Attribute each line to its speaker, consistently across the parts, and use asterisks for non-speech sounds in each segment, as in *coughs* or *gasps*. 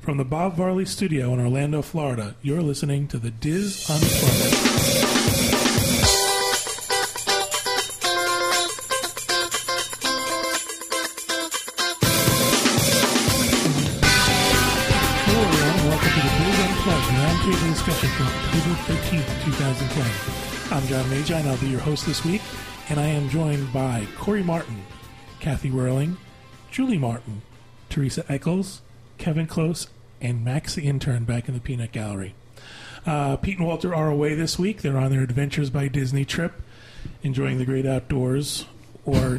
Speaker 1: From the Bob Varley Studio in Orlando, Florida, you're listening to the Diz Unplugged. Hello, everyone, and welcome to the Diz Unplugged Roundtable Discussion for October 13th, 2010. I'm John Magi, and I'll be your host this week, and I am joined by Corey Martin, Kathy Whirling, Julie Martin, Teresa Eccles, Kevin Close, and Max the Intern back in the Peanut Gallery. Uh, Pete and Walter are away this week. They're on their Adventures by Disney trip, enjoying the great outdoors, or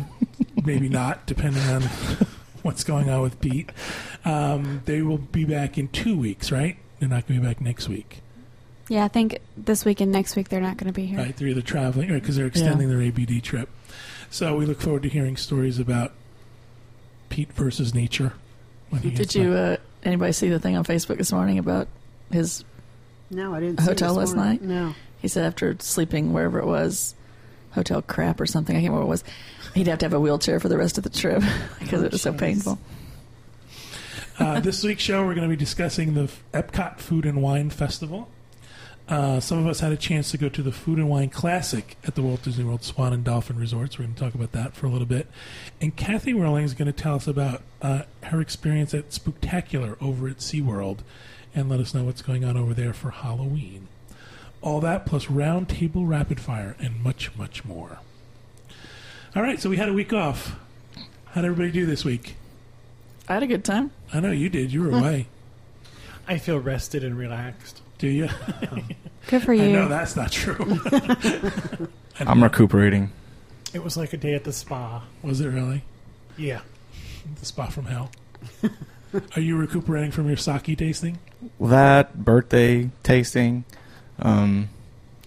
Speaker 1: maybe not, depending on *laughs* what's going on with Pete. Um, they will be back in two weeks, right? They're not going to be back next week,
Speaker 2: Yeah, I think this week and next week they're not going to be here.
Speaker 1: right? They're either traveling or because they're extending their ABD trip. So we look forward to hearing stories about Pete versus nature. When he gets
Speaker 3: Did
Speaker 1: back.
Speaker 3: you uh, anybody see the thing on Facebook this morning about his?
Speaker 4: No, I didn't.
Speaker 3: A
Speaker 4: see
Speaker 3: hotel
Speaker 4: this
Speaker 3: last
Speaker 4: morning.
Speaker 3: night?
Speaker 4: No,
Speaker 3: He said after sleeping wherever it was, hotel crap or something. I can't remember what it was. He'd have to have a wheelchair for the rest of the trip *laughs* because it was
Speaker 5: Oh,
Speaker 3: so painful.
Speaker 1: uh, this week's show, we're going to be discussing the F- Epcot Food and Wine Festival. Uh, some of us had a chance to go to the Food and Wine Classic at the Walt Disney World Swan and Dolphin Resorts. We're going to talk about that for a little bit. And Kathy Whirling is going to tell us about uh, her experience at Spooktacular over at SeaWorld and let us know what's going on over there for Halloween. All that plus round table rapid fire and much, much more. All right, so we had a week off. How'd everybody do this week?
Speaker 3: I had a good time.
Speaker 1: I know you did. You were away.
Speaker 6: I feel rested and relaxed.
Speaker 1: Do you?
Speaker 2: Good for
Speaker 1: I
Speaker 2: you.
Speaker 1: know that's not true. *laughs*
Speaker 5: I'm recuperating.
Speaker 6: It was like a day at the spa.
Speaker 1: Was it really?
Speaker 6: Yeah.
Speaker 1: The spot from hell. Are you recuperating from your sake tasting?
Speaker 5: That birthday tasting, um,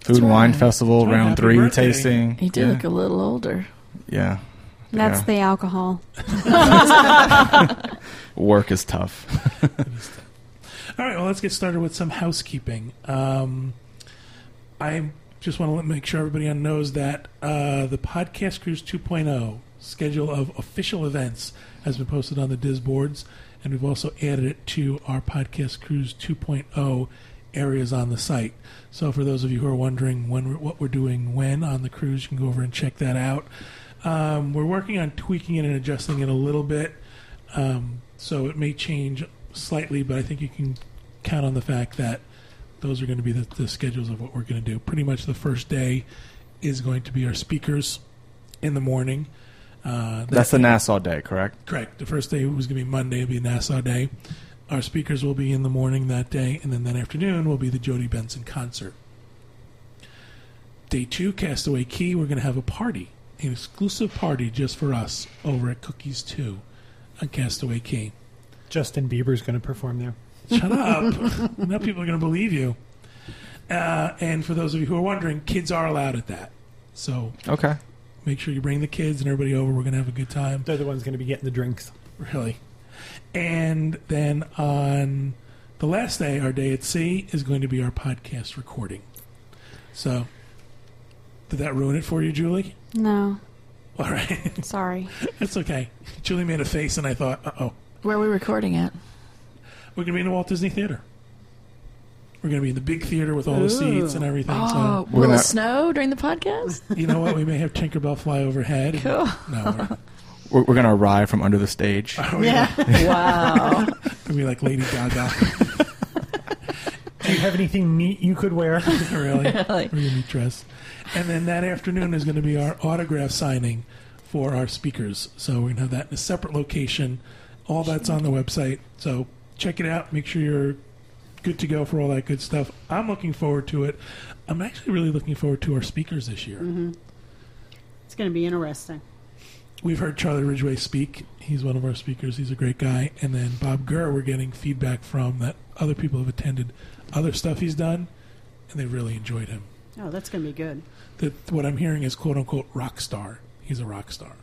Speaker 5: food and wine
Speaker 3: right.
Speaker 5: festival
Speaker 1: Oh,
Speaker 5: round
Speaker 1: happy
Speaker 5: three
Speaker 1: birthday.
Speaker 5: tasting.
Speaker 3: He did
Speaker 5: yeah.
Speaker 3: look a little older.
Speaker 5: yeah.
Speaker 2: That's
Speaker 5: Yeah.
Speaker 2: the alcohol.
Speaker 5: Work is tough. *laughs*
Speaker 1: All right, well, let's get started with some housekeeping. Um, I just want to make sure everybody on knows that uh, the Podcast Cruise 2.0 schedule of official events has been posted on the Diz boards, and we've also added it to our Podcast Cruise 2.0 areas on the site. So, for those of you who are wondering when we're, what we're doing when on the cruise, you can go over and check that out. Um, we're working on tweaking it and adjusting it a little bit. Um, so it may change slightly, but I think you can count on the fact that those are going to be the, the schedules of what we're going to do. Pretty much the first day is going to be our speakers in the morning. Uh,
Speaker 5: That's the Nassau day, correct?
Speaker 1: Correct. The first day was going to be Monday. It'll be Nassau Day. Our speakers will be in the morning that day, and then that afternoon will be the Jody Benson concert. Day two, Castaway Key, we're going to have a party, an exclusive party just for us over at Cookies 2 on Castaway Key.
Speaker 6: Justin Bieber's going to perform there.
Speaker 1: Shut up. now people are going to believe you. Uh, and for those of you who are wondering, kids are allowed at that. So
Speaker 5: Okay.
Speaker 1: make sure you bring the kids and everybody over. We're going to have a good time.
Speaker 6: They're the ones going to be getting the drinks.
Speaker 1: Really. And then on the last day, our day at sea, is going to be our podcast recording. So, did that ruin it for you, Julie? *laughs*
Speaker 2: No,
Speaker 1: All right. *laughs*
Speaker 2: sorry.
Speaker 1: That's okay. Julie made a face, and I thought, uh oh.
Speaker 3: Where are we recording at?
Speaker 1: We're going to be in the Walt Disney Theater. We're going to be in the big theater with all the seats and everything.
Speaker 3: Oh,
Speaker 5: We're
Speaker 3: will
Speaker 5: gonna-
Speaker 3: it snow during the
Speaker 5: *laughs*
Speaker 3: podcast?
Speaker 1: So, you know what? We may have Tinkerbell fly overhead.
Speaker 7: *laughs*
Speaker 3: Cool.
Speaker 1: No, we're,
Speaker 5: We're, we're going to arrive from under the stage.
Speaker 1: are we yeah.
Speaker 3: wow.
Speaker 1: going to be like Lady Gaga.
Speaker 6: Do you have anything neat you could wear? *laughs*
Speaker 1: *laughs* really?
Speaker 3: Really?
Speaker 1: We're gonna be dressed. And then that afternoon is going to be our autograph signing for our speakers. So we're going to have that in a separate location. All that's on the website. So check it out. Make sure you're good to go for all that good stuff. I'm looking forward to it. I'm actually really looking forward to our speakers this year.
Speaker 4: *laughs* it's going to be interesting.
Speaker 1: We've heard Charlie Ridgway speak. He's one of our speakers. He's a great guy. And then Bob Gurr, we're getting feedback from that other people have attended other stuff he's done, and they really enjoyed him.
Speaker 4: Oh, that's going to be good.
Speaker 1: that what I'm hearing is quote unquote rock star. He's a rock star.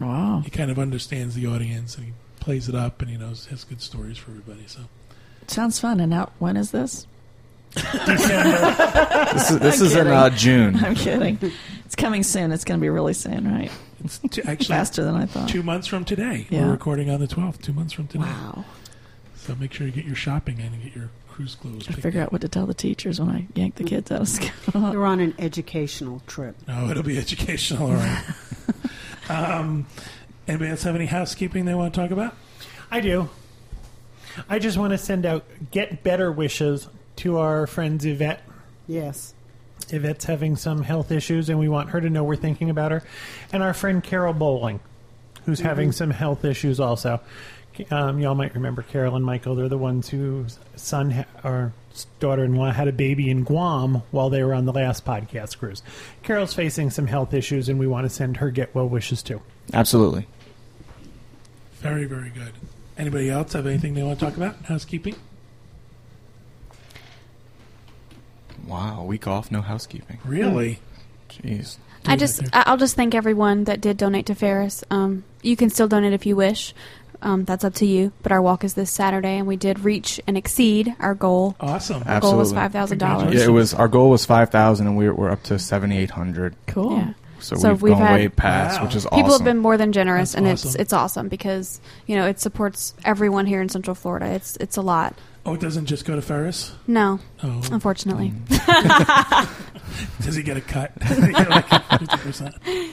Speaker 3: Wow.
Speaker 1: He kind of understands the audience and he plays it up and he knows has good stories for everybody. So
Speaker 3: Sounds fun. And out when is this? *laughs*
Speaker 5: This is, this
Speaker 3: I'm
Speaker 5: is in
Speaker 3: kidding.
Speaker 5: uh, June.
Speaker 3: I'm kidding. It's coming soon. It's going to be really soon, right?
Speaker 1: it's
Speaker 3: *laughs*
Speaker 1: t- actually
Speaker 3: Faster than I thought.
Speaker 1: two months from today.
Speaker 3: Yeah.
Speaker 1: We're recording on the 12th. Two months from today.
Speaker 3: Wow.
Speaker 1: So make sure you get your shopping in and get your cruise clothes.
Speaker 3: I
Speaker 1: picked
Speaker 3: figure
Speaker 1: up.
Speaker 3: out what to tell the teachers when I yank the kids out of school. *laughs*
Speaker 4: You're on an educational trip.
Speaker 1: No, it'll be educational, all right.
Speaker 3: *laughs*
Speaker 1: um, anybody else have any housekeeping they want to talk about?
Speaker 6: I do. I just want to send out get better wishes to our friends Yvette.
Speaker 4: Yes.
Speaker 6: Yvette's having some health issues, and we want her to know we're thinking about her. And our friend Carol Bowling, who's having some health issues also. Um, y'all might remember Carol and Michael. They're the ones whose son ha- or daughter-in-law had a baby in Guam while they were on the last podcast cruise. Carol's facing some health issues, and we want to send her get well wishes too.
Speaker 5: *laughs* Absolutely.
Speaker 1: Very, very good. Anybody else have anything they want to talk about? Housekeeping?
Speaker 5: Wow, week off, no housekeeping.
Speaker 1: Really?
Speaker 5: Jeez.
Speaker 2: I just I- I'll just thank everyone that did donate to Ferris. Um, you can still donate if you wish. Um, that's up to you. But our walk is this Saturday, and we did reach and exceed our goal.
Speaker 1: Awesome.
Speaker 2: Our goal was
Speaker 5: Absolutely.
Speaker 2: five thousand dollars.
Speaker 5: Yeah, it was our goal was five thousand, and we we're up to seventy eight hundred.
Speaker 3: cool.
Speaker 2: Yeah.
Speaker 5: So,
Speaker 2: So
Speaker 5: we've,
Speaker 2: we've
Speaker 5: gone
Speaker 2: had-
Speaker 5: way past,
Speaker 1: Wow.
Speaker 5: which is awesome.
Speaker 2: People have been more than generous,
Speaker 1: That's
Speaker 2: and it's
Speaker 1: awesome.
Speaker 2: it's awesome because you know it supports everyone here in Central Florida. It's it's a lot.
Speaker 1: Oh, it doesn't just go to Ferris?
Speaker 2: No,
Speaker 1: Oh,
Speaker 2: unfortunately,
Speaker 1: does he get a cut? *laughs* Does he get like 50%?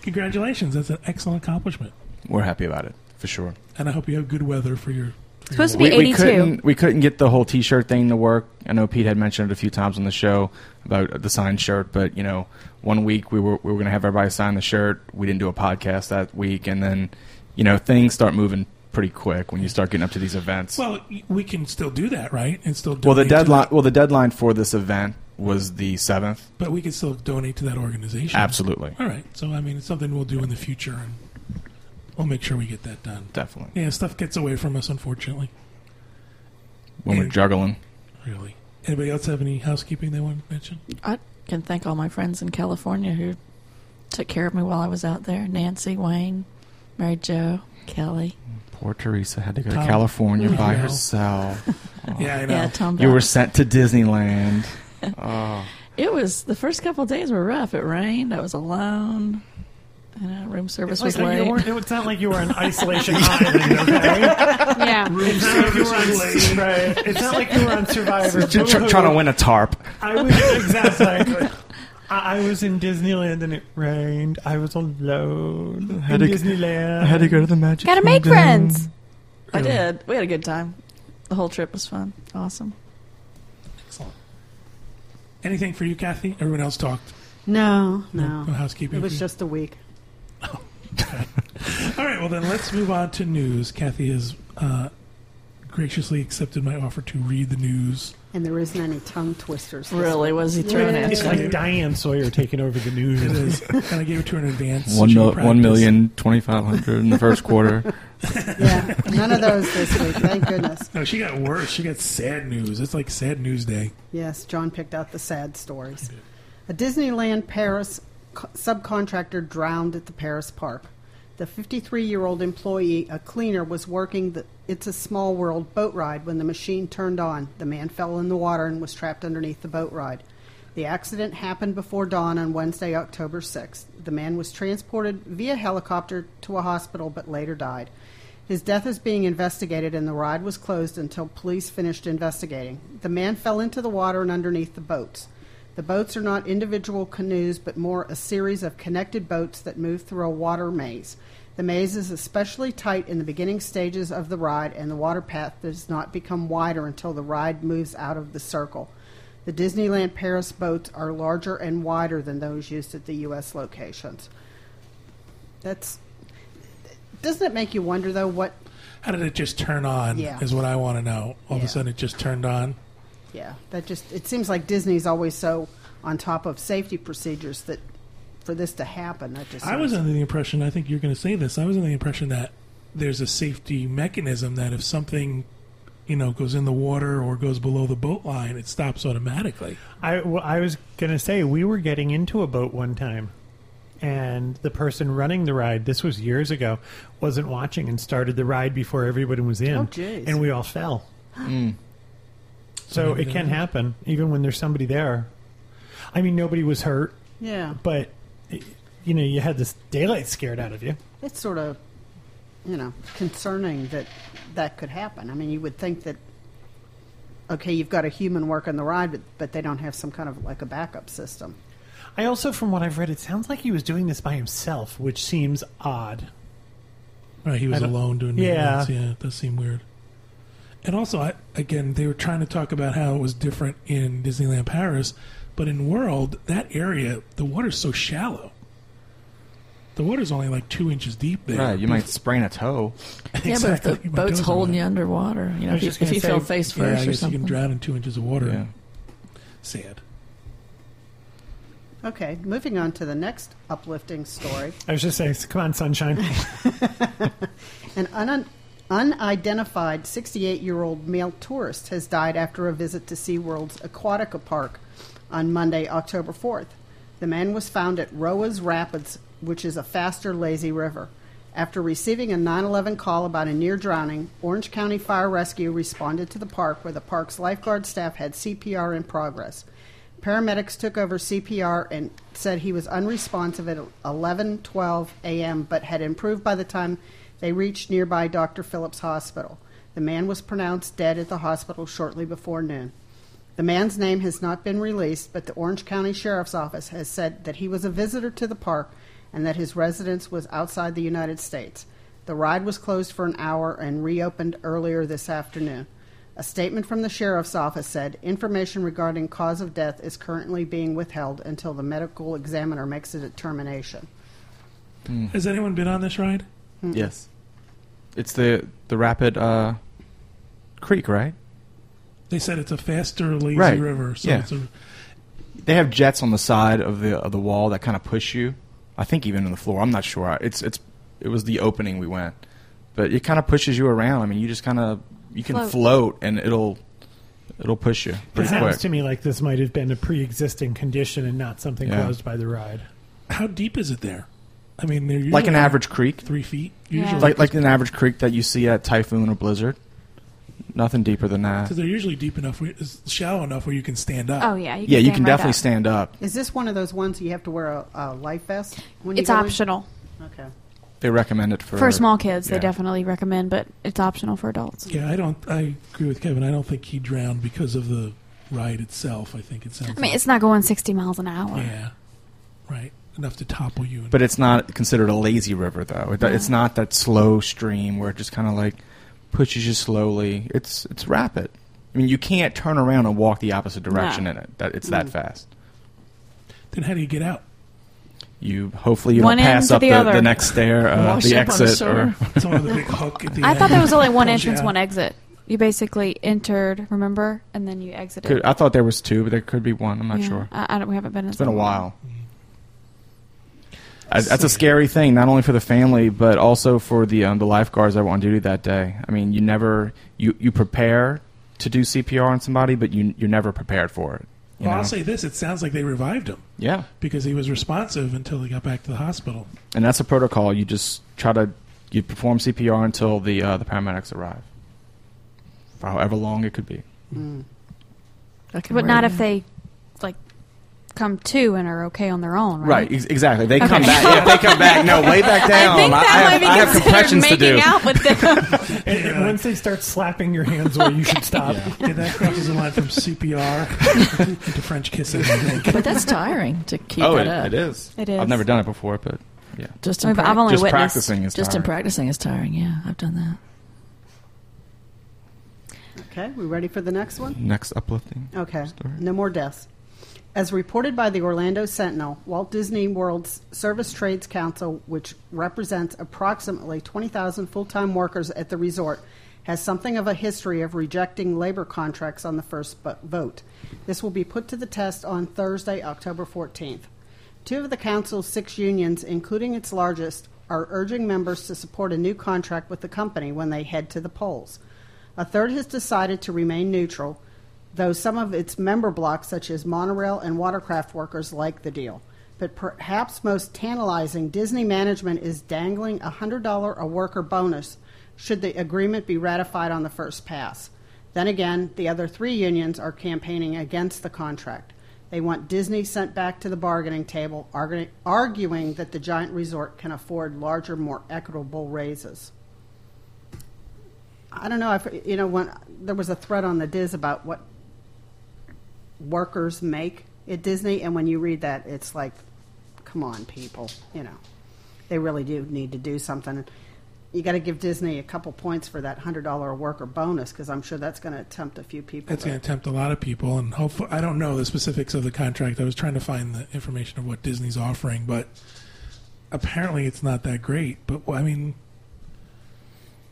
Speaker 1: Congratulations. That's an excellent accomplishment.
Speaker 5: *laughs* We're happy about it for sure.
Speaker 1: And I hope you have good weather for your. for your
Speaker 2: Supposed to be
Speaker 1: walk.
Speaker 5: We, we
Speaker 2: 82.
Speaker 5: couldn't we couldn't get the whole T-shirt thing to work. I know Pete had mentioned it a few times on the show about the signed shirt, but you know, one week we were we were going to have everybody sign the shirt. We didn't do a podcast that week, and then you know things start moving pretty quick when you start getting up to these events. Well,
Speaker 1: Well, y- we can still do that, right? And still.
Speaker 5: the
Speaker 1: donate to
Speaker 5: deadline
Speaker 1: that-
Speaker 5: well the deadline for this event was the seventh.
Speaker 1: but we can still donate to that organization.
Speaker 5: Absolutely,
Speaker 1: All right. So I mean, it's something we'll do in the future, and we'll make sure we get that done.
Speaker 5: definitely.
Speaker 1: Yeah, stuff gets away from us, unfortunately.
Speaker 5: When we're
Speaker 1: And-
Speaker 5: juggling,
Speaker 1: Really. Anybody else have any housekeeping they want to mention?
Speaker 3: I can thank all my friends in California who took care of me while I was out there. Nancy, Wayne, Mary Jo, Kelly.
Speaker 5: poor Teresa had to go
Speaker 1: Tom.
Speaker 5: to California by
Speaker 1: Yeah.
Speaker 5: herself.
Speaker 1: *laughs* Yeah, I know.
Speaker 3: Yeah, Tom.
Speaker 5: You were
Speaker 3: Brown.
Speaker 5: sent
Speaker 1: *laughs*
Speaker 5: to Disneyland. Oh.
Speaker 3: It was the first couple of days were rough. It rained. I was alone. And uh, room service was
Speaker 6: It's like you
Speaker 3: late.
Speaker 6: weren't- it's not like you were in isolation island, okay?
Speaker 2: yeah.
Speaker 1: *laughs*
Speaker 6: It's not like you were on, right. It's not like you were on Survivor.
Speaker 5: Just tr- trying to win a tarp.
Speaker 6: I was exactly. I, I was in Disneyland and it rained. I was alone
Speaker 5: I had
Speaker 6: in
Speaker 5: to-
Speaker 6: Disneyland.
Speaker 5: I had to go to the magic.
Speaker 2: Gotta make
Speaker 5: Kingdom.
Speaker 2: friends.
Speaker 3: I did. We had a good time. The whole trip was fun. Awesome.
Speaker 1: Excellent. Anything for you, Kathy? Everyone else talked.
Speaker 4: No, no.
Speaker 1: no housekeeping.
Speaker 4: It
Speaker 1: for
Speaker 4: was
Speaker 1: you?
Speaker 4: just a week.
Speaker 1: All right. Well, then let's move on to news. Kathy has uh, graciously accepted my offer to read the news.
Speaker 4: And there isn't any tongue twisters. this
Speaker 3: Really, was he thrown
Speaker 4: Yeah.
Speaker 6: It's
Speaker 3: at you?
Speaker 6: like Diane Sawyer taking over the news.
Speaker 1: It is, and I gave it to her in advance. so
Speaker 5: One,
Speaker 1: she
Speaker 5: mil-
Speaker 1: could
Speaker 5: one
Speaker 1: practice.
Speaker 5: million twenty five hundred in the first *laughs* quarter.
Speaker 4: Yeah, none of those this week. Thank goodness.
Speaker 1: No, she got worse. She got sad news. It's like sad news day.
Speaker 4: Yes, John picked out the sad stories. A Disneyland Paris co- subcontractor drowned at the Paris park. The 53 year old employee, a cleaner, was working the It's a Small World boat ride when the machine turned on. The man fell in the water and was trapped underneath the boat ride. The accident happened before dawn on Wednesday, October 6th. The man was transported via helicopter to a hospital but later died. His death is being investigated, and the ride was closed until police finished investigating. The man fell into the water and underneath the boats. The boats are not individual canoes, but more a series of connected boats that move through a water maze. The maze is especially tight in the beginning stages of the ride, and the water path does not become wider until the ride moves out of the circle. The Disneyland Paris boats are larger and wider than those used at the U.S. locations. That's. Doesn't it make you wonder, though, what.
Speaker 1: How did it just turn on?
Speaker 4: Yeah.
Speaker 1: Is what I want to know. All of
Speaker 4: Yeah.
Speaker 1: a sudden, it just turned on.
Speaker 4: Yeah, that just. It seems like Disney's always so on top of safety procedures that for this to happen, that just.
Speaker 1: I was
Speaker 4: seems-
Speaker 1: under the impression. I think you're going to say this. I was under the impression that there's a safety mechanism that if something, you know, goes in the water or goes below the boat line, it stops automatically.
Speaker 6: I, well, I was going to say, we were getting into a boat one time, and the person running the ride, this was years ago, wasn't watching and started the ride before everybody was in.
Speaker 4: Oh, jeez.
Speaker 6: And we all fell.
Speaker 5: Mm.
Speaker 6: So it can happen, even when there's somebody there. I mean, nobody was hurt,
Speaker 4: Yeah.
Speaker 6: but, you know, you had this daylight scared out of you.
Speaker 4: It's sort of you know, concerning that that could happen. I mean, you would think that, okay, you've got a human working the ride, but, but they don't have some kind of like a backup system.
Speaker 6: I also, from what I've read, it sounds like he was doing this by himself, which seems odd.
Speaker 1: Right, he was
Speaker 6: I don't-
Speaker 1: alone doing
Speaker 6: Yeah.
Speaker 1: maintenance. Yeah, it does seem weird. And also, I, again, they were trying to talk about how it was different in Disneyland Paris, but in World, that area, the water's so shallow. The water's only like two inches deep there.
Speaker 5: Right, you
Speaker 1: *laughs*
Speaker 5: might sprain a toe.
Speaker 3: Yeah,
Speaker 1: Exactly,
Speaker 3: but if
Speaker 1: my
Speaker 3: the boat's
Speaker 1: toes are
Speaker 3: holding
Speaker 1: wet.
Speaker 3: you underwater, you
Speaker 6: I
Speaker 3: know,
Speaker 6: was
Speaker 3: if you,
Speaker 6: just gonna
Speaker 3: if you
Speaker 6: say,
Speaker 3: fell face
Speaker 1: yeah,
Speaker 3: first
Speaker 1: I
Speaker 3: or
Speaker 1: guess you
Speaker 3: something.
Speaker 1: can drown in two inches of water.
Speaker 5: Yeah.
Speaker 1: Sad.
Speaker 4: Okay, moving on to the next uplifting story.
Speaker 6: I was just saying, come on, sunshine.
Speaker 4: An un- unidentified 68 year old male tourist has died after a visit to SeaWorld's Aquatica Park on Monday, October 4th. The man was found at Roa's Rapids, which is a faster, lazy river. After receiving a 911 call about a near drowning, Orange County Fire Rescue responded to the park where the park's lifeguard staff had CPR in progress. Paramedics took over CPR and said he was unresponsive at 11:12 a.m. but had improved by the time they reached nearby Dr. Phillips Hospital. The man was pronounced dead at the hospital shortly before noon. The man's name has not been released, but the Orange County Sheriff's Office has said that he was a visitor to the park and that his residence was outside the United States. The ride was closed for an hour and reopened earlier this afternoon. A statement from the sheriff's office said information regarding cause of death is currently being withheld until the medical examiner makes a determination.
Speaker 5: Hmm.
Speaker 1: Has anyone been on this ride?
Speaker 2: Hmm.
Speaker 5: Yes. It's the the rapid uh, creek, right?
Speaker 1: They said it's a faster, lazy
Speaker 5: Right.
Speaker 1: river. So
Speaker 5: Yeah.
Speaker 1: it's a,
Speaker 5: They have jets on the side of the of the wall that kind of push you. I think even on the floor. I'm not sure. I- It's it's it was the opening we went, but it kind of pushes you around. I mean, you just kind of you can float.
Speaker 2: Float.
Speaker 5: and it'll it'll push you
Speaker 6: it
Speaker 5: pretty
Speaker 6: sounds
Speaker 5: quick.
Speaker 6: to me like this might have been a pre-existing condition and not something
Speaker 5: Yeah.
Speaker 6: caused by the *laughs* ride.
Speaker 1: how deep is it there? I mean, they're usually
Speaker 5: Like an average creek,
Speaker 1: three feet.
Speaker 2: Yeah.
Speaker 1: Usually,
Speaker 5: like like an average creek that you see at typhoon or blizzard. Nothing deeper than that.
Speaker 1: because they're usually deep enough, where, it's shallow enough where you can stand up.
Speaker 2: Oh yeah, you can
Speaker 5: Yeah, you
Speaker 2: stand
Speaker 5: can
Speaker 2: right
Speaker 5: definitely
Speaker 2: up.
Speaker 5: stand up.
Speaker 4: Is this one of those ones you have to wear a, a life vest when you
Speaker 2: It's
Speaker 4: go in?
Speaker 2: optional
Speaker 4: Okay.
Speaker 5: They recommend it for
Speaker 2: for small kids.
Speaker 5: yeah.
Speaker 2: They definitely recommend, but it's optional for adults.
Speaker 1: Yeah, I don't. I agree with Kevin. I don't think he drowned because of the ride itself. I think it sounds.
Speaker 2: I mean,
Speaker 1: like-
Speaker 2: it's not going 60 miles an hour.
Speaker 1: yeah, right. Enough to topple you.
Speaker 5: But it's not considered a lazy river, though. It, It's not that slow stream where it just kind of like pushes you slowly. It's it's rapid. I mean, you can't turn around and walk the opposite direction
Speaker 2: No. Mm.
Speaker 5: in it. That it's that fast.
Speaker 1: then how do you get out?
Speaker 5: You hopefully you
Speaker 2: One
Speaker 5: don't
Speaker 2: end
Speaker 5: pass
Speaker 2: to
Speaker 5: up
Speaker 2: the
Speaker 5: the, the,
Speaker 2: other.
Speaker 5: next stair, uh,
Speaker 3: Wash
Speaker 5: the
Speaker 3: up on the
Speaker 5: exit, or
Speaker 3: shore.
Speaker 1: It's only the big hook at the
Speaker 2: I
Speaker 1: end.
Speaker 2: thought there was
Speaker 1: *laughs*
Speaker 2: only
Speaker 5: *laughs*
Speaker 2: one
Speaker 1: Pulls you
Speaker 2: entrance,
Speaker 1: out.
Speaker 2: one exit. You basically entered, remember, and then you exited.
Speaker 5: could, *laughs* I thought there was two, but there could be one. I'm not
Speaker 2: Yeah.
Speaker 5: sure.
Speaker 2: I, I don't, we haven't been.
Speaker 5: It's been a while. I, that's a scary thing, not only for the family, but also for the um, the lifeguards that were on duty that day. I mean, you never you, you prepare to do CPR on somebody, but you you're never prepared for it. you
Speaker 1: Well, I'll
Speaker 5: know?
Speaker 1: say this: it sounds like they revived him
Speaker 5: yeah,
Speaker 1: because he was responsive until he got back to the hospital.
Speaker 5: and that's a protocol. You just try to you perform CPR until the uh, the paramedics arrive, for however long it could be.
Speaker 3: I can
Speaker 2: But
Speaker 3: wear
Speaker 2: not
Speaker 3: it.
Speaker 2: if they like come to and are okay on their own, right?
Speaker 5: Right, ex- exactly. They
Speaker 2: Okay.
Speaker 5: come back. Yeah, they come back. No, lay back
Speaker 2: *laughs*
Speaker 5: down.
Speaker 2: I think that
Speaker 5: have-
Speaker 2: might be
Speaker 5: I
Speaker 2: considered
Speaker 5: have compressions to
Speaker 2: making
Speaker 5: do.
Speaker 2: out with them.
Speaker 6: And, and once they start slapping your hands away, you should stop.
Speaker 1: Yeah, that crosses the line from *laughs* CPR into French kissing. I think.
Speaker 3: But that's tiring to keep
Speaker 5: Oh,
Speaker 3: it,
Speaker 5: it,
Speaker 3: up.
Speaker 5: it is.
Speaker 2: It is.
Speaker 5: I've never done it before, but yeah.
Speaker 3: Just in
Speaker 2: I've, I've
Speaker 3: prac-
Speaker 2: only
Speaker 5: Just
Speaker 2: witnessed.
Speaker 5: practicing is
Speaker 3: just in
Speaker 5: tiring.
Speaker 3: practicing is tiring. Yeah, I've done that.
Speaker 4: Okay, we ready for the next one?
Speaker 5: Next uplifting.
Speaker 2: Oh,
Speaker 4: Okay.
Speaker 5: Story.
Speaker 4: No more deaths. As reported by the Orlando Sentinel, Walt Disney World's Service Trades Council, which represents approximately 20,000 full time workers at the resort, has something of a history of rejecting labor contracts on the first bu- vote. This will be put to the test on Thursday, October 14th. Two of the council's six unions, including its largest, are urging members to support a new contract with the company when they head to the polls. A third has decided to remain neutral, though some of its member blocks, such as monorail and watercraft workers, like the deal. But perhaps most tantalizing, Disney management is dangling a $100 a worker bonus should the agreement be ratified on the first pass. Then again, the other three unions are campaigning against the contract. They want Disney sent back to the bargaining table, argu- arguing that the giant resort can afford larger, more equitable raises. I don't know if you know when there was a thread on the Diz about what workers make at Disney, and when you read that, it's like, come on, people, you know, they really do need to do something. You got to give Disney a couple points for that hundred dollar a worker bonus because I'm sure that's going to tempt a few people.
Speaker 1: That's
Speaker 4: to-
Speaker 1: going to tempt a lot of people, and hopefully, I don't know the specifics of the contract. I was trying to find the information of what Disney's offering, but apparently, it's not that great. But well, I mean,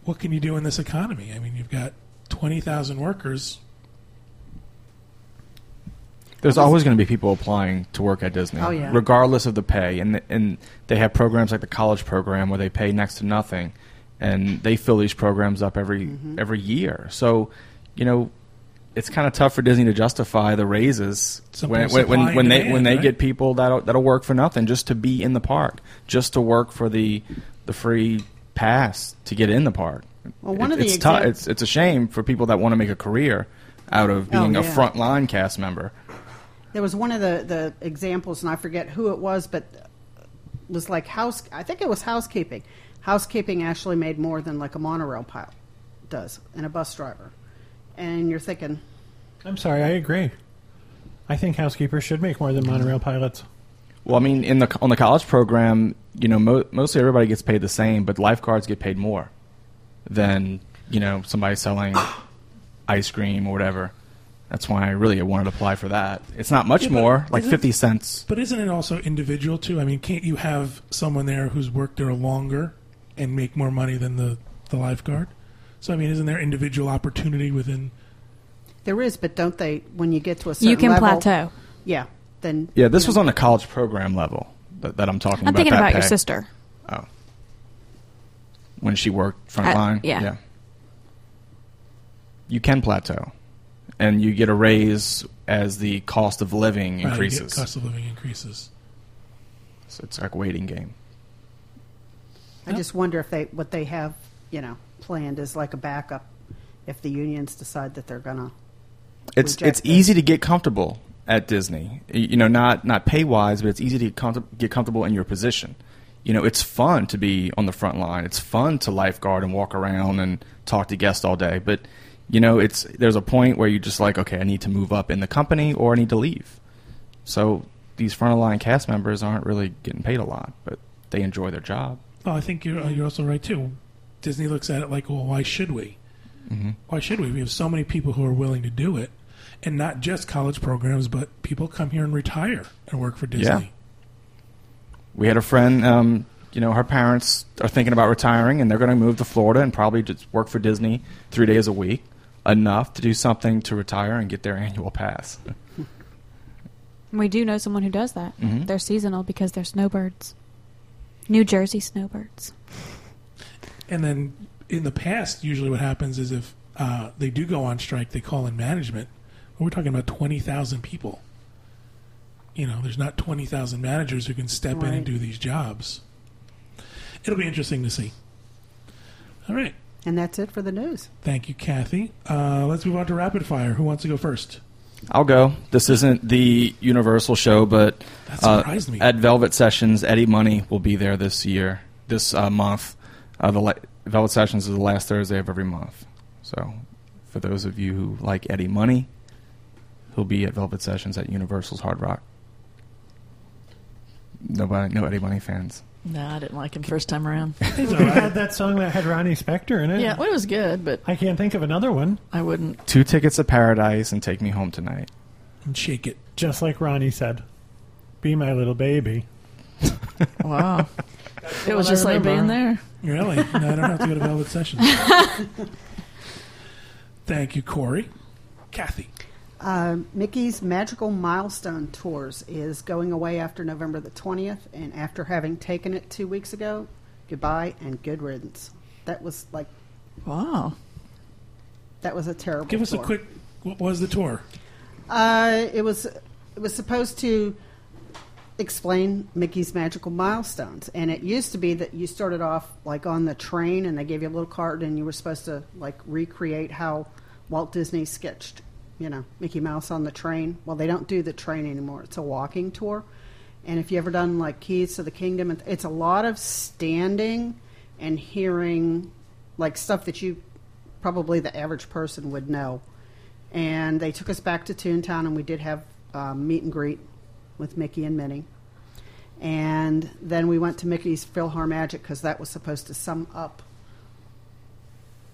Speaker 1: what can you do in this economy? I mean, you've got twenty thousand workers.
Speaker 5: There's always going to be people applying to work at Disney,
Speaker 4: Oh, yeah.
Speaker 5: regardless of the pay. And and they have programs like the college program where they pay next to nothing, and they fill these programs up every
Speaker 4: Mm-hmm.
Speaker 5: every year. So, you know, it's kind of tough for Disney to justify the raises
Speaker 1: Some
Speaker 5: when
Speaker 1: supply
Speaker 5: when, when,
Speaker 1: and
Speaker 5: when they
Speaker 1: demand,
Speaker 5: when they
Speaker 1: right?
Speaker 5: get people that'll that'll work for nothing just to be in the park, just to work for the the free pass to get in the park.
Speaker 4: Well, one of the
Speaker 5: it's tou-
Speaker 4: exam-
Speaker 5: it's it's a shame for people that want to make a career out of
Speaker 4: Oh,
Speaker 5: being a
Speaker 4: yeah.
Speaker 5: front line cast member.
Speaker 4: There was one of the, the examples, and I forget who it was, but it was like house. I think it was housekeeping. Housekeeping actually made more than like a monorail pilot does and a bus driver. And you're thinking,
Speaker 6: I'm sorry, I agree. I think housekeepers should make more than monorail pilots.
Speaker 5: Well, I mean, in the on the college program, you know, mo- mostly everybody gets paid the same, but lifeguards get paid more than you know
Speaker 1: *coughs*
Speaker 5: somebody selling ice cream or whatever. That's why I really wanted to apply for that. It's not much
Speaker 1: Yeah, but
Speaker 5: more, like
Speaker 1: isn't-
Speaker 5: fifty cents.
Speaker 1: But isn't it also individual too? I mean, can't you have someone there who's worked there longer and make more money than the the lifeguard? So I mean, isn't there individual opportunity within?
Speaker 4: there is, but don't they? When you get to a *laughs* certain
Speaker 2: You can
Speaker 4: level-
Speaker 2: plateau.
Speaker 4: Yeah. Then
Speaker 5: Yeah, this
Speaker 4: you
Speaker 5: was
Speaker 4: know,
Speaker 5: on the college program level that, that I'm talking
Speaker 2: I'm
Speaker 5: about.
Speaker 2: thinking
Speaker 5: that
Speaker 2: about your
Speaker 5: pay.
Speaker 2: sister.
Speaker 5: Oh, when she worked
Speaker 2: At-
Speaker 5: frontline.
Speaker 2: yeah.
Speaker 5: You can plateau, and you get a raise as the cost of living
Speaker 1: Right, you get
Speaker 5: increases.
Speaker 1: cost of living increases.
Speaker 5: So it's like a waiting game.
Speaker 4: I just wonder if they what they have you know planned is like a backup if the unions decide that they're gonna.
Speaker 5: It's
Speaker 4: reject
Speaker 5: it's
Speaker 4: it.
Speaker 5: easy to get comfortable at Disney. Y- You know, not not pay wise, but it's easy to get, comfort- get comfortable in your position. You know, it's fun to be on the front line. It's fun to lifeguard and walk around and talk to guests all day. But you know, it's there's a point where you're just like, okay, I need to move up in the company or I need to leave. So these front line cast members aren't really getting paid a lot, but they enjoy their job.
Speaker 1: Well, Oh, I think you're you're also right too. Disney looks at it like, well, why should we? Why should we? We have so many people who are willing to do it, and not just college programs, but people come here and retire and work for Disney.
Speaker 5: we had a friend um, you know her parents are thinking about retiring and they're going to move to florida and probably just work for disney three days a week enough to do something to retire and get their annual pass
Speaker 2: We do know someone who does that.
Speaker 5: Mhm.
Speaker 2: They're seasonal because they're snowbirds. New Jersey snowbirds.
Speaker 1: And then in the past, usually what happens is if uh, they do go on strike, they call in management. We're talking about twenty thousand people. You know, there's not twenty thousand managers who can step in
Speaker 4: Right.
Speaker 1: and do these jobs. It'll be interesting to see. All right.
Speaker 4: And that's it for the news.
Speaker 1: Thank you, Kathy. Uh, let's move on to rapid fire. Who wants to go first?
Speaker 5: i'll go this isn't the universal show but uh,
Speaker 1: That surprised me.
Speaker 5: at velvet sessions eddie money will be there this year this uh, month uh, the la- velvet sessions is the last thursday of every month so for those of you who like eddie money he'll be at velvet sessions at universal's hard rock nobody no eddie money fans
Speaker 3: No, I didn't like him first time
Speaker 5: *laughs*
Speaker 3: around.
Speaker 6: We had that song that had Ronnie Spector in it.
Speaker 3: yeah, well, it was good, but
Speaker 6: I can't think of another one.
Speaker 3: I wouldn't.
Speaker 5: two tickets to paradise and take me home tonight
Speaker 1: And shake it.
Speaker 6: Just like Ronnie said, "Be my little baby."
Speaker 3: Wow, it was
Speaker 6: I
Speaker 3: just like being
Speaker 6: remember.
Speaker 3: there.
Speaker 1: *laughs* Really? No, I don't have to go to Velvet *laughs* Sessions. Thank you, Corey. Kathy.
Speaker 4: Uh, Mickey's Magical Milestone Tours is going away after November the 20th, and after having taken it two weeks ago, goodbye and good riddance. That was like,
Speaker 3: Wow,
Speaker 4: that was a terrible
Speaker 1: Give us a
Speaker 4: tour.
Speaker 1: quick. What was the tour?
Speaker 4: Uh, it was it was supposed to explain Mickey's magical milestones, and it used to be that you started off like on the train, and they gave you a little card, and you were supposed to like recreate how Walt Disney sketched, you know, Mickey Mouse on the train. Well, they don't do the train anymore; it's a walking tour. And if you ever done like Keys to the Kingdom, it- it's a lot of standing and hearing like stuff that you probably the average person would know. And they took us back to Toontown, and we did have um, meet and greet with Mickey and Minnie. And then we went to Mickey's PhilharMagic because that was supposed to sum up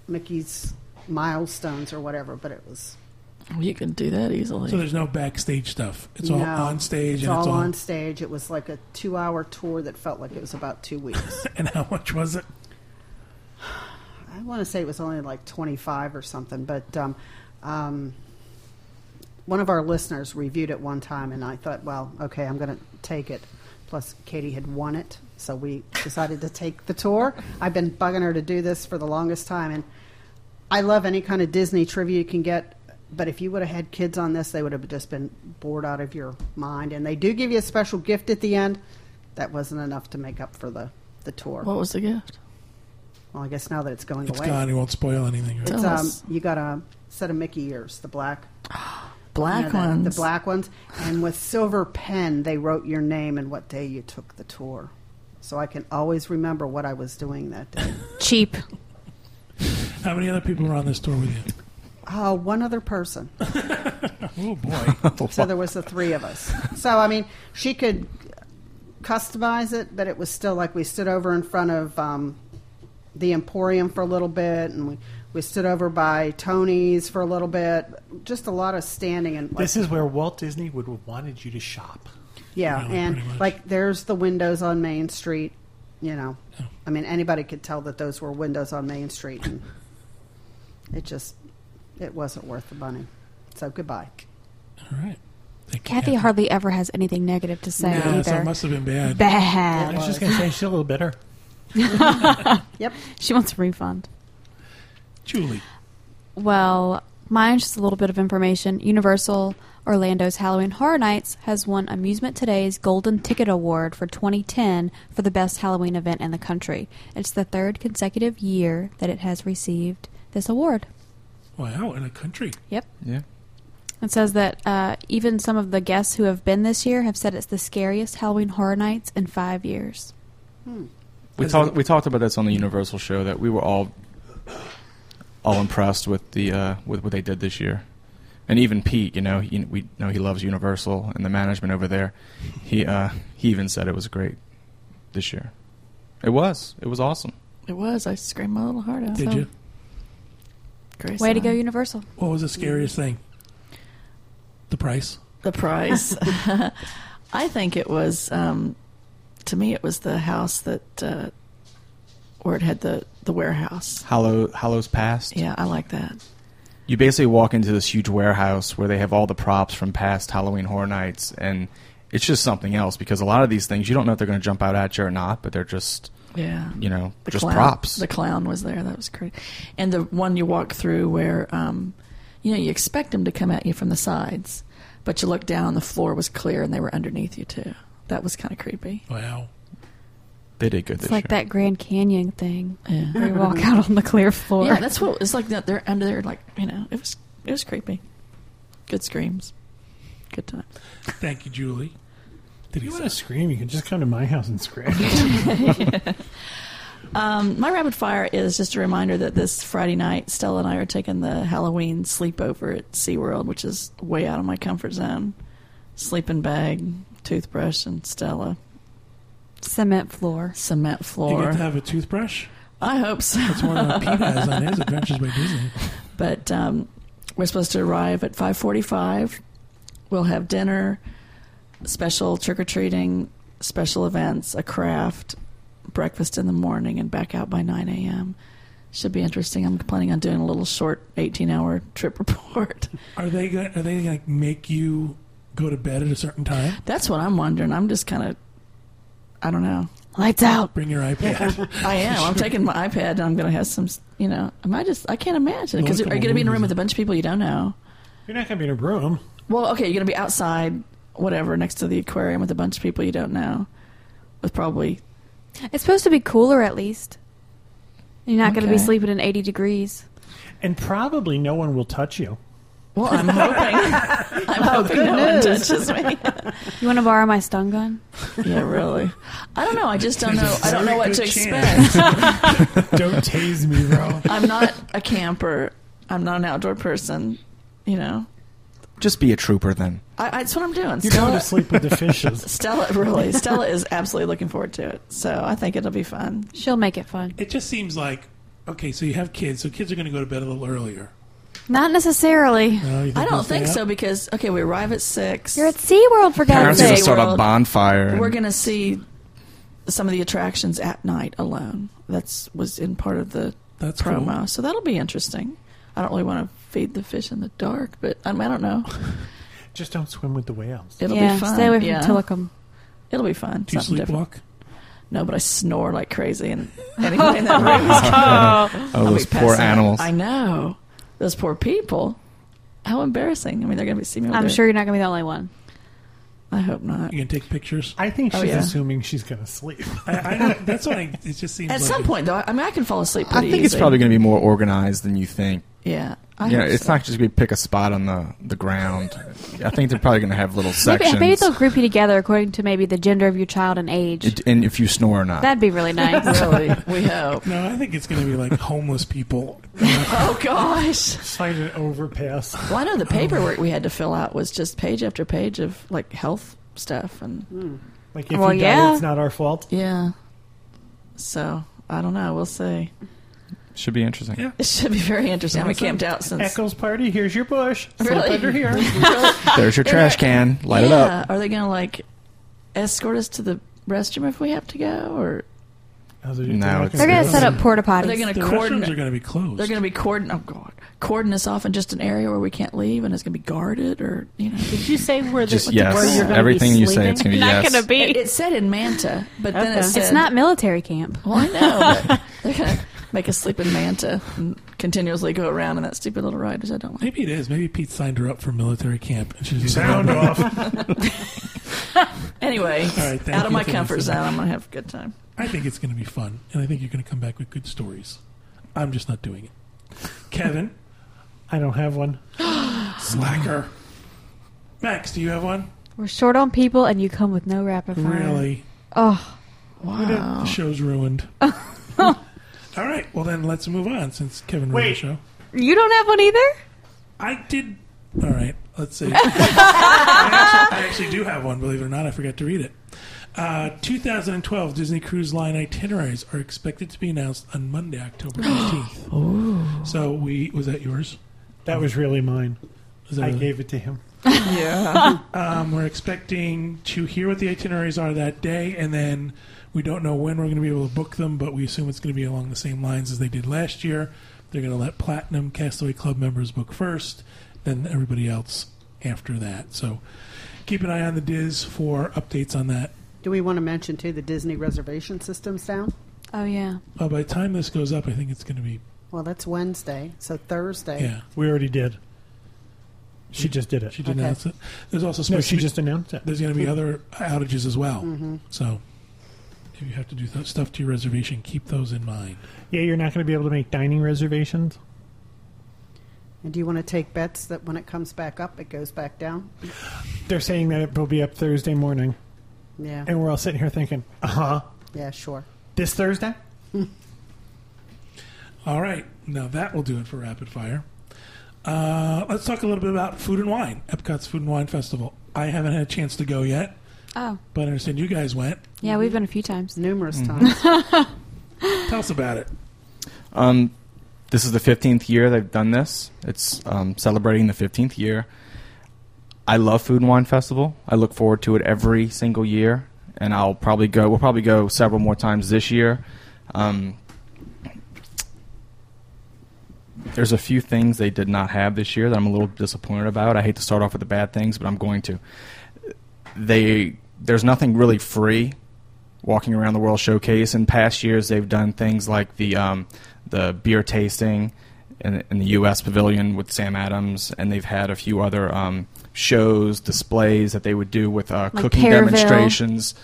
Speaker 4: Mickey's milestones or whatever, but it was
Speaker 7: Well, you can do that easily.
Speaker 1: So there's no backstage stuff. It's all
Speaker 4: No.
Speaker 1: on stage
Speaker 4: It's
Speaker 1: and
Speaker 4: all
Speaker 1: it's all
Speaker 4: on stage. It was like a two-hour tour that felt like it was about two weeks.
Speaker 1: *laughs* And how much was it?
Speaker 4: I want to say it was only like twenty-five or something, but um, um, one of our listeners reviewed it one time, and I thought, well, okay, I'm going to take it. Plus, Katie had won it, so we decided to take the tour. I've been bugging her to do this for the longest time, and I love any kind of Disney trivia you can get. But if you would have had kids on this, they would have just been bored out of your mind. And they do give you a special gift at the end. That wasn't enough to make up for the, the tour.
Speaker 7: what was the gift?
Speaker 4: Well, I guess now that it's going
Speaker 1: It's
Speaker 4: away,
Speaker 1: gone. It won't spoil anything. Right?
Speaker 7: It's-
Speaker 4: it's,
Speaker 7: Tell
Speaker 4: um,
Speaker 7: us.
Speaker 4: you got a set of Mickey ears, the black, you know,
Speaker 7: Black
Speaker 4: the,
Speaker 7: ones.
Speaker 4: the black ones, and with silver pen they wrote your name and what day you took the tour, so I can always remember what I was doing that
Speaker 7: *laughs*
Speaker 4: day.
Speaker 2: Cheap.
Speaker 1: How many other people were on this tour with you?
Speaker 4: Oh, one other person,
Speaker 1: Oh *laughs* boy.
Speaker 4: so there was the three of
Speaker 7: *laughs*
Speaker 4: us. So I mean, she could customize it, but it was still like we stood over in front of um, the Emporium for a little bit, and we. We stood over by Tony's for a little bit, just a lot of standing and like,
Speaker 6: This is where Walt Disney would have wanted you to shop.
Speaker 4: Yeah,
Speaker 1: Yeah, pretty much.
Speaker 4: and like there's the windows on Main Street. You know,
Speaker 1: Oh.
Speaker 4: I mean anybody could tell that those were windows on Main Street, and it just it wasn't worth the money. So goodbye.
Speaker 1: all right. Thank you,
Speaker 2: Kathy hardly ever has anything negative to say
Speaker 1: Yeah, so it
Speaker 2: *laughs* either.
Speaker 1: must have been bad.
Speaker 6: I
Speaker 2: Bad.
Speaker 6: was just going to say she's a little bitter.
Speaker 4: Yep.
Speaker 2: She wants a refund.
Speaker 1: Julie.
Speaker 2: Well, mine's just a little bit of information. Universal Orlando's Halloween Horror Nights has won Amusement Today's Golden Ticket Award for 2010 for the best Halloween event in the country. It's the third consecutive year that it has received this award.
Speaker 1: Wow, in a country.
Speaker 2: Yep.
Speaker 5: Yeah.
Speaker 2: It says that uh, even some of the guests who have been this year have said it's the scariest Halloween Horror Nights in five years.
Speaker 5: We
Speaker 4: Hmm.
Speaker 1: Is
Speaker 5: talked
Speaker 1: it-
Speaker 5: we talked about this on the Universal show that we were all all impressed with the uh, with what they did this year, and even Pete, you know, he, we know he loves Universal and the management over there. He uh, he even said it was great this year. It was it was awesome.
Speaker 7: it was. I screamed my little heart out.
Speaker 1: Did
Speaker 7: So,
Speaker 1: you?
Speaker 7: Grace uh,
Speaker 2: Way to
Speaker 7: and
Speaker 2: go,
Speaker 7: I-
Speaker 2: Universal.
Speaker 1: What was the scariest thing? The price.
Speaker 7: the price. *laughs* I think it was. Um, to me, it was the house that uh, where it had the the warehouse.
Speaker 5: Hollow Hollow's past.
Speaker 7: Yeah, I like that.
Speaker 5: You basically walk into this huge warehouse where they have all the props from past Halloween Horror Nights, and it's just something else because a lot of these things you don't know if they're going to jump out at you or not, but they're just
Speaker 7: Yeah,
Speaker 5: you know
Speaker 7: the
Speaker 5: just
Speaker 7: clown,
Speaker 5: props.
Speaker 7: The clown was there. That was crazy. And the one you walk through where, um, you know, you expect them to come at you from the sides, but you look down, the floor was clear, and they were underneath you too. That was kind of creepy.
Speaker 1: Wow.
Speaker 5: They did good
Speaker 2: It's
Speaker 5: this
Speaker 2: like
Speaker 5: year.
Speaker 2: that Grand Canyon thing.
Speaker 7: Yeah.
Speaker 2: Where you walk out on the clear floor.
Speaker 7: Yeah, that's what it's like. that They're under there, like you know, it was it was creepy. Good screams, good time.
Speaker 1: Thank you, Julie. Did
Speaker 6: If
Speaker 1: he
Speaker 6: you want
Speaker 1: say?
Speaker 6: to scream, you can just come to my house and scream.
Speaker 7: Um, my rapid fire is just a reminder that this Friday night, Stella and I are taking the Halloween sleepover at SeaWorld, which is way out of my comfort zone. Sleeping bag, toothbrush, and Stella.
Speaker 2: *laughs* Cement floor.
Speaker 7: Cement
Speaker 1: You get to
Speaker 7: floor.
Speaker 1: have a toothbrush.
Speaker 7: I hope so.
Speaker 1: That's one of Pete has on his Adventures by Disney.
Speaker 7: But um, we're supposed to arrive at 545. We'll have dinner, special trick-or-treating, special events, a craft, breakfast in the morning, and back out by 9 a.m. Should be interesting. I'm planning on doing a little short 18-hour trip *laughs* report.
Speaker 1: Are they gonna, are they gonna make you go to bed at a certain time?
Speaker 7: That's what I'm wondering. I'm just kind of, I don't know.
Speaker 2: Lights out.
Speaker 1: Bring your iPad.
Speaker 7: I am. I'm taking my iPad and I'm going to have some, you know, am I just, I can't imagine.
Speaker 1: Well,
Speaker 7: Because
Speaker 1: a
Speaker 7: are you
Speaker 1: couple
Speaker 7: going to be in a room
Speaker 1: movies.
Speaker 7: with a bunch of people you don't know?
Speaker 6: You're not going to be in a room.
Speaker 7: Well, okay, you're going to be outside, whatever, next to the aquarium with a bunch of people you don't know. With probably,
Speaker 2: It's supposed to be cooler, at least. You're not going to be
Speaker 7: Okay.
Speaker 2: sleeping in 80 degrees.
Speaker 6: And probably no one will touch you.
Speaker 7: Well, *laughs* I'm hoping. I'm hoping
Speaker 4: good
Speaker 7: no one
Speaker 4: news.
Speaker 7: touches me.
Speaker 2: You want to borrow my stun gun?
Speaker 7: *laughs* yeah, really. I don't know. I just don't
Speaker 1: There's a
Speaker 7: know. I don't know
Speaker 1: very
Speaker 7: what
Speaker 1: good
Speaker 7: to
Speaker 1: chance. *laughs*
Speaker 7: expect.
Speaker 6: *laughs* Don't tase me, bro.
Speaker 7: I'm not a camper. I'm not an outdoor person. You know,
Speaker 5: Just be a trooper then.
Speaker 7: I, I, that's what I'm doing.
Speaker 6: You're
Speaker 7: Stella,
Speaker 6: going to sleep with the fishes.
Speaker 7: *laughs* Stella, really, Stella is absolutely looking forward to it. So I think it'll be fun.
Speaker 2: She'll make it fun.
Speaker 1: It just seems like okay. So you have kids, so kids are going to go to bed a little earlier.
Speaker 2: Not necessarily.
Speaker 1: No, you
Speaker 7: I
Speaker 1: they'll
Speaker 7: don't think
Speaker 1: stay
Speaker 7: so
Speaker 1: up?
Speaker 7: because okay, we arrive at six.
Speaker 2: You're at SeaWorld for God's
Speaker 5: Parents are
Speaker 7: say
Speaker 5: gonna
Speaker 2: sake.
Speaker 5: start a
Speaker 7: world.
Speaker 5: bonfire. and-
Speaker 7: We're
Speaker 5: *laughs*
Speaker 7: gonna see some of the attractions at night alone. That's was in part of the
Speaker 1: That's
Speaker 7: promo,
Speaker 1: cool.
Speaker 7: so that'll be interesting. I don't really want to feed the fish in the dark, but I, mean, I don't know.
Speaker 6: Just don't swim with the whales.
Speaker 7: It'll
Speaker 2: yeah,
Speaker 7: be fun.
Speaker 2: stay away from
Speaker 7: yeah.
Speaker 2: Tillicum.
Speaker 7: It'll be fun.
Speaker 1: Do you
Speaker 7: Something different.
Speaker 1: sleepwalk?
Speaker 7: No, but I snore like
Speaker 2: *laughs*
Speaker 7: crazy, and anybody in that *laughs* room is
Speaker 5: oh,
Speaker 7: I'll
Speaker 5: those
Speaker 7: be
Speaker 5: poor
Speaker 7: passing out.
Speaker 5: animals.
Speaker 7: I know those poor people. How embarrassing! I mean, they're going to be seeing me. Over
Speaker 2: I'm
Speaker 7: there.
Speaker 2: sure you're not going to be the only one.
Speaker 7: I hope not.
Speaker 1: You can take pictures.
Speaker 6: I think
Speaker 7: Oh,
Speaker 6: she's
Speaker 7: yeah.
Speaker 6: assuming she's going to *laughs* sleep.
Speaker 1: I, I don't, that's what I, it just seems.
Speaker 7: At
Speaker 1: like
Speaker 7: some
Speaker 1: it-
Speaker 7: point, though, I mean, I can fall asleep.
Speaker 5: I
Speaker 7: Pretty
Speaker 5: think it's
Speaker 7: easy.
Speaker 5: probably going to be more organized than you think.
Speaker 7: yeah. I
Speaker 5: yeah,
Speaker 7: hope
Speaker 5: it's
Speaker 7: so.
Speaker 5: not just going to pick a spot on the, the ground. I think they're probably going to have little sections.
Speaker 2: Maybe, maybe they'll group you together according to maybe the gender of your child and age.
Speaker 5: It- and if you snore or not.
Speaker 2: That'd be really
Speaker 7: *laughs*
Speaker 2: nice.
Speaker 7: really. We hope.
Speaker 1: No, I think it's going to be like homeless people.
Speaker 7: Oh gosh.
Speaker 6: Find an overpass.
Speaker 7: Well, I know the paperwork we had to fill out was just page after page of like health stuff, and
Speaker 6: Like, if
Speaker 2: Well,
Speaker 6: you
Speaker 2: yeah.
Speaker 6: die, it's not our fault.
Speaker 7: yeah. So I don't know. We'll see.
Speaker 5: Should be interesting.
Speaker 1: Yeah.
Speaker 7: It should be very interesting. I haven't camped out since. *laughs*
Speaker 6: Echo's party, here's your bush. Sleep
Speaker 7: Really? *laughs*
Speaker 6: under here.
Speaker 5: There's your trash can. Light it
Speaker 7: yeah.
Speaker 5: up.
Speaker 7: Are they going to like escort us to the restroom if we have to go, or
Speaker 6: No,
Speaker 5: No, it's-
Speaker 2: They're going to set up porta
Speaker 7: are they
Speaker 2: potties.
Speaker 7: going
Speaker 1: The
Speaker 7: to
Speaker 1: restrooms
Speaker 7: coordinate?
Speaker 1: are going to be closed.
Speaker 7: They're going to be cordon. Oh God, cordon us off in just an area where we can't leave, and it's going to be guarded, or you know.
Speaker 8: Did you say where the
Speaker 5: Just
Speaker 8: where
Speaker 5: yes.
Speaker 8: you're going
Speaker 5: Everything
Speaker 8: be
Speaker 5: you say, it's going to be yes.
Speaker 7: It, it said in Manta, but then
Speaker 8: Okay.
Speaker 7: it said
Speaker 2: It's not military camp.
Speaker 7: Well, I know. But they're going to make us sleep in Manta and continuously go around in that stupid little ride, which I don't like.
Speaker 1: Maybe it is. Maybe Pete signed her up for military camp, and she's just like,
Speaker 6: Sound
Speaker 1: "Oh, no."
Speaker 6: off.
Speaker 7: Anyway,
Speaker 1: right, thank
Speaker 7: out of
Speaker 1: you
Speaker 7: my
Speaker 1: for
Speaker 7: comfort
Speaker 1: listening.
Speaker 7: zone, I'm going to have a good time.
Speaker 1: I think it's going to be fun, and I think you're going to come back with good stories. I'm just not doing it. Kevin,
Speaker 6: I don't have one.
Speaker 1: slacker. Max, do you have one?
Speaker 2: We're short on people, and you come with no rapid fire.
Speaker 1: Really?
Speaker 2: Oh,
Speaker 1: The
Speaker 7: Wow.
Speaker 1: show's ruined. All right. Well, then let's move on since Kevin ruined the
Speaker 6: Wait.
Speaker 1: show.
Speaker 2: you don't have one either.
Speaker 1: I did. All right. Let's see. I, actually, I actually do have one. Believe it or not, I forgot to read it. Uh, 2012 Disney Cruise Line itineraries are expected to be announced on Monday, October 19th.
Speaker 6: *gasps*
Speaker 1: So we was that yours?
Speaker 6: That was really mine.
Speaker 1: Was that
Speaker 6: I
Speaker 1: really-
Speaker 6: gave it to him.
Speaker 1: Um, we're expecting to hear what the itineraries are that day, and then we don't know when we're going to be able to book them, but we assume it's going to be along the same lines as they did last year. They're going to let Platinum Castaway Club members book first, then everybody else after that. So keep an eye on the Diz for updates on that.
Speaker 4: Do we want to mention too the Disney reservation system's down?
Speaker 2: Oh yeah.
Speaker 1: Uh, by the time this goes up, I think it's going to be
Speaker 4: Well, that's Wednesday, so Thursday.
Speaker 1: yeah.
Speaker 6: We already did. She just did it.
Speaker 1: She did
Speaker 4: Okay.
Speaker 1: announce it. There's also
Speaker 6: No,
Speaker 1: supposed
Speaker 6: she
Speaker 1: to be-
Speaker 6: just Mm-hmm. announced it.
Speaker 1: there's going to be other outages as well. So if you have to do th- stuff to your reservation, keep those in mind.
Speaker 6: Yeah, you're not going to be able to make dining reservations.
Speaker 4: And do you want to take bets that when it comes back up, it goes back down?
Speaker 6: They're saying that it will be up Thursday morning,
Speaker 4: Yeah.
Speaker 6: and we're all sitting here thinking, "Uh huh,
Speaker 4: Yeah, sure.
Speaker 6: this Thursday."
Speaker 1: All right, now that will do it for rapid fire. Uh, let's talk a little bit about food and wine. Epcot's Food and Wine Festival. I haven't had a chance to go yet,
Speaker 2: Oh
Speaker 1: but I understand you guys went.
Speaker 2: yeah. We've been a few times.
Speaker 4: Numerous
Speaker 1: Mm-hmm.
Speaker 4: times.
Speaker 1: Tell us about it.
Speaker 5: Um, this is the 15th year they've done this. It's um, celebrating the 15th year. I love Food and Wine Festival. I look forward to it every single year, and I'll probably go. We'll probably go several more times this year. Um, there's a few things they did not have this year that I'm a little disappointed about. I hate to start off with the bad things, but I'm going to. They there's nothing really free walking around the world showcase. In past years, they've done things like the um, the beer tasting in, in the U.S. Pavilion with Sam Adams, and they've had a few other um, shows, displays that they would do with uh,
Speaker 2: Like
Speaker 5: cooking
Speaker 2: Pearville.
Speaker 5: demonstrations,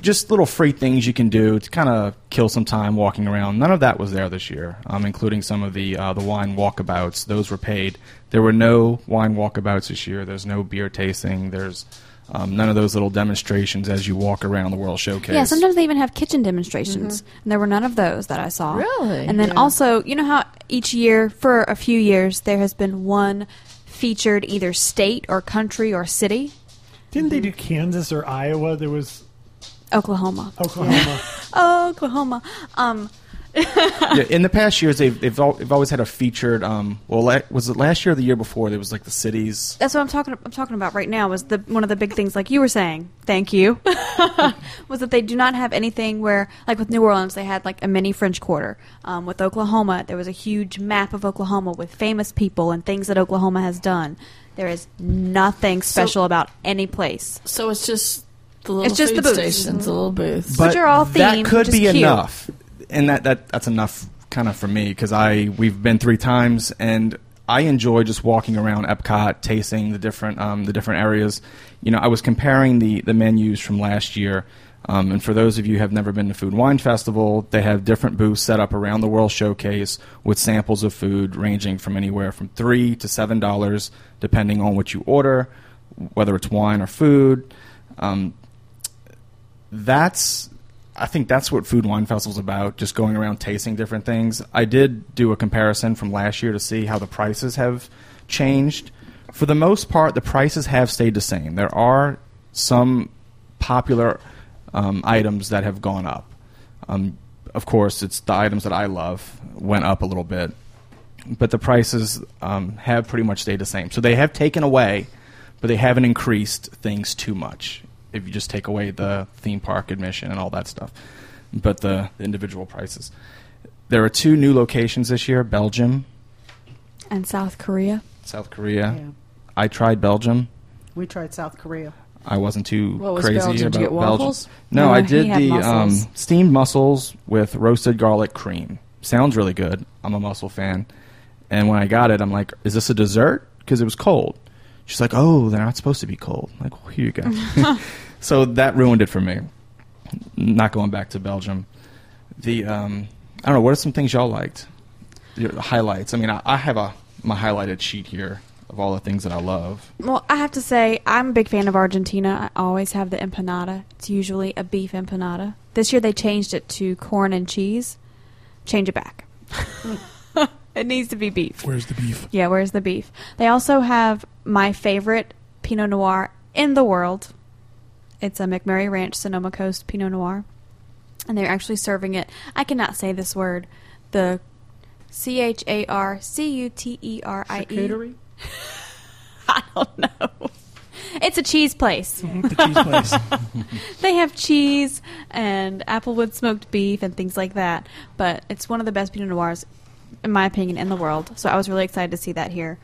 Speaker 5: just little free things you can do to kind of kill some time walking around. None of that was there this year, um, including some of the uh, the wine walkabouts. Those were paid. There were no wine walkabouts this year. There's no beer tasting. There's um, none of those little demonstrations as you walk around the World Showcase.
Speaker 2: Yeah, sometimes they even have kitchen demonstrations, and there were none of those that I saw.
Speaker 7: Really?
Speaker 2: And then
Speaker 7: Yeah.
Speaker 2: also, you know how each year for a few years there has been one featured either state or country or city,
Speaker 6: Didn't they do Kansas or Iowa? There was
Speaker 2: Oklahoma.
Speaker 6: *laughs* Oklahoma.
Speaker 2: Oklahoma. Um,
Speaker 5: yeah, in the past years, they've they've, al- they've always had a featured. Um, well, la- was it last year or the year before? There was like the cities.
Speaker 2: that's what I'm talking. I'm talking about right now was the one of the big things, like you were saying. Thank you. *laughs* was that they do not have anything where, like with New Orleans, they had like a mini French Quarter. Um, with Oklahoma, there was a huge map of Oklahoma with famous people and things that Oklahoma has done. There is nothing special about any place.
Speaker 7: So it's just the little
Speaker 2: It's just
Speaker 7: food
Speaker 2: the booths.
Speaker 7: stations, the little booths.
Speaker 2: But- Which are all
Speaker 5: That
Speaker 2: themed,
Speaker 5: could
Speaker 2: just
Speaker 5: be
Speaker 2: cute.
Speaker 5: enough, and that, that that's enough kind of for me because I we've been three times and I enjoy just walking around Epcot, tasting the different um, the different areas. You know, I was comparing the the menus from last year. Um, and for those of you who have never been to Food and Wine Festival, they have different booths set up around the World Showcase with samples of food ranging from anywhere from three to seven dollars, depending on what you order, whether it's wine or food. Um, that's I think that's what Food and Wine Festival is about, just going around tasting different things. I did do a comparison from last year to see how the prices have changed. For the most part, the prices have stayed the same. There are some popular um, items that have gone up. Um, of course, it's the items that I love went up a little bit, but the prices um, have pretty much stayed the same. So they have taken away, but they haven't increased things too much. If you just take away the theme park admission and all that stuff, but the, the individual prices. There are two new locations this year: Belgium,
Speaker 2: And South Korea.
Speaker 5: South Korea.
Speaker 4: Yeah.
Speaker 5: I tried Belgium.
Speaker 4: We tried South Korea.
Speaker 5: I wasn't too
Speaker 7: What was
Speaker 5: crazy
Speaker 7: Belgium? Did you
Speaker 5: about
Speaker 7: get waffles?
Speaker 5: Belgium. No,
Speaker 2: No,
Speaker 5: I
Speaker 2: he
Speaker 5: did
Speaker 2: had
Speaker 5: the um,
Speaker 2: mussels.
Speaker 5: steamed mussels with roasted garlic cream. Sounds really good. I'm a mussel fan. And when I got it, I'm like, "Is this a dessert?" Because it was cold. She's like, "Oh, they're not supposed to be cold." I'm like, well, here
Speaker 7: *laughs*
Speaker 5: you go. *laughs* so that ruined it for me. Not going back to Belgium. The um, I don't know. What are some things y'all liked? Your highlights. I mean, I, I have a my highlighted sheet here of all the things that I love.
Speaker 2: Well, I have to say, I'm a big fan of Argentina. I always have the empanada. It's usually a beef empanada. This year they changed it to corn and cheese. Change it back. *laughs* it needs to be beef.
Speaker 1: Where's the beef? *laughs*
Speaker 2: Yeah, where's the beef? They also have my favorite Pinot Noir in the world. It's a McMurray Ranch Sonoma Coast Pinot Noir. And they're actually serving it. I cannot say this word. The C H A R C U T E R I E.
Speaker 4: Charcuterie?
Speaker 2: *laughs* I don't know. It's a cheese place.
Speaker 1: The cheese place.
Speaker 2: They have cheese and applewood smoked beef and things like that. But it's one of the best Pinot Noirs, in my opinion, in the world. So I was really excited to see that here.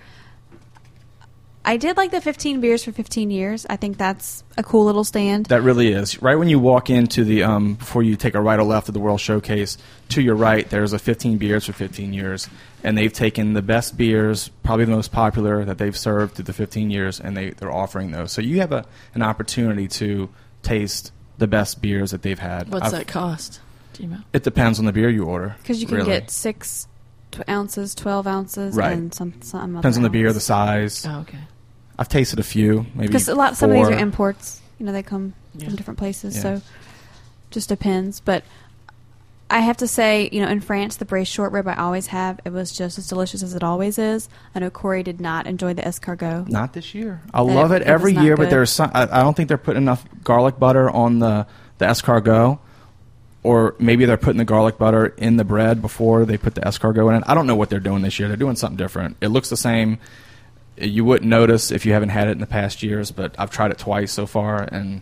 Speaker 2: I did like the 15 beers for 15 years. I think that's a cool little stand.
Speaker 5: That really is. Right when you walk into the, um, before you take a right or left of the World Showcase, to your right, there's a 15 beers for 15 years. And they've taken the best beers, probably the most popular that they've served through the 15 years, and they, they're offering those. So you have a, an opportunity to taste the best beers that they've had.
Speaker 7: What's
Speaker 5: I've-
Speaker 7: that cost? Do you know?
Speaker 5: It depends on the beer you order.
Speaker 2: Because you can
Speaker 5: really.
Speaker 2: get six t- ounces, 12 ounces,
Speaker 5: Right.
Speaker 2: and some, some
Speaker 5: Depends on the beer, the size.
Speaker 7: Oh, okay.
Speaker 5: I've tasted a few, maybe.
Speaker 2: Because a lot, some of these
Speaker 5: four.
Speaker 2: are imports. You know, they come from different places.
Speaker 5: Yeah.
Speaker 2: So just depends. But I have to say, you know, in France, the braised short rib I always have, it was just as delicious as it always is. I know Corey did not enjoy the escargot.
Speaker 5: Not this year. I
Speaker 2: That
Speaker 5: love
Speaker 2: it-
Speaker 5: it,
Speaker 2: it
Speaker 5: every
Speaker 2: was not
Speaker 5: year, but
Speaker 2: good.
Speaker 5: there's some, I, I don't think they're putting enough garlic butter on the the escargot, or maybe they're putting the garlic butter in the bread before they put the escargot in it. I don't know what they're doing this year. They're doing something different. It looks the same. You wouldn't notice if you haven't had it in the past years, but I've tried it twice so far, and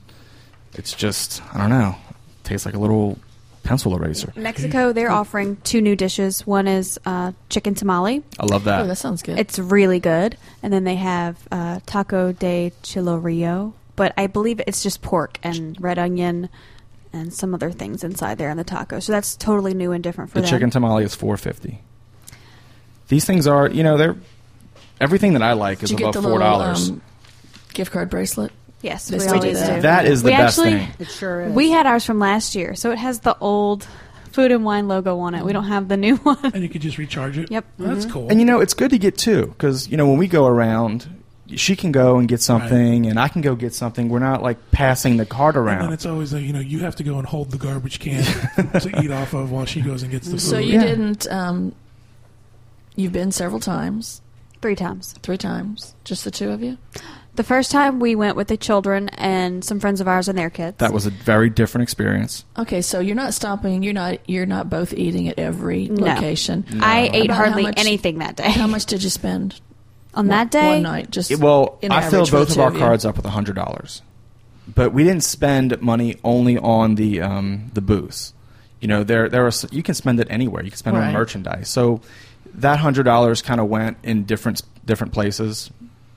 Speaker 5: it's just I don't know. tastes like a little pencil eraser.
Speaker 2: Mexico, they're
Speaker 5: Mm.
Speaker 2: offering two new dishes. One is uh, chicken tamale.
Speaker 5: I love
Speaker 7: oh,
Speaker 5: that.
Speaker 7: that sounds good.
Speaker 2: It's really good. And then they have uh, taco de chilorio, but I believe it's just pork and red onion and some other things inside there in the taco. So that's totally new and different for
Speaker 5: the
Speaker 2: them.
Speaker 5: chicken tamale is four fifty. These things are, you know, they're everything that I like
Speaker 7: Did
Speaker 5: is
Speaker 7: you get
Speaker 5: above
Speaker 7: the
Speaker 5: four
Speaker 7: little
Speaker 5: dollars.
Speaker 7: um, gift card bracelet?
Speaker 2: Yes,
Speaker 7: They
Speaker 2: we
Speaker 7: still do
Speaker 2: always
Speaker 7: that.
Speaker 2: do.
Speaker 5: That is the
Speaker 2: we
Speaker 5: best
Speaker 2: actually,
Speaker 5: thing.
Speaker 4: It sure is.
Speaker 2: We had ours from last year, so it has the old food and wine logo on it. We don't have the new *laughs* one.
Speaker 1: and you could just recharge it.
Speaker 2: Yep.
Speaker 1: Well, that's cool.
Speaker 5: And you know, it's good to get two because you know when we go around, she can go and get something, and I can go get something. We're not like passing the cart
Speaker 1: And then
Speaker 5: around.
Speaker 1: it's always like, you know, you have to go and hold the garbage can
Speaker 5: *laughs*
Speaker 1: to eat off of while she goes and gets the food.
Speaker 7: So you
Speaker 5: Yeah.
Speaker 7: didn't. Um, you've been several times,
Speaker 2: Three times.
Speaker 7: three times, just the two of you.
Speaker 2: The first time we went with the children and some friends of ours and their kids.
Speaker 5: That was a very different experience.
Speaker 7: Okay, so you're not stopping. You're not. You're not both eating at every
Speaker 2: No.
Speaker 7: location.
Speaker 2: I ate
Speaker 7: About how
Speaker 2: hardly
Speaker 7: much-
Speaker 2: anything that day.
Speaker 7: How much did you spend
Speaker 2: *laughs* on that
Speaker 7: One-
Speaker 2: day?
Speaker 7: One night, just
Speaker 5: It- well,
Speaker 7: in
Speaker 5: I
Speaker 7: average
Speaker 5: filled
Speaker 7: for the
Speaker 5: both of
Speaker 7: two
Speaker 5: our
Speaker 7: you.
Speaker 5: cards up with hundred dollars, but we didn't spend money only on the um, the booze. You know, there there are s- you can spend it anywhere. You can spend it on
Speaker 7: Right.
Speaker 5: merchandise. So that hundred dollars kind of went in different s- different places.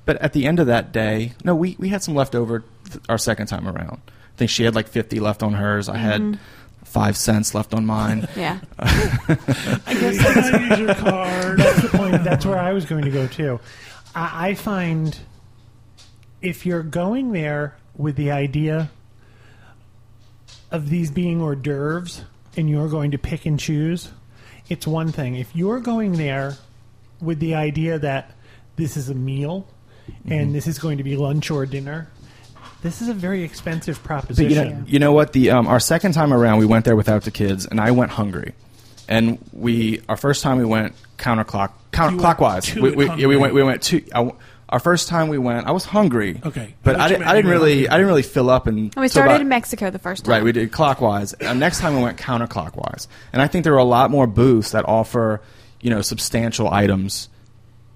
Speaker 5: But at the end of that day, no, we we had some left over th- our second time around. I think she had like fifty left on hers. I had
Speaker 7: Mm-hmm.
Speaker 5: five cents left on mine.
Speaker 2: Yeah.
Speaker 1: I guess
Speaker 6: *laughs*
Speaker 1: I use your card.
Speaker 6: That's the point. That's where I was going to go too. I, I find if you're going there with the idea of these being hors d'oeuvres and you're going to pick and choose, it's one thing. If you're going there with the idea that this is a meal
Speaker 5: Mm-hmm.
Speaker 6: and this is going to be lunch or dinner, this is a very expensive
Speaker 5: But
Speaker 6: proposition.
Speaker 5: you know, you know what? The um, our second time around, we went there without the kids, and I went hungry. And we our first time we went counterclock
Speaker 1: You went
Speaker 5: counterclockwise.
Speaker 1: to
Speaker 5: We,
Speaker 1: it
Speaker 5: we, yeah, we
Speaker 1: hungry.
Speaker 5: went we went two. I, w- our first time we went, I was hungry.
Speaker 1: Okay.
Speaker 5: but
Speaker 1: I
Speaker 5: I,
Speaker 1: thought you
Speaker 5: didn't.
Speaker 1: meant
Speaker 5: I didn't
Speaker 1: you were
Speaker 5: really.
Speaker 1: hungry.
Speaker 5: I didn't really fill up and.
Speaker 2: And we
Speaker 5: till
Speaker 2: started
Speaker 5: about-
Speaker 2: in Mexico the first time.
Speaker 5: Right, we did clockwise. Uh, next time we went counterclockwise, and I think there are a lot more booths that offer, you know, substantial items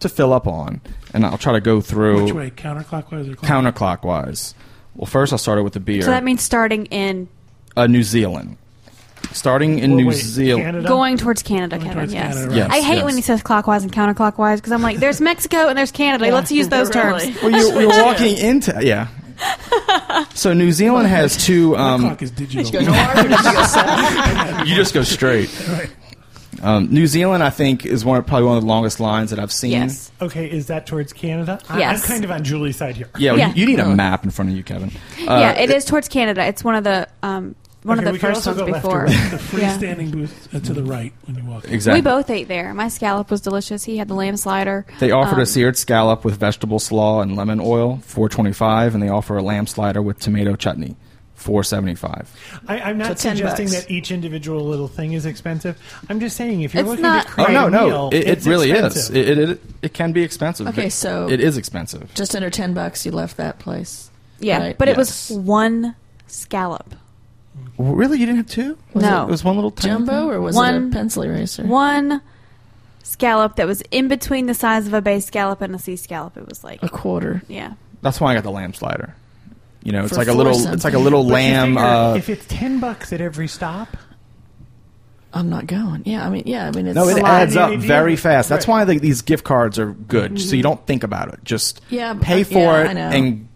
Speaker 5: to fill up on. And I'll try to go through
Speaker 1: Which way? Counterclockwise or clockwise?
Speaker 5: counterclockwise. Well, first I'll start it with the beer.
Speaker 2: So that means starting in
Speaker 5: uh, New Zealand. Starting in
Speaker 6: Well,
Speaker 5: New
Speaker 6: wait,
Speaker 5: Zealand.
Speaker 6: Canada?
Speaker 2: going towards Canada,
Speaker 1: Going
Speaker 2: Kevin.
Speaker 1: towards
Speaker 2: yes.
Speaker 1: Canada, right.
Speaker 5: Yes,
Speaker 2: I hate
Speaker 5: yes.
Speaker 2: when he says clockwise and counterclockwise because I'm like, there's Mexico and there's Canada. Let's use those terms.
Speaker 7: *laughs* Really?
Speaker 5: Well, you're,
Speaker 6: *laughs*
Speaker 5: you're walking into yeah. So New Zealand has two.
Speaker 1: My
Speaker 5: Um,
Speaker 1: clock is digital.
Speaker 5: you just
Speaker 6: *laughs*
Speaker 5: go straight. Um, New Zealand, I think, is one of, probably one of the longest lines that I've seen.
Speaker 2: Yes.
Speaker 6: Okay, is that towards Canada? I-
Speaker 2: Yes.
Speaker 6: I'm kind of on Julie's side here.
Speaker 5: Yeah, well,
Speaker 2: Yeah. Uh-huh.
Speaker 5: You, you need a map in front of you, Kevin. Uh,
Speaker 2: yeah, it is towards Canada. It's one of the um, one of
Speaker 6: Okay,
Speaker 2: the
Speaker 6: we can
Speaker 2: first
Speaker 6: also
Speaker 2: ones
Speaker 6: go left or
Speaker 2: before. *laughs*
Speaker 6: right.
Speaker 1: the
Speaker 2: Yeah.
Speaker 1: freestanding booth uh, to the right when you walk in.
Speaker 5: Exactly.
Speaker 2: We both ate there. My scallop was delicious. He had the lamb slider.
Speaker 5: They offered a
Speaker 2: Um,
Speaker 5: seared scallop with vegetable slaw and lemon oil, four twenty-five, and they offer a lamb slider with tomato chutney, four seventy-five.
Speaker 6: I, I'm not
Speaker 7: So 10
Speaker 6: suggesting
Speaker 7: bucks.
Speaker 6: that each individual little thing is expensive. I'm just saying if you're
Speaker 2: It's
Speaker 6: looking
Speaker 2: not-
Speaker 6: to
Speaker 5: Oh
Speaker 6: create
Speaker 5: no,
Speaker 6: a
Speaker 5: no,
Speaker 6: meal,
Speaker 5: it, it
Speaker 6: it's
Speaker 5: really
Speaker 6: expensive.
Speaker 5: is. It, it, it it can be expensive.
Speaker 7: Okay,
Speaker 5: It-
Speaker 7: so-
Speaker 5: it is expensive.
Speaker 7: just under ten bucks. You left that place.
Speaker 2: Yeah,
Speaker 7: right?
Speaker 2: but it
Speaker 5: Yes.
Speaker 2: was one scallop,
Speaker 5: Really, you didn't have two?
Speaker 2: Was No. it- it was
Speaker 5: one little
Speaker 7: jumbo or was it a
Speaker 2: One-
Speaker 7: pencil eraser?
Speaker 2: one scallop that was in between the size of a bay scallop and a sea scallop. It was like,
Speaker 7: a quarter.
Speaker 2: yeah,
Speaker 5: That's why I got the lamb slider. You know, it's
Speaker 7: For
Speaker 5: like a
Speaker 7: four
Speaker 5: little,
Speaker 7: something.
Speaker 5: it's like a little
Speaker 6: But you
Speaker 5: lamb.
Speaker 6: figure
Speaker 5: Uh,
Speaker 6: if it's ten bucks at every stop,
Speaker 7: I'm not going. Yeah, I mean, yeah, I mean, it's
Speaker 5: uh, no, it
Speaker 7: a lot.
Speaker 5: adds
Speaker 6: I
Speaker 5: up
Speaker 6: mean, if you-
Speaker 5: very fast. That's
Speaker 6: right.
Speaker 5: why the, these gift cards are good. So
Speaker 2: Mm-hmm.
Speaker 5: you don't think about it. Just
Speaker 7: Yeah, but-
Speaker 5: pay
Speaker 7: yeah,
Speaker 5: for
Speaker 7: I
Speaker 5: it,
Speaker 7: know.
Speaker 5: and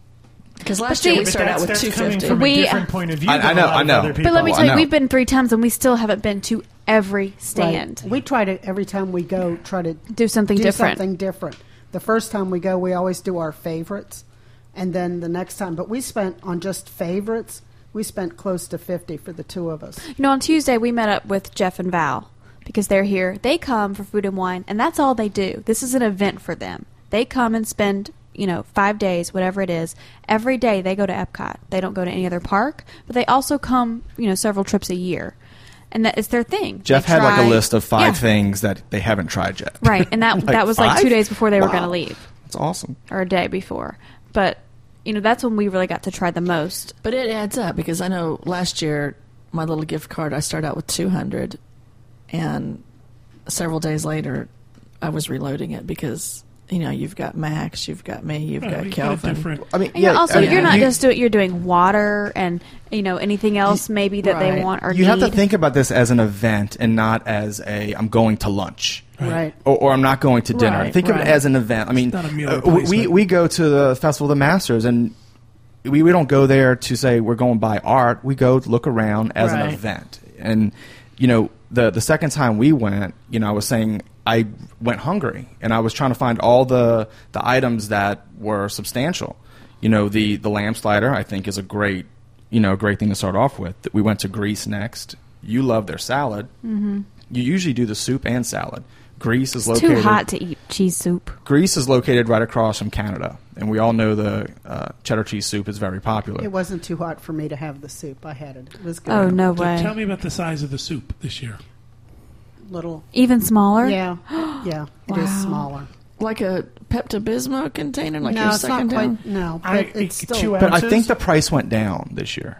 Speaker 7: because last
Speaker 2: But
Speaker 7: year we
Speaker 2: that's-
Speaker 7: started out
Speaker 6: that's,
Speaker 7: with two
Speaker 6: that's coming from
Speaker 7: fifty.
Speaker 2: We-
Speaker 6: a different point of view.
Speaker 5: I- I
Speaker 6: than a
Speaker 5: know,
Speaker 6: lot
Speaker 5: I
Speaker 6: of
Speaker 5: know.
Speaker 6: other
Speaker 5: But
Speaker 6: people.
Speaker 2: But let me
Speaker 5: Well,
Speaker 2: tell
Speaker 5: I
Speaker 2: you,
Speaker 5: know.
Speaker 2: we've been three times and we still haven't been to every
Speaker 4: Right.
Speaker 2: stand.
Speaker 4: We try to every time we go try to
Speaker 2: Do something different.
Speaker 4: Something different. The first time we go, we always do our favorites, and then the next time. But we spent on just favorites. We spent close to fifty for the two of us.
Speaker 2: You know, on Tuesday we met up with Jeff and Val because they're here. They come for food and wine, and that's all they do. This is an event for them. They come and spend, you know, five days, whatever it is. Every day they go to Epcot. They don't go to any other park, but they also come, you know, several trips a year, and that it's their thing.
Speaker 5: Jeff
Speaker 2: They
Speaker 5: had like a
Speaker 2: try-
Speaker 5: list of
Speaker 2: Yeah.
Speaker 5: five things that they haven't tried yet.
Speaker 2: Right, and that
Speaker 5: *laughs* Like,
Speaker 2: that was like two
Speaker 5: five?
Speaker 2: days before they were
Speaker 5: Wow.
Speaker 2: going to leave,
Speaker 5: That's awesome.
Speaker 2: or a day before. But you know, that's when we really got to try the most.
Speaker 7: But it adds up because I know last year my little gift card I started out with two hundred, and several days later I was reloading it because you know you've got Max, you've got me, you've
Speaker 1: Right,
Speaker 7: got
Speaker 1: Oh, you got a
Speaker 7: Kelvin.
Speaker 1: different.
Speaker 5: I mean,
Speaker 2: And yeah, also,
Speaker 7: mean,
Speaker 2: you're not
Speaker 5: you-
Speaker 2: just doing you're doing water and you know anything else maybe that they
Speaker 7: right.
Speaker 2: want or
Speaker 5: You have to
Speaker 2: need.
Speaker 5: think about this as an event and not as a I'm going to lunch.
Speaker 4: Right.
Speaker 5: or, or I'm not going to dinner.
Speaker 7: Right,
Speaker 5: Think of it
Speaker 7: right.
Speaker 5: as an event. I mean,
Speaker 1: not a meal
Speaker 5: uh, we- we
Speaker 1: replacement.
Speaker 5: we go to the Festival of the Masters, and we, we don't go there to say we're going to buy art. We go to look around as an
Speaker 7: Right.
Speaker 5: event. And you know, the the second time we went, you know, I was saying I went hungry, and I was trying to find all the the items that were substantial. You know, the the lamb slider I think is a great you know great thing to start off with. We went to Greece next. You love their salad. Mm-hmm. You usually do the soup and salad. Greece is
Speaker 2: It's
Speaker 5: located.
Speaker 2: too hot to eat cheese soup.
Speaker 5: Greece is located right across from Canada, and we all know the uh, cheddar cheese soup is very popular.
Speaker 4: It wasn't too hot for me to have the soup. I had it. It was good.
Speaker 2: Oh no
Speaker 1: So tell
Speaker 2: way!
Speaker 1: me about the size of the soup this year.
Speaker 4: Little.
Speaker 2: Even smaller.
Speaker 4: Yeah. Yeah. It is
Speaker 2: Wow.
Speaker 4: smaller.
Speaker 7: Like a Pepto Bismol container, like
Speaker 4: no,
Speaker 7: you're
Speaker 4: it's not
Speaker 7: sucking down.
Speaker 4: quite. No, but
Speaker 6: I-
Speaker 4: it's
Speaker 6: it's
Speaker 4: still.
Speaker 6: two
Speaker 5: but I
Speaker 6: ounces?
Speaker 5: think the price went down this year.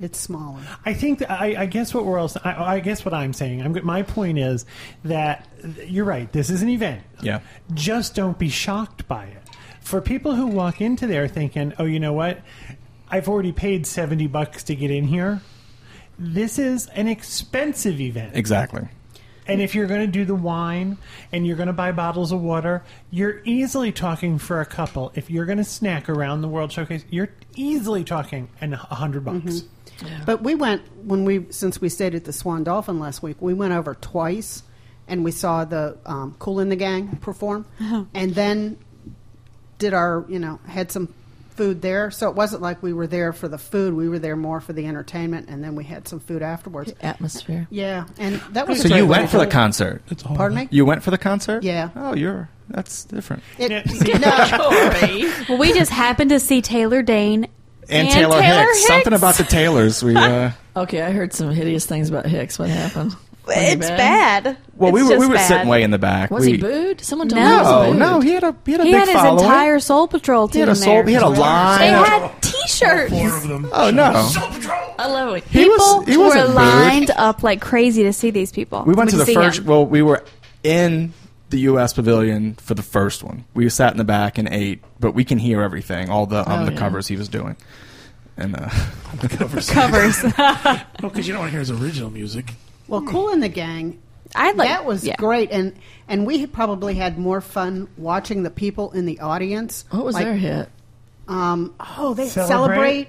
Speaker 4: It's smaller.
Speaker 6: I think that I, I guess what we're all, I, I guess what I'm saying. I'm, my point is that you're right. This is an event.
Speaker 5: Yeah.
Speaker 6: Just don't be shocked by it. For people who walk into there thinking, "Oh, you know what? I've already paid seventy bucks to get in here." This is an expensive event.
Speaker 5: Exactly.
Speaker 6: And if you're going to do the wine and you're going to buy bottles of water, you're easily talking for a couple. If you're going to snack around the World Showcase, you're easily talking and a hundred bucks.
Speaker 4: But we went when we since we stayed at the Swan Dolphin last week. We went over twice, and we saw the um, Cool in the Gang perform, and then did our you know had some food there. So it wasn't like we were there for the food. We were there more for the entertainment, and then we had some food afterwards.
Speaker 7: Atmosphere.
Speaker 4: Yeah, and that was a
Speaker 5: So
Speaker 4: great
Speaker 5: you
Speaker 4: way
Speaker 5: went
Speaker 4: to
Speaker 5: for the
Speaker 4: do it.
Speaker 5: concert.
Speaker 1: It's all
Speaker 4: Pardon me.
Speaker 5: You went for the concert?
Speaker 4: Yeah.
Speaker 5: Oh, you're that's different.
Speaker 4: It,
Speaker 6: Yeah,
Speaker 4: *laughs* no,
Speaker 2: Well, we just happened to see Taylor Dane
Speaker 5: And, Taylor, Hicks. Something about the Taylors. We uh,
Speaker 7: Okay, I heard some hideous things about Hicks. What happened? Was he
Speaker 2: It's bad.
Speaker 5: well, we
Speaker 2: It's
Speaker 5: were we
Speaker 2: just
Speaker 5: were
Speaker 2: bad.
Speaker 5: sitting way in the back.
Speaker 7: Was
Speaker 5: we,
Speaker 7: he booed? Someone told me
Speaker 2: No.
Speaker 7: he was
Speaker 5: Oh
Speaker 7: booed.
Speaker 5: no, he had a he had a
Speaker 2: He
Speaker 5: big
Speaker 2: had his
Speaker 5: following.
Speaker 2: entire Soul Patrol
Speaker 5: he
Speaker 2: team
Speaker 5: had a soul.
Speaker 2: there.
Speaker 5: He had a line.
Speaker 2: they had T-shirts.
Speaker 1: Four of them.
Speaker 5: oh no.
Speaker 7: I love it.
Speaker 5: He
Speaker 2: People
Speaker 5: was- he wasn't
Speaker 2: were
Speaker 5: booed.
Speaker 2: lined up like crazy to see these people.
Speaker 5: We went to the
Speaker 2: see
Speaker 5: first.
Speaker 2: him.
Speaker 5: Well, we were in the U.S. Pavilion for the first one. We sat in the back and ate, but we can hear everything, all the on
Speaker 7: Oh,
Speaker 5: the
Speaker 7: yeah.
Speaker 5: covers he was doing, and uh,
Speaker 1: *laughs*
Speaker 2: covers.
Speaker 1: Oh, because you don't want to hear his original music.
Speaker 4: well, Cool in the Gang
Speaker 2: I like
Speaker 4: that was
Speaker 2: yeah.
Speaker 4: great, and and we had probably had more fun watching the people in the audience.
Speaker 7: What was
Speaker 4: Like,
Speaker 7: their hit?
Speaker 4: Um, oh, they
Speaker 6: Celebrate?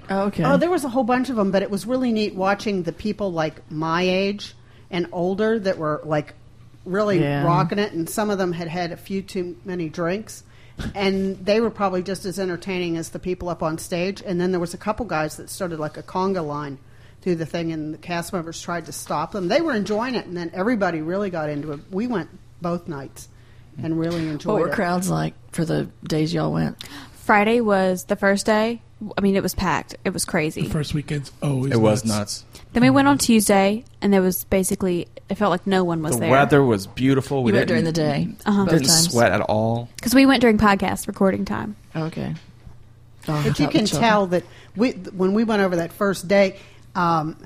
Speaker 4: celebrate.
Speaker 7: Oh, okay.
Speaker 4: Oh, there was a whole bunch of them, but it was really neat watching the people like my age and older that were like really
Speaker 7: Yeah.
Speaker 4: rocking it, and some of them had had a few too many drinks, and they were probably just as entertaining as the people up on stage. And then there was a couple guys that started like a conga line through the thing, and the cast members tried to stop them. They were enjoying it, and then everybody really got into it. We went both nights and really enjoyed
Speaker 7: What Oh, were
Speaker 4: it.
Speaker 7: crowds like for the days y'all went?
Speaker 2: Friday was the first day. I mean, it was packed. It was crazy.
Speaker 1: First weekend's always
Speaker 5: *laughs* it was
Speaker 1: nuts.
Speaker 5: nuts.
Speaker 2: Then we went on Tuesday, and there was basically it felt like no one was
Speaker 5: The
Speaker 2: there.
Speaker 5: weather was beautiful. We
Speaker 7: You went during the
Speaker 5: didn't-
Speaker 7: day. Both
Speaker 5: Didn't
Speaker 7: times.
Speaker 5: sweat at all.
Speaker 2: because we went during podcast recording time.
Speaker 7: Okay. Oh, I
Speaker 4: But you
Speaker 7: thought the
Speaker 4: can
Speaker 7: children-
Speaker 4: tell that we, when we went over that first day, um,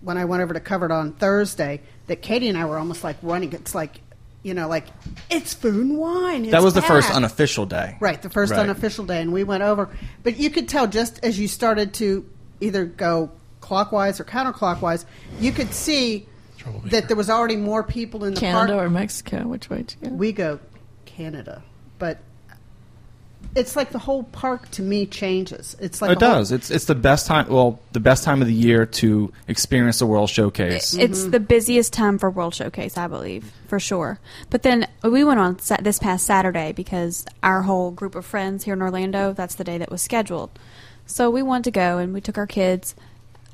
Speaker 4: when I went over to cover it on Thursday, that Katie and I were almost like running. It's like, you know, like it's food and wine.
Speaker 5: that
Speaker 4: it's
Speaker 5: was the first
Speaker 4: packed."
Speaker 5: unofficial day.
Speaker 4: Right, the first
Speaker 5: Right.
Speaker 4: unofficial day, and we went over. But you could tell just as you started to either go clockwise or counterclockwise, you could see
Speaker 1: Troublemaker.
Speaker 4: that there was already more people in the
Speaker 7: Canada
Speaker 4: park.
Speaker 7: or Mexico. Which way did you go?
Speaker 4: we go Canada, but. It's like the whole park to me changes. It's like
Speaker 5: Oh, It
Speaker 4: a whole-
Speaker 5: does. It's it's the best time. Well, the best time of the year to experience the World Showcase.
Speaker 2: It's the busiest time for World Showcase, I believe, for sure. But then uh, we went on sa- this past Saturday because our whole group of friends here in Orlando, that's the day that was scheduled. So we wanted to go and we took our kids.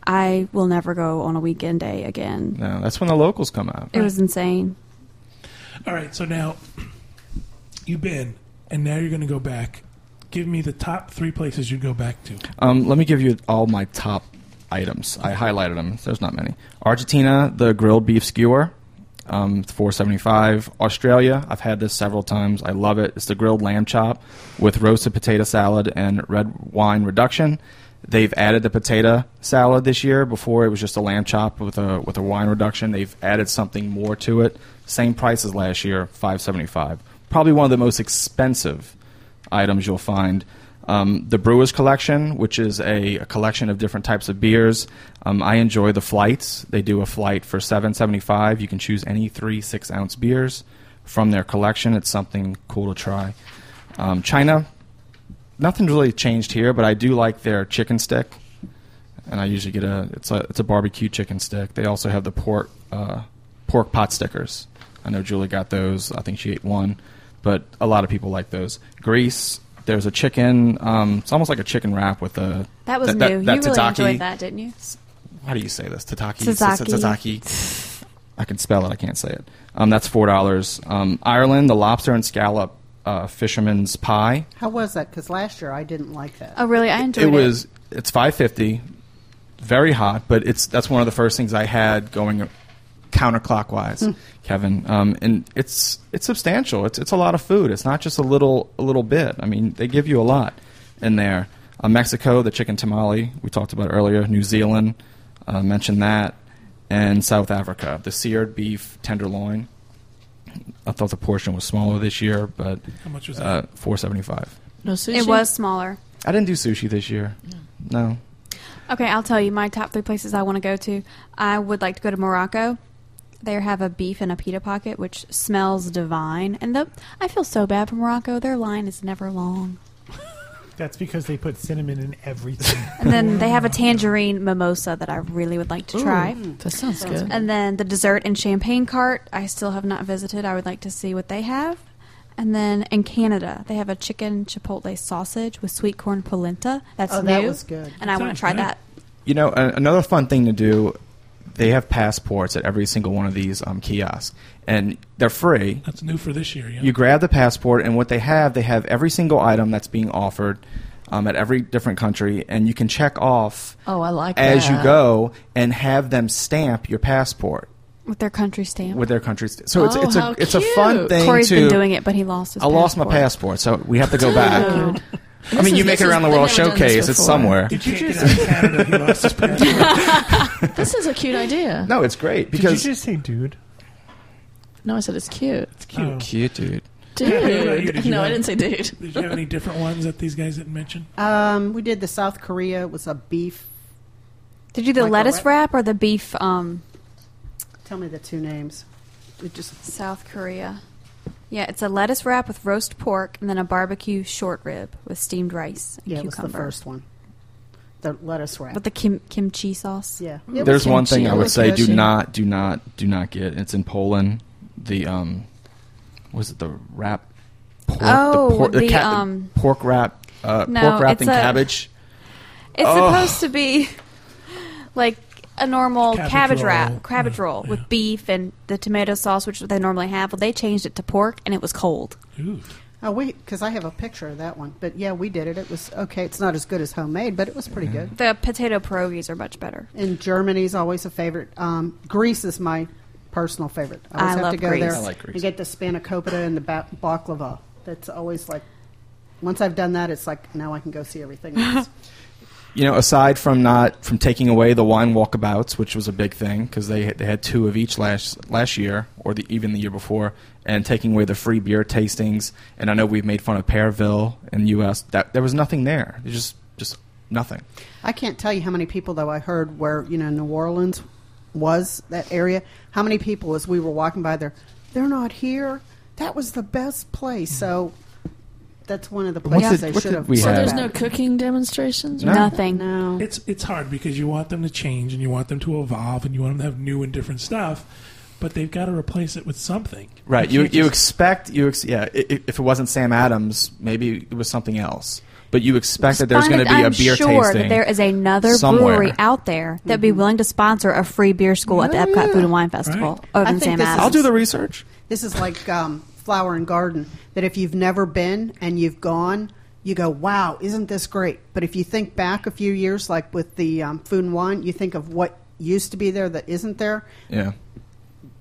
Speaker 2: I will never go on a weekend day again.
Speaker 5: no, that's when the locals come out.
Speaker 2: It was insane.
Speaker 1: All right, so now you've been, and now you're going to go back. Give me the top three places you'd go back to.
Speaker 5: Um, let me give you all my top items. I highlighted them. There's not many. Argentina, the grilled beef skewer, um, it's 4.75. Australia, I've had this several times. I love it. It's the grilled lamb chop with roasted potato salad and red wine reduction. They've added the potato salad this year. Before it was just a lamb chop with a with a wine reduction. They've added something more to it. Same price as last year, 5.75. Probably one of the most expensive items you'll find. Um, the Brewers Collection, which is a, a collection of different types of beers. Um, I enjoy the flights. They do a flight for seven seventy five. You can choose any three six ounce beers from their collection. It's something cool to try. Um, China, nothing's really changed here, but I do like their chicken stick, and I usually get a it's a it's a barbecue chicken stick. They also have the pork uh, pork pot stickers. I know Julie got those. I think she ate one, but a lot of people like those. Greece, there's a chicken. Um, it's almost like a chicken wrap with a
Speaker 2: That was new. you really enjoyed that, didn't you?
Speaker 5: how do you say this? Tataki.
Speaker 2: Sasaki.
Speaker 5: Sasaki. I can spell it. I can't say it. Um, that's four dollars. Um, Ireland, the lobster and scallop uh, fisherman's pie.
Speaker 4: How was that? Because last year I didn't like that.
Speaker 2: Oh, really? I enjoyed it.
Speaker 5: it was. It's five fifty. Very hot, but it's that's one of the first things I had going counterclockwise, Kevin. Um, and it's it's substantial. It's it's a lot of food. It's not just a little a little bit. I mean, they give you a lot in there. Uh, Mexico, the chicken tamale we talked about earlier. New Zealand, uh, mentioned that, and South Africa, the seared beef tenderloin. I thought the portion was smaller this year, but
Speaker 1: How much was that?
Speaker 5: uh, four seventy five.
Speaker 7: No sushi.
Speaker 2: It was smaller.
Speaker 5: I didn't do sushi this year. no.
Speaker 2: Okay, I'll tell you my top three places I want to go to. I would like to go to Morocco. They have a beef and a pita pocket, which smells divine. And the, I feel so bad for Morocco. Their line is never long.
Speaker 6: That's because they put cinnamon in everything.
Speaker 2: And then they have a tangerine mimosa that I really would like to try.
Speaker 7: That sounds good.
Speaker 2: And then the dessert and champagne cart, I still have not visited. I would like to see what they have. And then in Canada, they have a chicken chipotle sausage with sweet corn polenta. That's
Speaker 4: Oh,
Speaker 2: new.
Speaker 4: that was good.
Speaker 2: And I want
Speaker 1: Sounds
Speaker 2: to try
Speaker 1: good.
Speaker 2: that.
Speaker 5: You know, a- another fun thing to do, they have passports at every single one of these um, kiosks, and they're free.
Speaker 1: That's new for this year. Yeah.
Speaker 5: You grab the passport, and what they have, they have every single item that's being offered um, at every different country, and you can check off
Speaker 7: Oh, I like
Speaker 5: as you
Speaker 7: that.
Speaker 5: go and have them stamp your passport
Speaker 2: With their country stamp.
Speaker 5: with their country's. So it's
Speaker 7: Oh,
Speaker 5: it's a
Speaker 7: how
Speaker 5: it's a fun
Speaker 7: cute.
Speaker 5: thing
Speaker 2: Corey's
Speaker 5: to.
Speaker 2: been doing it, but he lost his
Speaker 5: I lost my
Speaker 2: passport.
Speaker 5: passport, so we have to
Speaker 7: *laughs*
Speaker 5: go back.
Speaker 2: Oh.
Speaker 5: I mean,
Speaker 7: is-
Speaker 5: you make
Speaker 7: this
Speaker 5: it around
Speaker 7: is-
Speaker 5: the world
Speaker 7: I've never done this
Speaker 5: showcase. It's
Speaker 7: before.
Speaker 5: somewhere.
Speaker 1: You can't get out of Canada. He lost his passport.
Speaker 7: This is a cute idea.
Speaker 5: *laughs* No, it's great
Speaker 6: Did you
Speaker 5: because
Speaker 6: just say, dude?
Speaker 7: No, I said it's cute.
Speaker 1: Oh.
Speaker 5: cute, dude.
Speaker 7: Dude.
Speaker 1: about you? Did you
Speaker 7: no, I
Speaker 1: have-
Speaker 7: didn't say dude.
Speaker 1: Oh. Did you have any different ones that these guys didn't mention?
Speaker 2: Oh.
Speaker 4: Um, we did the South Korea. It was a beef.
Speaker 2: Did you do the
Speaker 4: Like a
Speaker 2: lettuce
Speaker 4: wrap?
Speaker 2: wrap or the beef um,
Speaker 4: Tell me the two names. It just
Speaker 2: South Korea? Yeah, it's a lettuce wrap with roast pork and then a barbecue short rib with steamed rice and
Speaker 4: yeah, it was
Speaker 2: cucumber.
Speaker 4: the first one. The lettuce wrap.
Speaker 2: With the kim- kimchi sauce.
Speaker 4: yeah, It
Speaker 5: There's
Speaker 4: was
Speaker 5: one
Speaker 4: kimchi.
Speaker 5: thing I
Speaker 4: It
Speaker 5: would
Speaker 4: was
Speaker 5: say:
Speaker 4: good.
Speaker 5: do not, do not, do not get. It's in Poland. The um, was it the wrap? Pork,
Speaker 2: Oh, the,
Speaker 5: ca-
Speaker 2: um,
Speaker 5: pork wrap, uh,
Speaker 2: No,
Speaker 5: pork wrapped
Speaker 2: it's
Speaker 5: in
Speaker 2: a-
Speaker 5: cabbage.
Speaker 2: It's
Speaker 5: Oh.
Speaker 2: supposed to be like a normal
Speaker 1: Cabbage
Speaker 2: cabbage,
Speaker 1: roll.
Speaker 2: wrap, cabbage
Speaker 1: Yeah,
Speaker 2: roll
Speaker 1: yeah.
Speaker 2: with beef and the tomato sauce, which they normally have. Well, they changed it to pork, and it was cold.
Speaker 1: Ooh.
Speaker 4: Oh, we because I have a picture of that one. But yeah, we did it. It was okay. It's not as good as homemade, but it was pretty
Speaker 5: Mm-hmm.
Speaker 4: good.
Speaker 2: The potato pierogies are much better.
Speaker 4: And Germany's always a favorite. Um, Greece is my personal favorite. I
Speaker 2: I
Speaker 4: always have
Speaker 2: love
Speaker 4: to go
Speaker 2: Greece.
Speaker 4: there
Speaker 2: I
Speaker 5: like Greece.
Speaker 4: and get the spanakopita and the ba- baklava. That's always like. Once I've done that, it's like now I can go see everything else.
Speaker 5: You know, aside from not from taking away the wine walkabouts, which was a big thing because they had- they had two of each last last year or the, even the year before, and taking away the free beer tastings. And I know we've made fun of Pearville in the U.S. That there was nothing there. There's just just nothing.
Speaker 4: I can't tell you how many people though I heard where you know New Orleans was that area. How many people as we were walking by there? They're not here. That was the best place. So that's one of the
Speaker 5: What
Speaker 4: places
Speaker 5: did-
Speaker 4: they
Speaker 5: what
Speaker 4: should
Speaker 5: did
Speaker 4: have.
Speaker 5: we
Speaker 7: So
Speaker 5: have?
Speaker 7: there's
Speaker 5: Yeah.
Speaker 7: no cooking demonstrations.
Speaker 5: No.
Speaker 2: Nothing.
Speaker 4: no.
Speaker 1: It's it's hard because you want them to change and you want them to evolve and you want them to have new and different stuff, but they've got to replace it with something.
Speaker 5: Right. You
Speaker 1: can't
Speaker 5: you
Speaker 1: just-
Speaker 5: expect you ex- yeah. i- i- If it wasn't Sam Adams, maybe it was something else. But you expect that there's going to be
Speaker 2: I'm
Speaker 5: a beer
Speaker 2: sure
Speaker 5: tasting.
Speaker 2: that there is another
Speaker 5: somewhere.
Speaker 2: brewery out there that'd
Speaker 4: Mm-hmm.
Speaker 2: be willing to sponsor a free beer school at the Epcot Food and Wine Festival
Speaker 1: Right.
Speaker 2: other
Speaker 4: I
Speaker 2: than
Speaker 4: think
Speaker 2: Sam
Speaker 4: this is-
Speaker 2: Adams.
Speaker 5: I'll do the research.
Speaker 4: This is like um, Flower and Garden, that if you've never been and you've gone, you go, wow, isn't this great? But if you think back a few years, like with the um, food and wine, you think of what used to be there that isn't there,
Speaker 5: Yeah.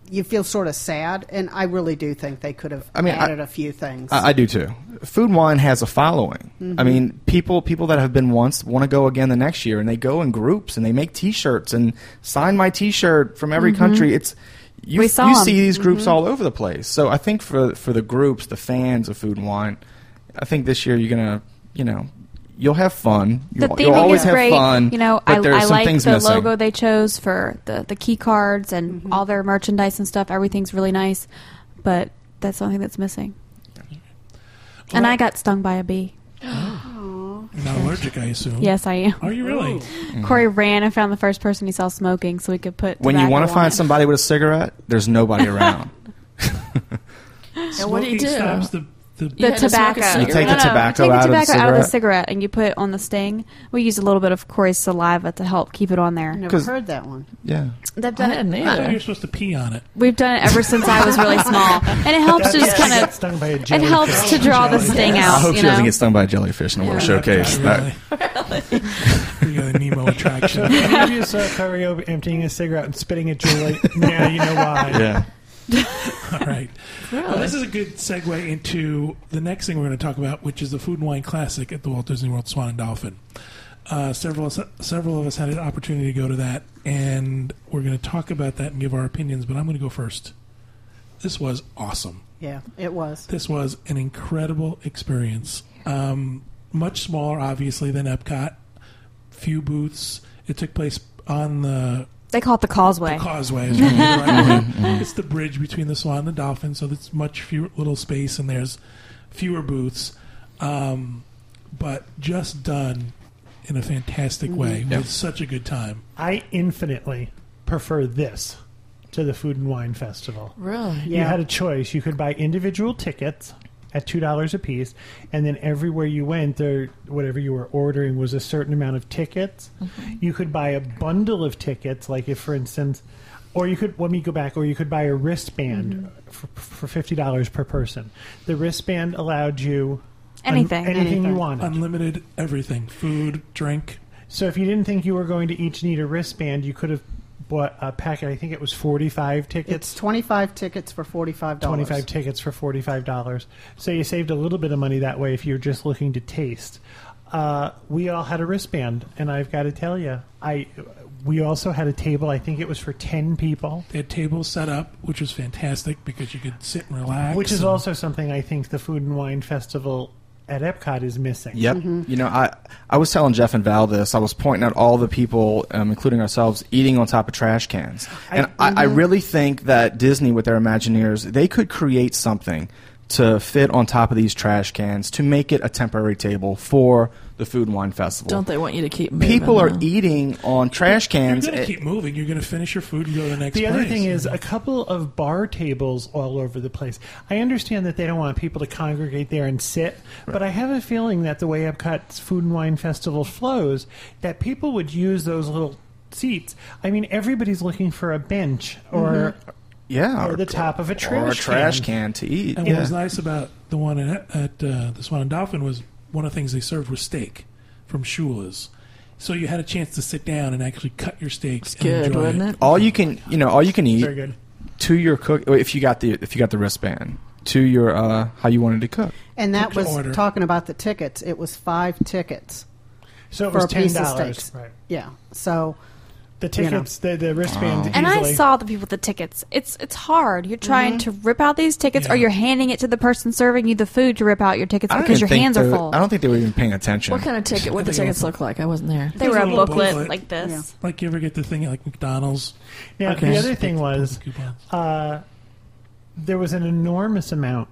Speaker 4: you feel sort of sad. And I really do think they could have
Speaker 5: I mean, I-
Speaker 4: added a few things.
Speaker 5: I, I do too. Food and wine has a following.
Speaker 2: Mm-hmm.
Speaker 5: I mean, people people that have been once want to go again the next year, and they go in groups and they make T-shirts and sign my T-shirt from every country. It's you,
Speaker 2: Mm-hmm. We saw Mm-hmm.
Speaker 5: you
Speaker 2: 'em.
Speaker 5: see these groups all over the place. So I think for for the groups, the fans of food and wine, I think this year you're gonna you know you'll have fun.
Speaker 2: the
Speaker 5: You'll,
Speaker 2: theming
Speaker 5: you'll always
Speaker 2: is
Speaker 5: have
Speaker 2: great.
Speaker 5: fun.
Speaker 2: you know,
Speaker 5: but
Speaker 2: I,
Speaker 5: there's
Speaker 2: I
Speaker 5: some
Speaker 2: like
Speaker 5: things
Speaker 2: the
Speaker 5: missing.
Speaker 2: logo they chose for the, the key cards and
Speaker 4: Mm-hmm.
Speaker 2: all their merchandise and stuff. Everything's really nice, but that's the only thing that's missing. And
Speaker 1: Well-
Speaker 2: I got stung by a bee.
Speaker 1: You're not allergic, I
Speaker 5: Mm.
Speaker 1: assume.
Speaker 2: Yes, I am.
Speaker 1: Are you really?
Speaker 2: Corey ran and found the first person he saw smoking, so we could put.
Speaker 5: when you
Speaker 2: tobacco
Speaker 5: want to
Speaker 2: on
Speaker 5: find
Speaker 2: it. *laughs*
Speaker 5: somebody with a cigarette, there's nobody around.
Speaker 7: what do you
Speaker 1: Smoking
Speaker 7: do?
Speaker 1: Stops the the
Speaker 2: the
Speaker 7: You had to smoke a
Speaker 2: tobacco.
Speaker 7: cigarette. You
Speaker 5: take the tobacco
Speaker 2: you take
Speaker 5: out of
Speaker 2: the
Speaker 5: the
Speaker 2: tobacco out of the
Speaker 5: cigarette.
Speaker 2: cigarette and you put it on the sting. We use a little bit of Corey's saliva to help keep it on there.
Speaker 4: I never
Speaker 5: 'Cause-
Speaker 4: heard that one.
Speaker 5: *laughs* Yeah.
Speaker 2: They've
Speaker 7: I
Speaker 2: done
Speaker 7: didn't
Speaker 2: it.
Speaker 1: So you're
Speaker 7: either.
Speaker 1: supposed to pee on it.
Speaker 2: We've done it ever since I was really small, and it helps to just
Speaker 6: Yes.
Speaker 2: kind
Speaker 6: Get
Speaker 2: of.
Speaker 6: stung by a
Speaker 2: It
Speaker 6: jellyfish.
Speaker 2: helps to draw the
Speaker 6: *laughs*
Speaker 2: sting
Speaker 5: I
Speaker 2: out.
Speaker 5: hope
Speaker 2: You
Speaker 5: she doesn't
Speaker 2: know,
Speaker 5: get stung by a jellyfish in the World Showcase. That,
Speaker 1: Really. *laughs* You got a Nemo
Speaker 7: *laughs*
Speaker 6: So
Speaker 1: attraction.
Speaker 6: if any of you saw Cario emptying a cigarette and spitting at Julie, now you know why.
Speaker 5: *laughs* yeah.
Speaker 1: *laughs* All right. Well, this is a good segue into the next thing we're going to talk about, which is the Food and Wine Classic at the Walt Disney World Swan and Dolphin. Uh, several us- several of us had an opportunity to go to that, and we're going to talk about that and give our opinions. But I'm going to go first. This was awesome.
Speaker 4: Yeah, it was.
Speaker 1: This was an incredible experience. Um, much smaller, obviously, than Epcot. Few booths. It took place on the
Speaker 2: they call it the causeway.
Speaker 1: the causeway. Is really
Speaker 6: *laughs*
Speaker 1: the right word. It's the bridge between the swan and the dolphin, so there's much fewer little space and there's fewer booths, um, but just done in a fantastic way with such a good time.
Speaker 6: I infinitely prefer this to the Food and Wine Festival.
Speaker 7: Really?
Speaker 6: You
Speaker 4: Yeah.
Speaker 6: had a choice. You could buy individual tickets at two dollars a piece, and then everywhere you went, there whatever you were ordering was a certain amount of tickets. You could buy a bundle of tickets, like if, for instance, or you could let me go back, or you could buy a wristband for, for fifty dollars per person. The wristband allowed you un-
Speaker 2: Anything.
Speaker 6: anything, you
Speaker 4: Anything.
Speaker 6: wanted.
Speaker 1: Unlimited everything food, drink.
Speaker 6: So if you didn't think you were going to each need a wristband, you could have bought a packet. I think it was forty-five
Speaker 4: It's
Speaker 6: tickets,
Speaker 4: 25 tickets for $45.
Speaker 6: twenty-five tickets for forty-five dollars. So you saved a little bit of money that way if you're just looking to taste. Uh, we all had a wristband, and I've got to tell you, I we also had a table. I think it was for ten people,
Speaker 1: They had tables set up, which was fantastic because you could sit and relax.
Speaker 6: which is
Speaker 1: and-
Speaker 6: also something I think the Food and Wine Festival at Epcot is missing.
Speaker 5: Yep.
Speaker 2: Mm-hmm.
Speaker 5: You know, I I was telling Jeff and Val this. I was pointing out all the people, um, including ourselves, eating on top of trash cans. And I,
Speaker 2: Mm-hmm.
Speaker 5: I really think that Disney, with their Imagineers, they could create something to fit on top of these trash cans to make it a temporary table for the Food and Wine Festival.
Speaker 7: Don't they want you to keep moving?
Speaker 5: people are
Speaker 7: though?
Speaker 5: eating on trash
Speaker 1: You're
Speaker 5: cans.
Speaker 1: going to
Speaker 5: It-
Speaker 1: keep moving. You're going to finish your food and go to the next
Speaker 6: The other
Speaker 1: place.
Speaker 6: thing is a couple of bar tables all over the place. I understand that they don't want people to congregate there and sit, but I have a feeling that the way Epcot's Food and Wine Festival flows, that people would use those little seats. I mean, everybody's looking for a bench or
Speaker 5: yeah.
Speaker 6: or the top of a
Speaker 5: or a
Speaker 6: trash
Speaker 5: trash
Speaker 6: can.
Speaker 5: can, to eat.
Speaker 1: And
Speaker 5: yeah.
Speaker 1: what was nice about the one at, at uh, the Swan and Dolphin was one of the things they served was steak from Shula's. So you had a chance to sit down and actually cut your steaks and
Speaker 7: good,
Speaker 1: enjoy
Speaker 7: wouldn't
Speaker 1: it.
Speaker 7: it?
Speaker 5: all you can you know all you
Speaker 4: Mm-hmm.
Speaker 5: can eat
Speaker 6: Very good.
Speaker 5: to your cook if you got the if you got the wristband to your uh how you wanted to cook
Speaker 4: And that
Speaker 1: Ticket
Speaker 4: was
Speaker 1: order.
Speaker 4: talking about the tickets. It was five tickets
Speaker 6: So it
Speaker 4: for
Speaker 6: was
Speaker 4: a
Speaker 6: ten
Speaker 4: piece of
Speaker 6: dollars.
Speaker 4: steaks.
Speaker 6: Right.
Speaker 4: Yeah. So
Speaker 6: The
Speaker 4: You know.
Speaker 6: tickets, the the wristbands.
Speaker 2: And I
Speaker 6: easily-
Speaker 2: saw the people with the tickets. It's it's hard. You're trying to rip out these tickets, or
Speaker 1: Yeah.
Speaker 2: you're handing it to the person serving you the food to rip out your tickets
Speaker 5: I don't
Speaker 2: because your
Speaker 5: even think
Speaker 2: hands are
Speaker 5: they-
Speaker 2: full.
Speaker 5: i don't think they were even paying attention
Speaker 7: What kind of ticket? What the tickets look like? I wasn't there.
Speaker 2: they were a
Speaker 1: There's a little
Speaker 2: booklet,
Speaker 1: booklet.
Speaker 2: like this.
Speaker 4: Yeah.
Speaker 1: Like you ever get the thing at like McDonald's?
Speaker 6: Now
Speaker 7: Okay.
Speaker 6: the other thing was
Speaker 1: Coupons.
Speaker 6: uh, there was an enormous amount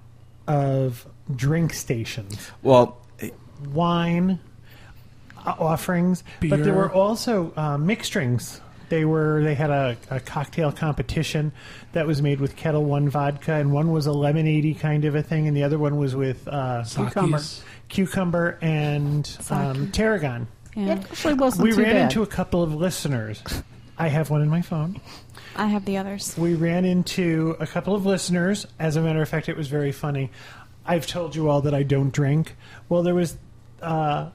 Speaker 6: of drink stations.
Speaker 5: well it-
Speaker 6: wine uh, offerings, but
Speaker 1: Beer.
Speaker 6: there were also uh, mixed drinks. They were they had a, a cocktail competition that was made with Kettle One vodka, and one was a lemonade kind of a thing, and the other one was with uh,
Speaker 1: Sakis.
Speaker 6: cucumber, cucumber and um, tarragon.
Speaker 2: Yeah.
Speaker 4: it actually wasn't
Speaker 6: We
Speaker 4: too
Speaker 6: ran
Speaker 4: bad.
Speaker 6: into a couple of listeners. I have one in my phone.
Speaker 2: I have the others.
Speaker 6: We ran into a couple of listeners. As a matter of fact, it was very funny. I've told you all that I don't drink. Well, there was, uh,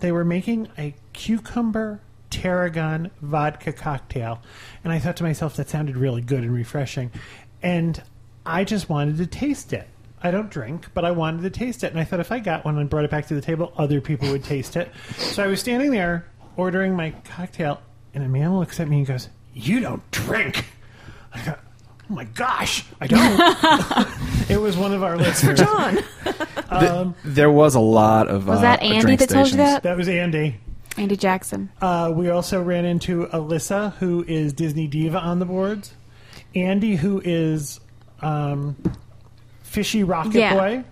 Speaker 6: they were making a cucumber tarragon vodka cocktail. And I thought to myself, that sounded really good and refreshing. And I just wanted to taste it. I don't drink, but I wanted to taste it. And I thought if I got one and brought it back to the table, other people would taste it. So I was standing there ordering my cocktail, and a man looks at me and goes, You don't drink. I go, oh my gosh, I don't. it was one of our listeners.
Speaker 7: John,
Speaker 5: there was a lot of
Speaker 2: Was
Speaker 5: uh,
Speaker 2: that Andy
Speaker 5: drink
Speaker 2: that told you
Speaker 5: stations.
Speaker 2: that?
Speaker 6: That was Andy.
Speaker 2: *laughs* Andy Jackson.
Speaker 6: Uh, we also ran into Alyssa, who is Disney Diva on the boards, Andy, who is um, Fishy Rocket
Speaker 2: Yeah.
Speaker 6: Boy,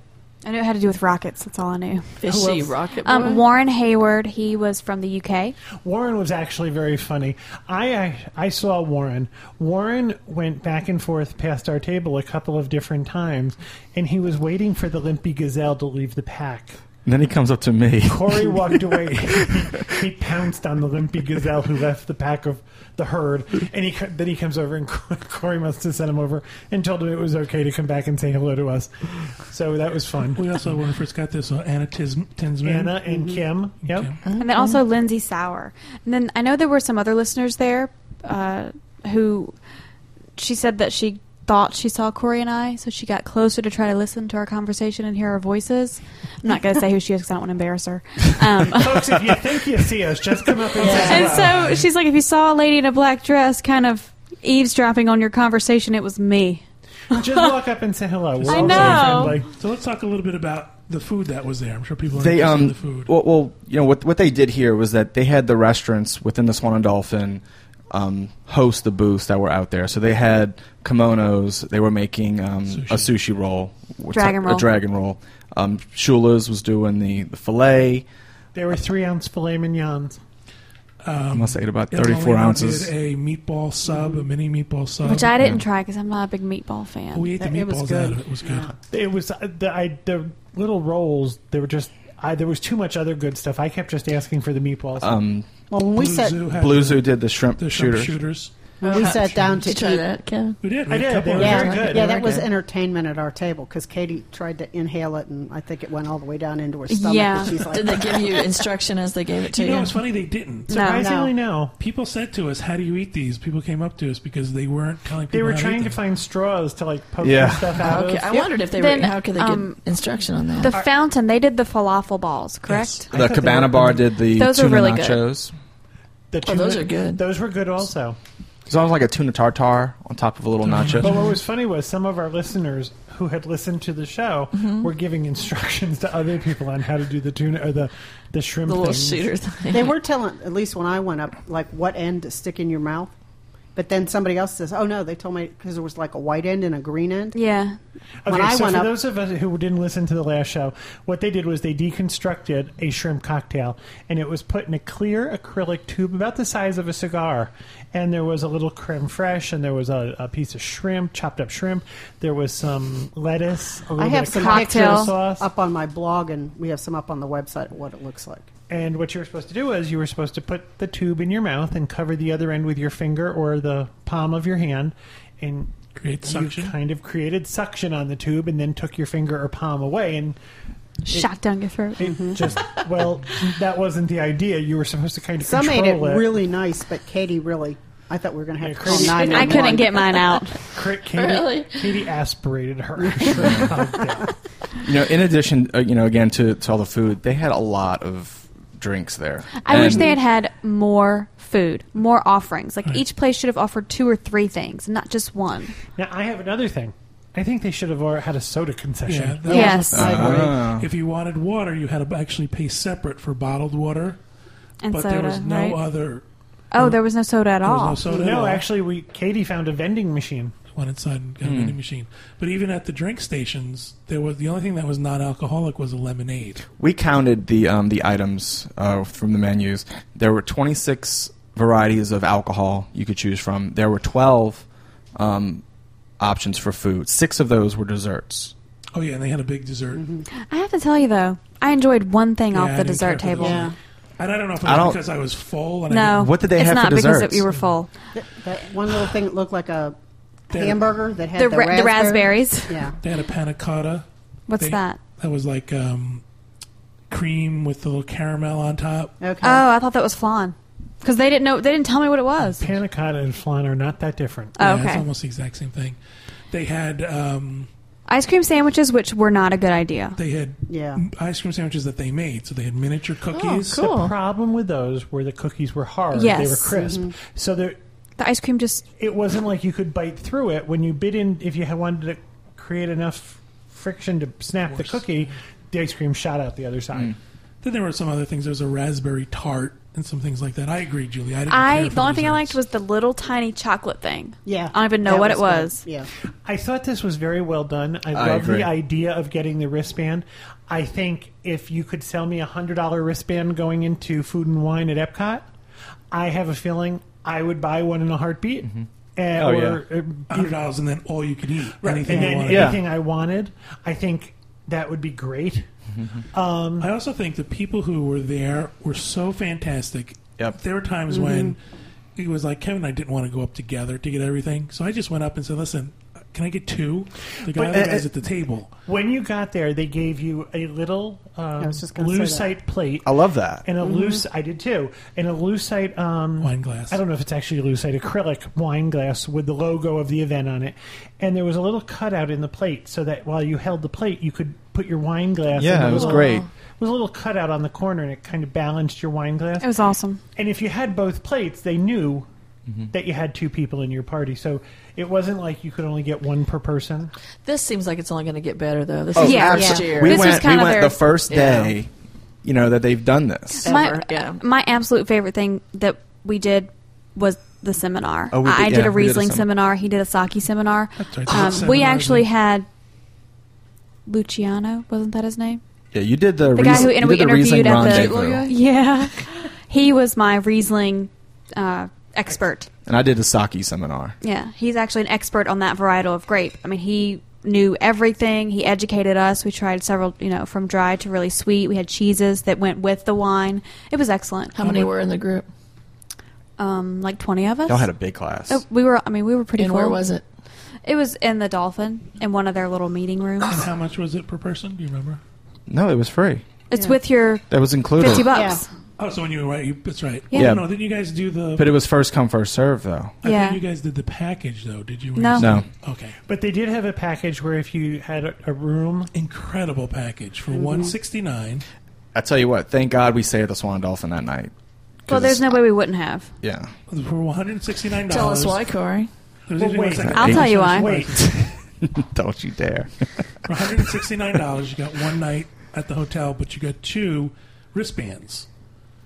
Speaker 2: I knew it had to do with rockets. That's all I knew.
Speaker 7: Fishy rocket.
Speaker 2: Um,
Speaker 7: boy?
Speaker 2: Warren Hayward, he was from the UK.
Speaker 6: Warren was actually very funny. I, I I saw Warren. Warren went back and forth past our table a couple of different times, and he was waiting for the limpy gazelle to leave the pack.
Speaker 5: And then he comes up to me.
Speaker 2: *laughs*
Speaker 6: Corey walked away. he pounced on the limpy gazelle who left the pack of the herd, and he co- then he comes over and *laughs* Corey must have sent him over and told him it was okay to come back and say hello to us. So that was fun.
Speaker 1: We also, when we first got this, uh, Anna Tiz- Tinsman.
Speaker 6: Anna and Kim. Yep.
Speaker 1: Kim.
Speaker 2: And then also Lindsay Sauer. And then I know there were some other listeners there uh, who she said that she thought she saw Corey and I, so she got closer to try to listen to our conversation and hear our voices. I'm not going to say who she is because I don't want to embarrass her. Um,
Speaker 6: Folks, if you think you see us, just come up and say
Speaker 2: and so she's like, if you saw a lady in a black dress kind of eavesdropping on your conversation, it was me.
Speaker 6: Just walk up and say hello. We're
Speaker 2: I
Speaker 6: all very
Speaker 2: know.
Speaker 6: friendly.
Speaker 1: So let's talk a little bit about the food that was there. I'm sure people are
Speaker 5: they
Speaker 1: interested in
Speaker 5: um
Speaker 1: the food.
Speaker 5: Well, well you know what what they did here was that they had the restaurants within the Swan and Dolphin um, host the booths that were out there. So they had kimonos. They were making um, a sushi roll, what's
Speaker 2: Dragon
Speaker 5: that-
Speaker 2: roll.
Speaker 5: a dragon roll. Um, Shula's was doing the, the fillet.
Speaker 6: There were three ounce filet mignons.
Speaker 5: I must ate about
Speaker 1: Emily
Speaker 5: thirty four
Speaker 1: and I
Speaker 5: ounces.
Speaker 1: Did Um, a meatball sub, a mini meatball sub,
Speaker 2: Which I didn't try because I'm not a big meatball fan.
Speaker 1: We ate the
Speaker 4: It was
Speaker 1: meatballs
Speaker 4: good.
Speaker 1: out of it. It was good.
Speaker 6: It was uh, the I, the little rolls. They were just I, there was too much other good stuff. I kept just asking for the meatballs.
Speaker 5: Um,
Speaker 4: Well, when we
Speaker 1: Blue
Speaker 4: sat,
Speaker 1: Zoo had
Speaker 5: Blue
Speaker 1: the-
Speaker 5: Zoo did the shrimp,
Speaker 1: the shrimp
Speaker 5: shooters.
Speaker 1: shooters.
Speaker 4: when we sat down to
Speaker 7: Did you try
Speaker 4: eat,
Speaker 7: that, Kevin?
Speaker 1: We did. We
Speaker 6: I
Speaker 1: had
Speaker 6: did.
Speaker 1: a couple
Speaker 6: They
Speaker 1: of them.
Speaker 6: were
Speaker 4: yeah,
Speaker 6: very good.
Speaker 4: yeah,
Speaker 7: Very
Speaker 4: that was
Speaker 7: good.
Speaker 4: entertainment at our table because Katie tried to inhale it, and I think it went all the way down into her stomach.
Speaker 2: Yeah.
Speaker 4: and she's like,
Speaker 7: Did they give you instruction as they gave it to
Speaker 1: You
Speaker 7: you?
Speaker 1: know, it's funny they didn't.
Speaker 2: Oh, No.
Speaker 6: Surprisingly, no.
Speaker 1: People said to us, "How do you eat these?" People came up to us because they weren't telling people.
Speaker 6: They were
Speaker 1: how
Speaker 6: trying
Speaker 1: to,
Speaker 6: to
Speaker 1: eat
Speaker 6: find straws to like poke
Speaker 5: Yeah.
Speaker 6: the stuff out
Speaker 7: Oh, Okay,
Speaker 6: of.
Speaker 7: I wondered if they
Speaker 2: Then,
Speaker 7: were. How could they
Speaker 2: um,
Speaker 7: get instruction on that?
Speaker 2: the fountain, they did the falafel balls, correct?
Speaker 6: I thought
Speaker 5: The
Speaker 6: they
Speaker 5: Cabana
Speaker 6: were-
Speaker 5: Bar did the
Speaker 2: Those are
Speaker 5: tuna
Speaker 2: really good.
Speaker 5: nachos.
Speaker 6: The
Speaker 7: Oh, those
Speaker 6: tuna-
Speaker 7: are good.
Speaker 6: Those were good also.
Speaker 5: It's almost like a tuna tartar on top of a little nacho.
Speaker 6: But what was funny was some of our listeners who had listened to the show
Speaker 7: Mm-hmm.
Speaker 6: were giving instructions to other people on how to do the tuna or the the shrimp.
Speaker 7: the little
Speaker 6: things.
Speaker 7: shooter thing. *laughs*
Speaker 4: they were telling, at least when I went up, like what end to stick in your mouth. But then somebody else says, "Oh no!" They told me because there was like a white end and a green end.
Speaker 2: Yeah.
Speaker 6: Okay,
Speaker 4: When I
Speaker 6: so
Speaker 4: went
Speaker 6: for
Speaker 4: up-
Speaker 6: those of us who didn't listen to the last show, what they did was they deconstructed a shrimp cocktail, and it was put in a clear acrylic tube about the size of a cigar. And there was a little creme fraiche, and there was a, a piece of shrimp, chopped up shrimp. There was some lettuce, a little
Speaker 4: I
Speaker 6: bit
Speaker 4: have
Speaker 6: of
Speaker 4: some
Speaker 6: cocktail
Speaker 2: cocktail
Speaker 4: pictures
Speaker 6: sauce.
Speaker 4: up on my blog, and we have some up on the website of what it looks like.
Speaker 6: And what you were supposed to do was you were supposed to put the tube in your mouth and cover the other end with your finger or the palm of your hand, and
Speaker 1: Create
Speaker 6: you
Speaker 1: suction.
Speaker 6: kind of created suction on the tube, and then took your finger or palm away and.
Speaker 2: Shot down your throat.
Speaker 6: It just well, that wasn't the idea. You were supposed to kind of
Speaker 4: Some ate it
Speaker 6: control
Speaker 4: really nice, but Katie really. I thought we were going to have to call
Speaker 6: Katie-
Speaker 2: *laughs*
Speaker 4: nine.
Speaker 2: I couldn't get mine out.
Speaker 6: Cra- Katie,
Speaker 7: Really?
Speaker 6: Katie aspirated her. shrimp cocktail.
Speaker 5: You know, in addition, uh, you know, again to, to all the food, they had a lot of drinks there.
Speaker 2: I wish
Speaker 5: And-
Speaker 2: they had had more food, more offerings. Like each place should have offered two or three things, not just one.
Speaker 6: now I have another thing. I think they should have or- had a soda
Speaker 1: Yeah,
Speaker 6: concession.
Speaker 1: that
Speaker 2: Yes. Uh,
Speaker 1: was a side way.
Speaker 5: Ah.
Speaker 1: If you wanted water, you had to actually pay separate for bottled water.
Speaker 2: And
Speaker 1: but
Speaker 2: soda,
Speaker 1: there was no
Speaker 2: right?
Speaker 1: other.
Speaker 2: oh, there was no soda at
Speaker 1: There was
Speaker 2: all.
Speaker 1: no soda. at
Speaker 6: no,
Speaker 1: all.
Speaker 6: actually, we Katie found a vending machine.
Speaker 1: went inside and got a
Speaker 2: Hmm.
Speaker 1: vending machine. But even at the drink stations, there was the only thing that was non-alcoholic was a lemonade.
Speaker 5: we counted the um, the items uh, from the menus. There were 26 varieties of alcohol you could choose from. There were 12 um, options for food. Six of those were desserts.
Speaker 1: Oh yeah, and they had a big dessert.
Speaker 2: I have to tell you though, I enjoyed one thing
Speaker 1: Yeah, I
Speaker 2: Mm-hmm. off the
Speaker 1: didn't care
Speaker 2: dessert
Speaker 1: for the
Speaker 2: table.
Speaker 1: dessert. And I don't know if it was
Speaker 5: I don't-
Speaker 1: because I was full. And
Speaker 2: No,
Speaker 1: I
Speaker 5: What did they
Speaker 2: it's
Speaker 5: have for
Speaker 2: not because
Speaker 5: desserts?
Speaker 2: it- you were full.
Speaker 4: That, that one little thing that looked like a
Speaker 1: That-
Speaker 4: hamburger that had
Speaker 2: The,
Speaker 4: the,
Speaker 2: ra- the
Speaker 4: raspberry.
Speaker 2: raspberries.
Speaker 4: Yeah.
Speaker 1: didn't- they had a panna cotta.
Speaker 2: What's
Speaker 1: They-
Speaker 2: that?
Speaker 1: That was like um, cream with a little caramel on top.
Speaker 4: Okay.
Speaker 2: Oh, I thought that was flan because they didn't know. They didn't tell me what it was.
Speaker 6: Panna cotta and flan are not that different.
Speaker 2: Oh,
Speaker 1: Yeah, it's
Speaker 2: okay,
Speaker 1: almost the exact same thing. They had um,
Speaker 2: ice cream sandwiches, which were not a good idea.
Speaker 1: they had
Speaker 4: Yeah.
Speaker 5: Mm.
Speaker 1: m- ice cream sandwiches that they made. So they had miniature
Speaker 2: Oh,
Speaker 1: cookies.
Speaker 7: cool.
Speaker 6: The problem with those were the cookies were hard. They
Speaker 2: Yes.
Speaker 6: were crisp. So there,
Speaker 2: The ice cream just
Speaker 6: it wasn't like you could bite through it when you bit in if you had wanted to create enough friction to snap the cookie the ice cream shot out the other side
Speaker 1: Then there were some other things. There was a raspberry tart and some things like that. I agree, Julie. I didn't.
Speaker 2: I
Speaker 1: care for
Speaker 2: the only thing I
Speaker 1: desserts.
Speaker 2: liked was the little tiny chocolate thing.
Speaker 4: Yeah.
Speaker 2: I don't even know
Speaker 4: that
Speaker 2: what it was.
Speaker 4: good. Yeah.
Speaker 6: I thought this was very well done. I,
Speaker 5: I
Speaker 6: love
Speaker 5: agree.
Speaker 6: the idea of getting the wristband. I think if you could sell me a hundred dollar wristband going into food and wine at Epcot, I have a feeling I would buy one in a heartbeat.
Speaker 4: Mm-hmm.
Speaker 6: Eh,
Speaker 5: Oh,
Speaker 6: or
Speaker 5: yeah.
Speaker 6: uh,
Speaker 1: hundred dollars and then all you could eat. Anything
Speaker 6: and
Speaker 1: you
Speaker 6: then
Speaker 1: wanted.
Speaker 5: Yeah.
Speaker 6: anything I wanted, I think that would be great. Um,
Speaker 1: I also think the people who were there were so fantastic.
Speaker 5: Yep.
Speaker 1: There were times when it was like Kevin and I didn't want to go up together to get everything, so I just went up and said, "Listen, can I get two? The guy,
Speaker 6: But,
Speaker 1: the
Speaker 6: uh,
Speaker 1: guys
Speaker 6: uh,
Speaker 1: at the table."
Speaker 6: when you got there, they gave you a little um,
Speaker 4: was just gonna say that. Mm-hmm.
Speaker 6: lucite plate
Speaker 5: I love that.
Speaker 6: and a loose. I did too. And a lucite um,
Speaker 1: Wine glass.
Speaker 6: I don't know if it's actually lucite acrylic wine glass with the logo of the event on it. And there was a little cutout in the plate so that while you held the plate, you could put your wine glass. in
Speaker 5: Yeah,
Speaker 6: the
Speaker 5: it was
Speaker 6: little-
Speaker 5: great.
Speaker 6: It was a little cutout on the corner, and it kind of balanced your wine glass.
Speaker 2: It was awesome.
Speaker 6: And if you had both plates, they knew that you had two people in your party, so it wasn't like you could only get one per person.
Speaker 7: This seems like it's only going to get better, though. This
Speaker 2: Oh,
Speaker 7: is
Speaker 2: yeah,
Speaker 7: next
Speaker 2: yeah.
Speaker 7: year.
Speaker 5: We
Speaker 2: This was
Speaker 5: went. We
Speaker 2: kinda
Speaker 5: went
Speaker 2: their-
Speaker 5: the first
Speaker 7: Yeah.
Speaker 5: day. You know that they've done this.
Speaker 7: Ever, yeah.
Speaker 2: my absolute favorite thing that we did was the seminar.
Speaker 5: Oh, we
Speaker 2: I, I
Speaker 5: did-
Speaker 2: did a
Speaker 5: yeah, we did a
Speaker 2: Riesling
Speaker 5: sem-
Speaker 2: seminar. He did a sake seminar.
Speaker 1: That's right,
Speaker 2: Um,
Speaker 1: that's
Speaker 2: we
Speaker 1: seminar,
Speaker 2: actually
Speaker 1: isn't it?
Speaker 2: had Luciano. Wasn't that his name?
Speaker 5: Yeah, you did the.
Speaker 2: The guy
Speaker 5: Ries-
Speaker 2: who-
Speaker 5: you
Speaker 2: and
Speaker 5: did
Speaker 2: we
Speaker 5: the Riesling
Speaker 2: interviewed at the-
Speaker 5: rendezvous,
Speaker 2: Yeah, he was my Riesling uh, expert.
Speaker 5: and I did a sake seminar.
Speaker 2: Yeah, he's actually an expert on that varietal of grape. I mean, he knew everything. He educated us. We tried several, you know, from dry to really sweet. We had cheeses that went with the wine. It was excellent.
Speaker 7: How many were in the group?
Speaker 2: Um, like twenty of us.
Speaker 5: Y'all had a big class.
Speaker 2: Oh, we were. I mean, we were pretty.
Speaker 7: And where
Speaker 2: full.
Speaker 7: was it?
Speaker 2: It was in the Dolphin in one of their little meeting
Speaker 1: And
Speaker 7: *coughs*
Speaker 2: rooms.
Speaker 1: how much was it per person? Do you remember?
Speaker 5: No, it was free.
Speaker 2: It's with your
Speaker 5: That was included.
Speaker 2: fifty bucks.
Speaker 1: Oh, so when you were right, you, that's right.
Speaker 2: Yeah.
Speaker 1: Well,
Speaker 5: Yeah.
Speaker 1: No, didn't you guys do the?
Speaker 5: But it was first come first serve though.
Speaker 1: I
Speaker 2: Yeah.
Speaker 1: think you guys did the package though. Did you?
Speaker 2: No.
Speaker 5: No.
Speaker 1: Okay.
Speaker 6: But they did have a package where if you had a, a room,
Speaker 1: Incredible package for sixty nine.
Speaker 5: I tell you what. Thank God we stayed at the Swan Dolphin that night. 'Cause
Speaker 2: Well, there's no
Speaker 5: it's-
Speaker 2: way we wouldn't have.
Speaker 5: Yeah.
Speaker 1: for one hundred sixty nine dollars.
Speaker 7: Tell us why, Corey.
Speaker 6: Well, wait.
Speaker 2: I'll tell you why.
Speaker 6: Wait.
Speaker 5: *laughs* Don't you dare.
Speaker 1: For one hundred sixty nine dollars, you got one night at the hotel, but you got two wristbands.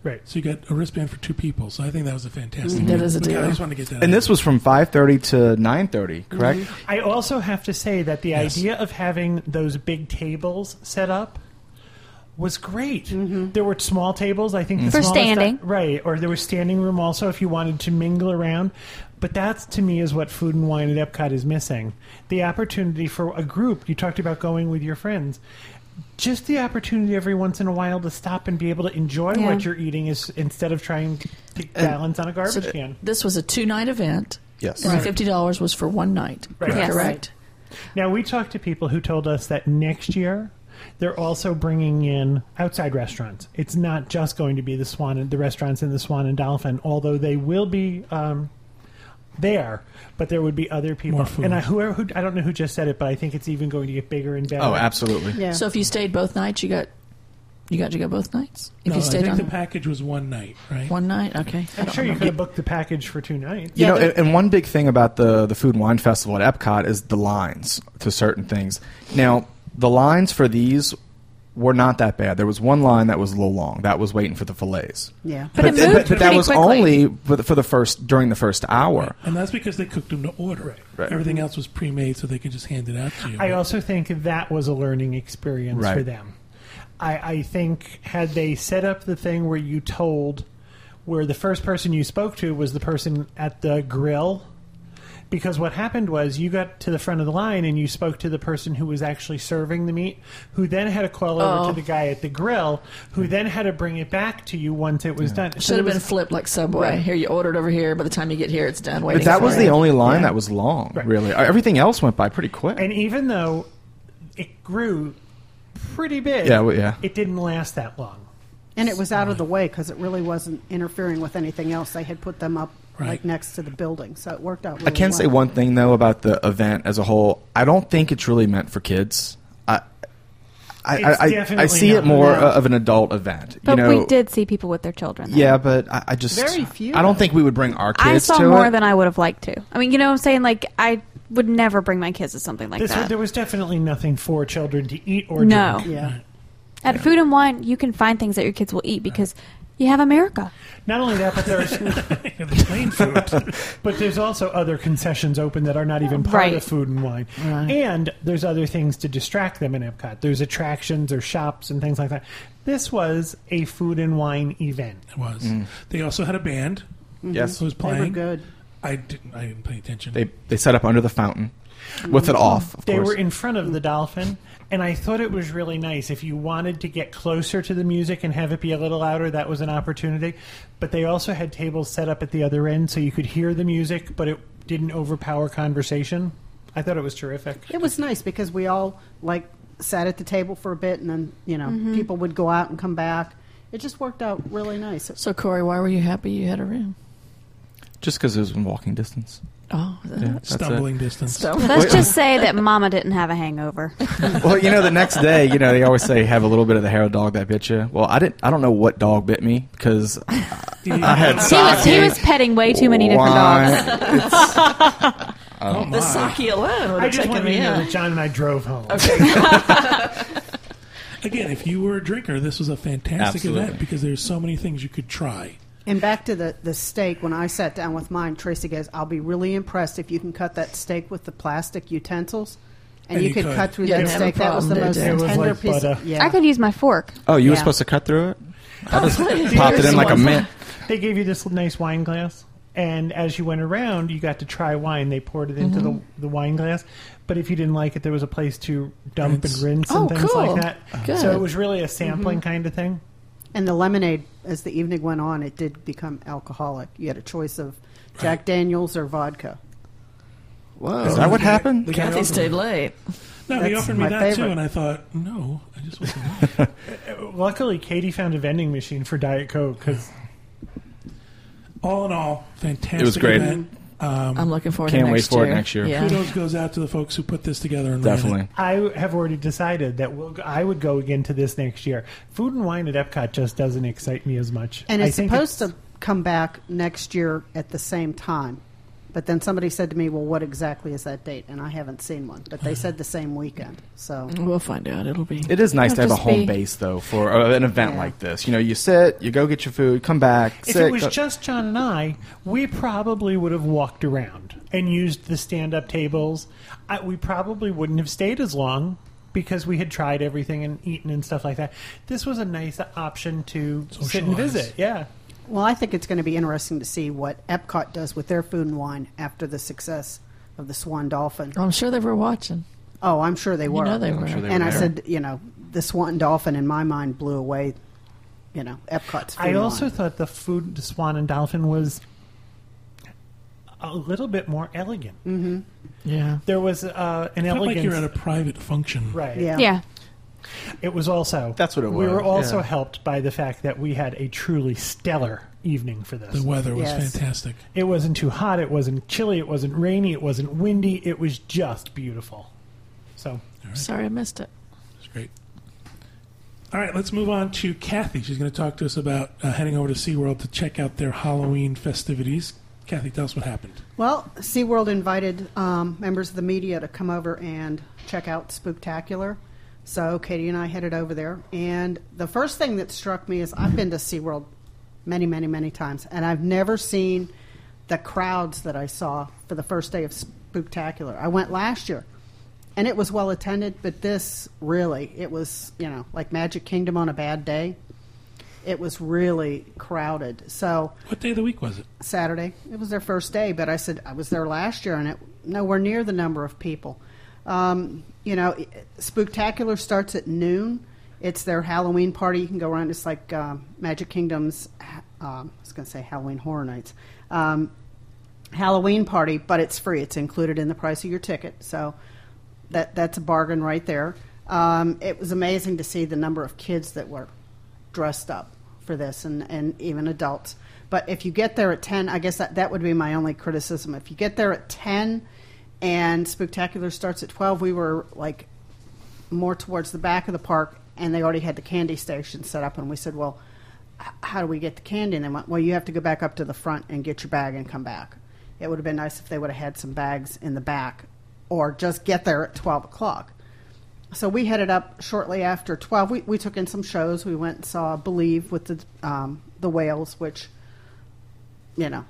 Speaker 6: right?
Speaker 1: So you got a wristband for two people. So I think that was a fantastic.
Speaker 7: That is a
Speaker 1: Okay, I
Speaker 7: deal.
Speaker 1: just wanted to get that.
Speaker 5: and
Speaker 1: out.
Speaker 5: this was from 5:30 to 9:30, correct?
Speaker 6: I also have to say that the
Speaker 1: Yes.
Speaker 6: idea of having those big tables set up was great. There were small tables, I think, the
Speaker 2: Mm-hmm. For
Speaker 6: smallest-
Speaker 2: standing.
Speaker 6: right? Or there was standing room also if you wanted to mingle around. But that's to me is what Food and Wine at Epcot is missing: the opportunity for a group. You talked about going with your friends. Just the opportunity every once in a while to stop and be able to enjoy
Speaker 2: Yeah.
Speaker 6: what you're eating is instead of trying to balance on a garbage
Speaker 7: So
Speaker 6: can.
Speaker 7: This was a two night event,
Speaker 5: Yes.
Speaker 7: and the fifty dollars was for one night.
Speaker 6: Right.
Speaker 2: Yes.
Speaker 7: Correct.
Speaker 6: Now, we talked to people who told us that next year they're also bringing in outside restaurants. It's not just going to be the Swan and the restaurants in the Swan and Dolphin, although they will be um, there. But there would be other people,
Speaker 1: More food.
Speaker 6: and I, whoever who, I don't know who just said it, but I think it's even going to get bigger and better.
Speaker 5: Oh, absolutely.
Speaker 4: Yeah.
Speaker 7: So if you stayed both nights, you got you got to go both nights. If
Speaker 1: No,
Speaker 7: you
Speaker 1: I
Speaker 7: stayed
Speaker 1: think
Speaker 7: on
Speaker 1: the package was one night, right?
Speaker 7: one night, okay. I
Speaker 6: I'm
Speaker 7: don't
Speaker 6: sure you
Speaker 7: remember.
Speaker 6: could have booked the package for two nights.
Speaker 5: You
Speaker 7: Yeah,
Speaker 5: know,
Speaker 7: but-
Speaker 5: and and one big thing about the the food and wine festival at Epcot is the lines to certain things. Now, the lines for these were not that bad. There was one line that was a little long. That was waiting for the fillets.
Speaker 4: Yeah.
Speaker 2: But it moved
Speaker 5: that
Speaker 2: pretty
Speaker 5: was
Speaker 2: quickly.
Speaker 5: only for the, for the first during the first hour.
Speaker 1: And that's because they cooked them to order.
Speaker 5: Right.
Speaker 1: Everything else was pre made, so they could just hand it out to you.
Speaker 6: I also think that was a learning experience
Speaker 5: Right.
Speaker 6: for them. I, I think had they set up the thing where you told, where the first person you spoke to was the person at the grill, because what happened was you got to the front of the line and you spoke to the person who was actually serving the meat, who then had to call over to the guy at the grill, who
Speaker 5: Hmm.
Speaker 6: then had to bring it back to you once it was done. So
Speaker 7: Should have
Speaker 6: there
Speaker 7: been
Speaker 6: was-
Speaker 7: flipped like Subway. Here you ordered over here. By the time you get here, it's done. Waiting
Speaker 5: But that
Speaker 7: for
Speaker 5: was
Speaker 7: you.
Speaker 5: the only line
Speaker 7: Yeah.
Speaker 5: that was long,
Speaker 6: Right.
Speaker 5: really. Uh, Everything else went by pretty quick.
Speaker 6: And even though it grew pretty big,
Speaker 5: Yeah, well, yeah.
Speaker 6: it didn't last that long.
Speaker 4: And it was out of the way because it really wasn't interfering with anything else. They had put them up
Speaker 1: Right.
Speaker 4: like next to the building, so it worked out. Really
Speaker 5: I can
Speaker 4: well.
Speaker 5: say one thing though about the event as a whole. I don't think it's really meant for kids. I I,
Speaker 6: It's
Speaker 5: I, I, I
Speaker 6: definitely
Speaker 5: see
Speaker 6: not.
Speaker 5: it more
Speaker 6: No.
Speaker 5: uh, of an adult event.
Speaker 2: But
Speaker 5: you know,
Speaker 2: we did see people with their children. there.
Speaker 5: Yeah, but I, I just
Speaker 4: Very few,
Speaker 5: I don't
Speaker 4: though.
Speaker 5: think we would bring our kids.
Speaker 2: I saw
Speaker 5: to
Speaker 2: more
Speaker 5: it.
Speaker 2: than I would have liked to. I mean, you know what I'm saying? Like, I would never bring my kids to something like
Speaker 6: This was,
Speaker 2: that.
Speaker 6: there was definitely nothing for children to eat or
Speaker 2: No.
Speaker 6: drink.
Speaker 4: Yeah.
Speaker 2: At
Speaker 5: Yeah.
Speaker 2: Food and Wine, you can find things that your kids will eat because you have
Speaker 5: *laughs*
Speaker 2: America.
Speaker 6: Not only that,
Speaker 2: *laughs*
Speaker 6: but *laughs* there's
Speaker 1: the plain food.
Speaker 6: But there's also other concessions open that are not even part
Speaker 2: Right.
Speaker 6: of food and wine. And there's other things to distract them in Epcot. There's attractions or shops and things like that. This was a food and wine event.
Speaker 1: it was. They also had a band
Speaker 5: Mm. Yes.
Speaker 7: Mm-hmm.
Speaker 1: who was
Speaker 4: They
Speaker 1: playing.
Speaker 4: were good.
Speaker 1: I didn't. I didn't pay attention.
Speaker 5: They they set up under the fountain with it off, of
Speaker 6: Mm-hmm. They
Speaker 5: course.
Speaker 6: were in front of the dolphin, and I thought it was really nice. If you wanted to get closer to the music and have it be a little louder, that was an opportunity. But they also had tables set up at the other end so you could hear the music, but it didn't overpower conversation. I thought it was terrific.
Speaker 4: It was nice because we all like sat at the table for a bit, and then you know
Speaker 2: Mm-hmm.
Speaker 4: people would go out and come back. It just worked out really nice.
Speaker 7: So, Corey, why were you happy you had a room?
Speaker 5: Just because it was in walking distance.
Speaker 7: Oh, is that
Speaker 5: Yeah,
Speaker 7: it?
Speaker 5: that's it.
Speaker 1: stumbling distance.
Speaker 7: so
Speaker 2: Let's just say that Mama didn't have a hangover.
Speaker 5: *laughs* well, you know, the next day, you know, they always say have a little bit of the hair of the dog that bit you. Well, I didn't. I don't know what dog bit me because I had
Speaker 2: He was, he
Speaker 5: sake,
Speaker 2: was petting way too many different
Speaker 5: wine.
Speaker 2: dogs.
Speaker 1: oh
Speaker 7: the
Speaker 1: my.
Speaker 7: sake alone would
Speaker 6: I
Speaker 7: have
Speaker 6: just
Speaker 7: taken
Speaker 6: want you
Speaker 7: me
Speaker 6: to know
Speaker 7: out.
Speaker 6: that John and I drove home.
Speaker 1: Again, if you were a drinker, this was a fantastic
Speaker 5: Absolutely.
Speaker 1: event because there's so many things you could try.
Speaker 4: And back to the the steak. When I sat down with mine, Tracy goes, "I'll be really impressed if you can cut that steak with the plastic utensils." And,
Speaker 1: And
Speaker 4: you,
Speaker 1: you
Speaker 4: could
Speaker 1: could.
Speaker 4: cut through
Speaker 7: Yeah,
Speaker 4: that
Speaker 7: didn't have a
Speaker 4: steak. That was the
Speaker 7: problem,
Speaker 4: most
Speaker 7: did you? It
Speaker 6: was
Speaker 4: tender
Speaker 6: like
Speaker 4: piece.
Speaker 6: butter.
Speaker 4: Of, yeah,
Speaker 2: I could use my fork.
Speaker 5: Oh, you were
Speaker 4: Yeah.
Speaker 5: supposed to cut through it. I just popped it in like a mint.
Speaker 6: They gave you this nice wine glass, and as you went around, you got to try wine. They poured it into the, the wine glass, but if you didn't like it, there was a place to dump
Speaker 1: Rinse.
Speaker 6: and rinse and
Speaker 7: Oh,
Speaker 6: things
Speaker 7: cool.
Speaker 6: like that.
Speaker 7: Good.
Speaker 6: So it was really a sampling kind of thing.
Speaker 4: and the lemonade, as the evening went on, it did become alcoholic. You had a choice of Jack Daniels or vodka.
Speaker 5: Is
Speaker 7: Whoa.
Speaker 5: that what happened?
Speaker 1: The guy
Speaker 7: Kathy
Speaker 1: offered-
Speaker 7: stayed late.
Speaker 1: No, he
Speaker 4: That's
Speaker 1: offered me
Speaker 4: my
Speaker 1: that too,
Speaker 4: favorite.
Speaker 1: and I thought, no, I just
Speaker 5: *laughs*
Speaker 1: wasn't.
Speaker 6: Luckily, Katie found a vending machine for Diet Coke because
Speaker 1: all in all, fantastic.
Speaker 5: It was great.
Speaker 1: Event.
Speaker 7: I'm looking forward to
Speaker 5: Can't wait
Speaker 7: next
Speaker 5: for it
Speaker 7: year.
Speaker 5: next year.
Speaker 7: Yeah.
Speaker 1: Kudos goes out to the folks who put this together. And ran it.
Speaker 5: *laughs* Definitely.
Speaker 6: I have already decided that we'll, go- I would go again to this next year. Food and wine at Epcot just doesn't excite me as much.
Speaker 4: And
Speaker 6: I
Speaker 4: it's
Speaker 6: think
Speaker 4: supposed to come back next year at the same time. But then somebody said to me, well, what exactly is that date? And I haven't seen one. But they said the same weekend. So
Speaker 7: We'll find out. It'll be.
Speaker 5: It is nice
Speaker 2: It'll
Speaker 5: to have a
Speaker 2: just
Speaker 5: home
Speaker 2: be-
Speaker 5: base though for uh, an event
Speaker 4: Yeah.
Speaker 5: like this. You know, you sit, you go get your food, come back,
Speaker 6: If
Speaker 5: sit.
Speaker 6: it was
Speaker 5: go-
Speaker 6: just John and I, we probably would have walked around and used the stand up tables. I, we probably wouldn't have stayed as long because we had tried everything and eaten and stuff like that. This was a nice option to sit and
Speaker 1: Socialize.
Speaker 6: visit. Yeah.
Speaker 4: Well, I think it's going to be interesting to see what Epcot does with their food and wine after the success of the Swan Dolphin.
Speaker 7: I'm sure they were watching.
Speaker 4: Oh, I'm sure they
Speaker 7: You
Speaker 4: were.
Speaker 7: know they were.
Speaker 5: sure they
Speaker 4: and I
Speaker 5: were there.
Speaker 4: said, you know, the Swan Dolphin in my mind blew away, you know, Epcot's food
Speaker 6: I
Speaker 4: and
Speaker 6: also
Speaker 4: wine.
Speaker 6: thought the food, the swan and dolphin, was a little bit more elegant.
Speaker 7: yeah.
Speaker 6: There was uh, an
Speaker 1: Felt
Speaker 6: elegance.
Speaker 1: like you're at a private function.
Speaker 6: right.
Speaker 4: Yeah.
Speaker 2: Yeah.
Speaker 6: It was also
Speaker 5: That's what it
Speaker 6: We
Speaker 5: was,
Speaker 6: were also
Speaker 5: yeah.
Speaker 6: helped by the fact that we had a truly stellar evening for this.
Speaker 1: The weather was
Speaker 4: Yes.
Speaker 1: fantastic.
Speaker 6: It wasn't too hot. It wasn't chilly. It wasn't rainy. It wasn't windy. It was just beautiful. So
Speaker 7: Sorry, I missed it.
Speaker 1: It was great. All right, let's move on to Kathy. She's going to talk to us about uh, heading over to SeaWorld to check out their Halloween festivities. Kathy, tell us what happened.
Speaker 4: Well, SeaWorld invited um, members of the media to come over and check out Spooktacular. So Katie and I headed over there. And the first thing that struck me is I've been to SeaWorld many, many, many times, and I've never seen the crowds that I saw for the first day of Spooktacular. I went last year, and it was well attended, but this really, it was, you know, like Magic Kingdom on a bad day. It was really crowded. So.
Speaker 1: What day of the week was it?
Speaker 4: Saturday. It was their first day, but I said I was there last year, and it nowhere near the number of people. Um, you know, i- Spooktacular starts at noon. It's their Halloween party. You can go around. It's like um, Magic Kingdom's. ha- Um, I was going to say Halloween Horror Nights. Um, Halloween party, but it's free. It's included in the price of your ticket. So that that's a bargain right there. Um, it was amazing to see the number of kids that were dressed up for this, and, and even adults. But if you get there at ten, I guess that that would be my only criticism. If you get there at ten, and Spectacular starts at twelve, we were like more towards the back of the park, and they already had the candy station set up. And we said, "Well, h- how do we get the candy?" And they went, "Well, you have to go back up to the front and get your bag and come back." It would have been nice if they would have had some bags in the back, or just get there at twelve o'clock. So we headed up shortly after 12. We, we took in some shows. We went and saw Believe with the, um, the Whales, which, you know,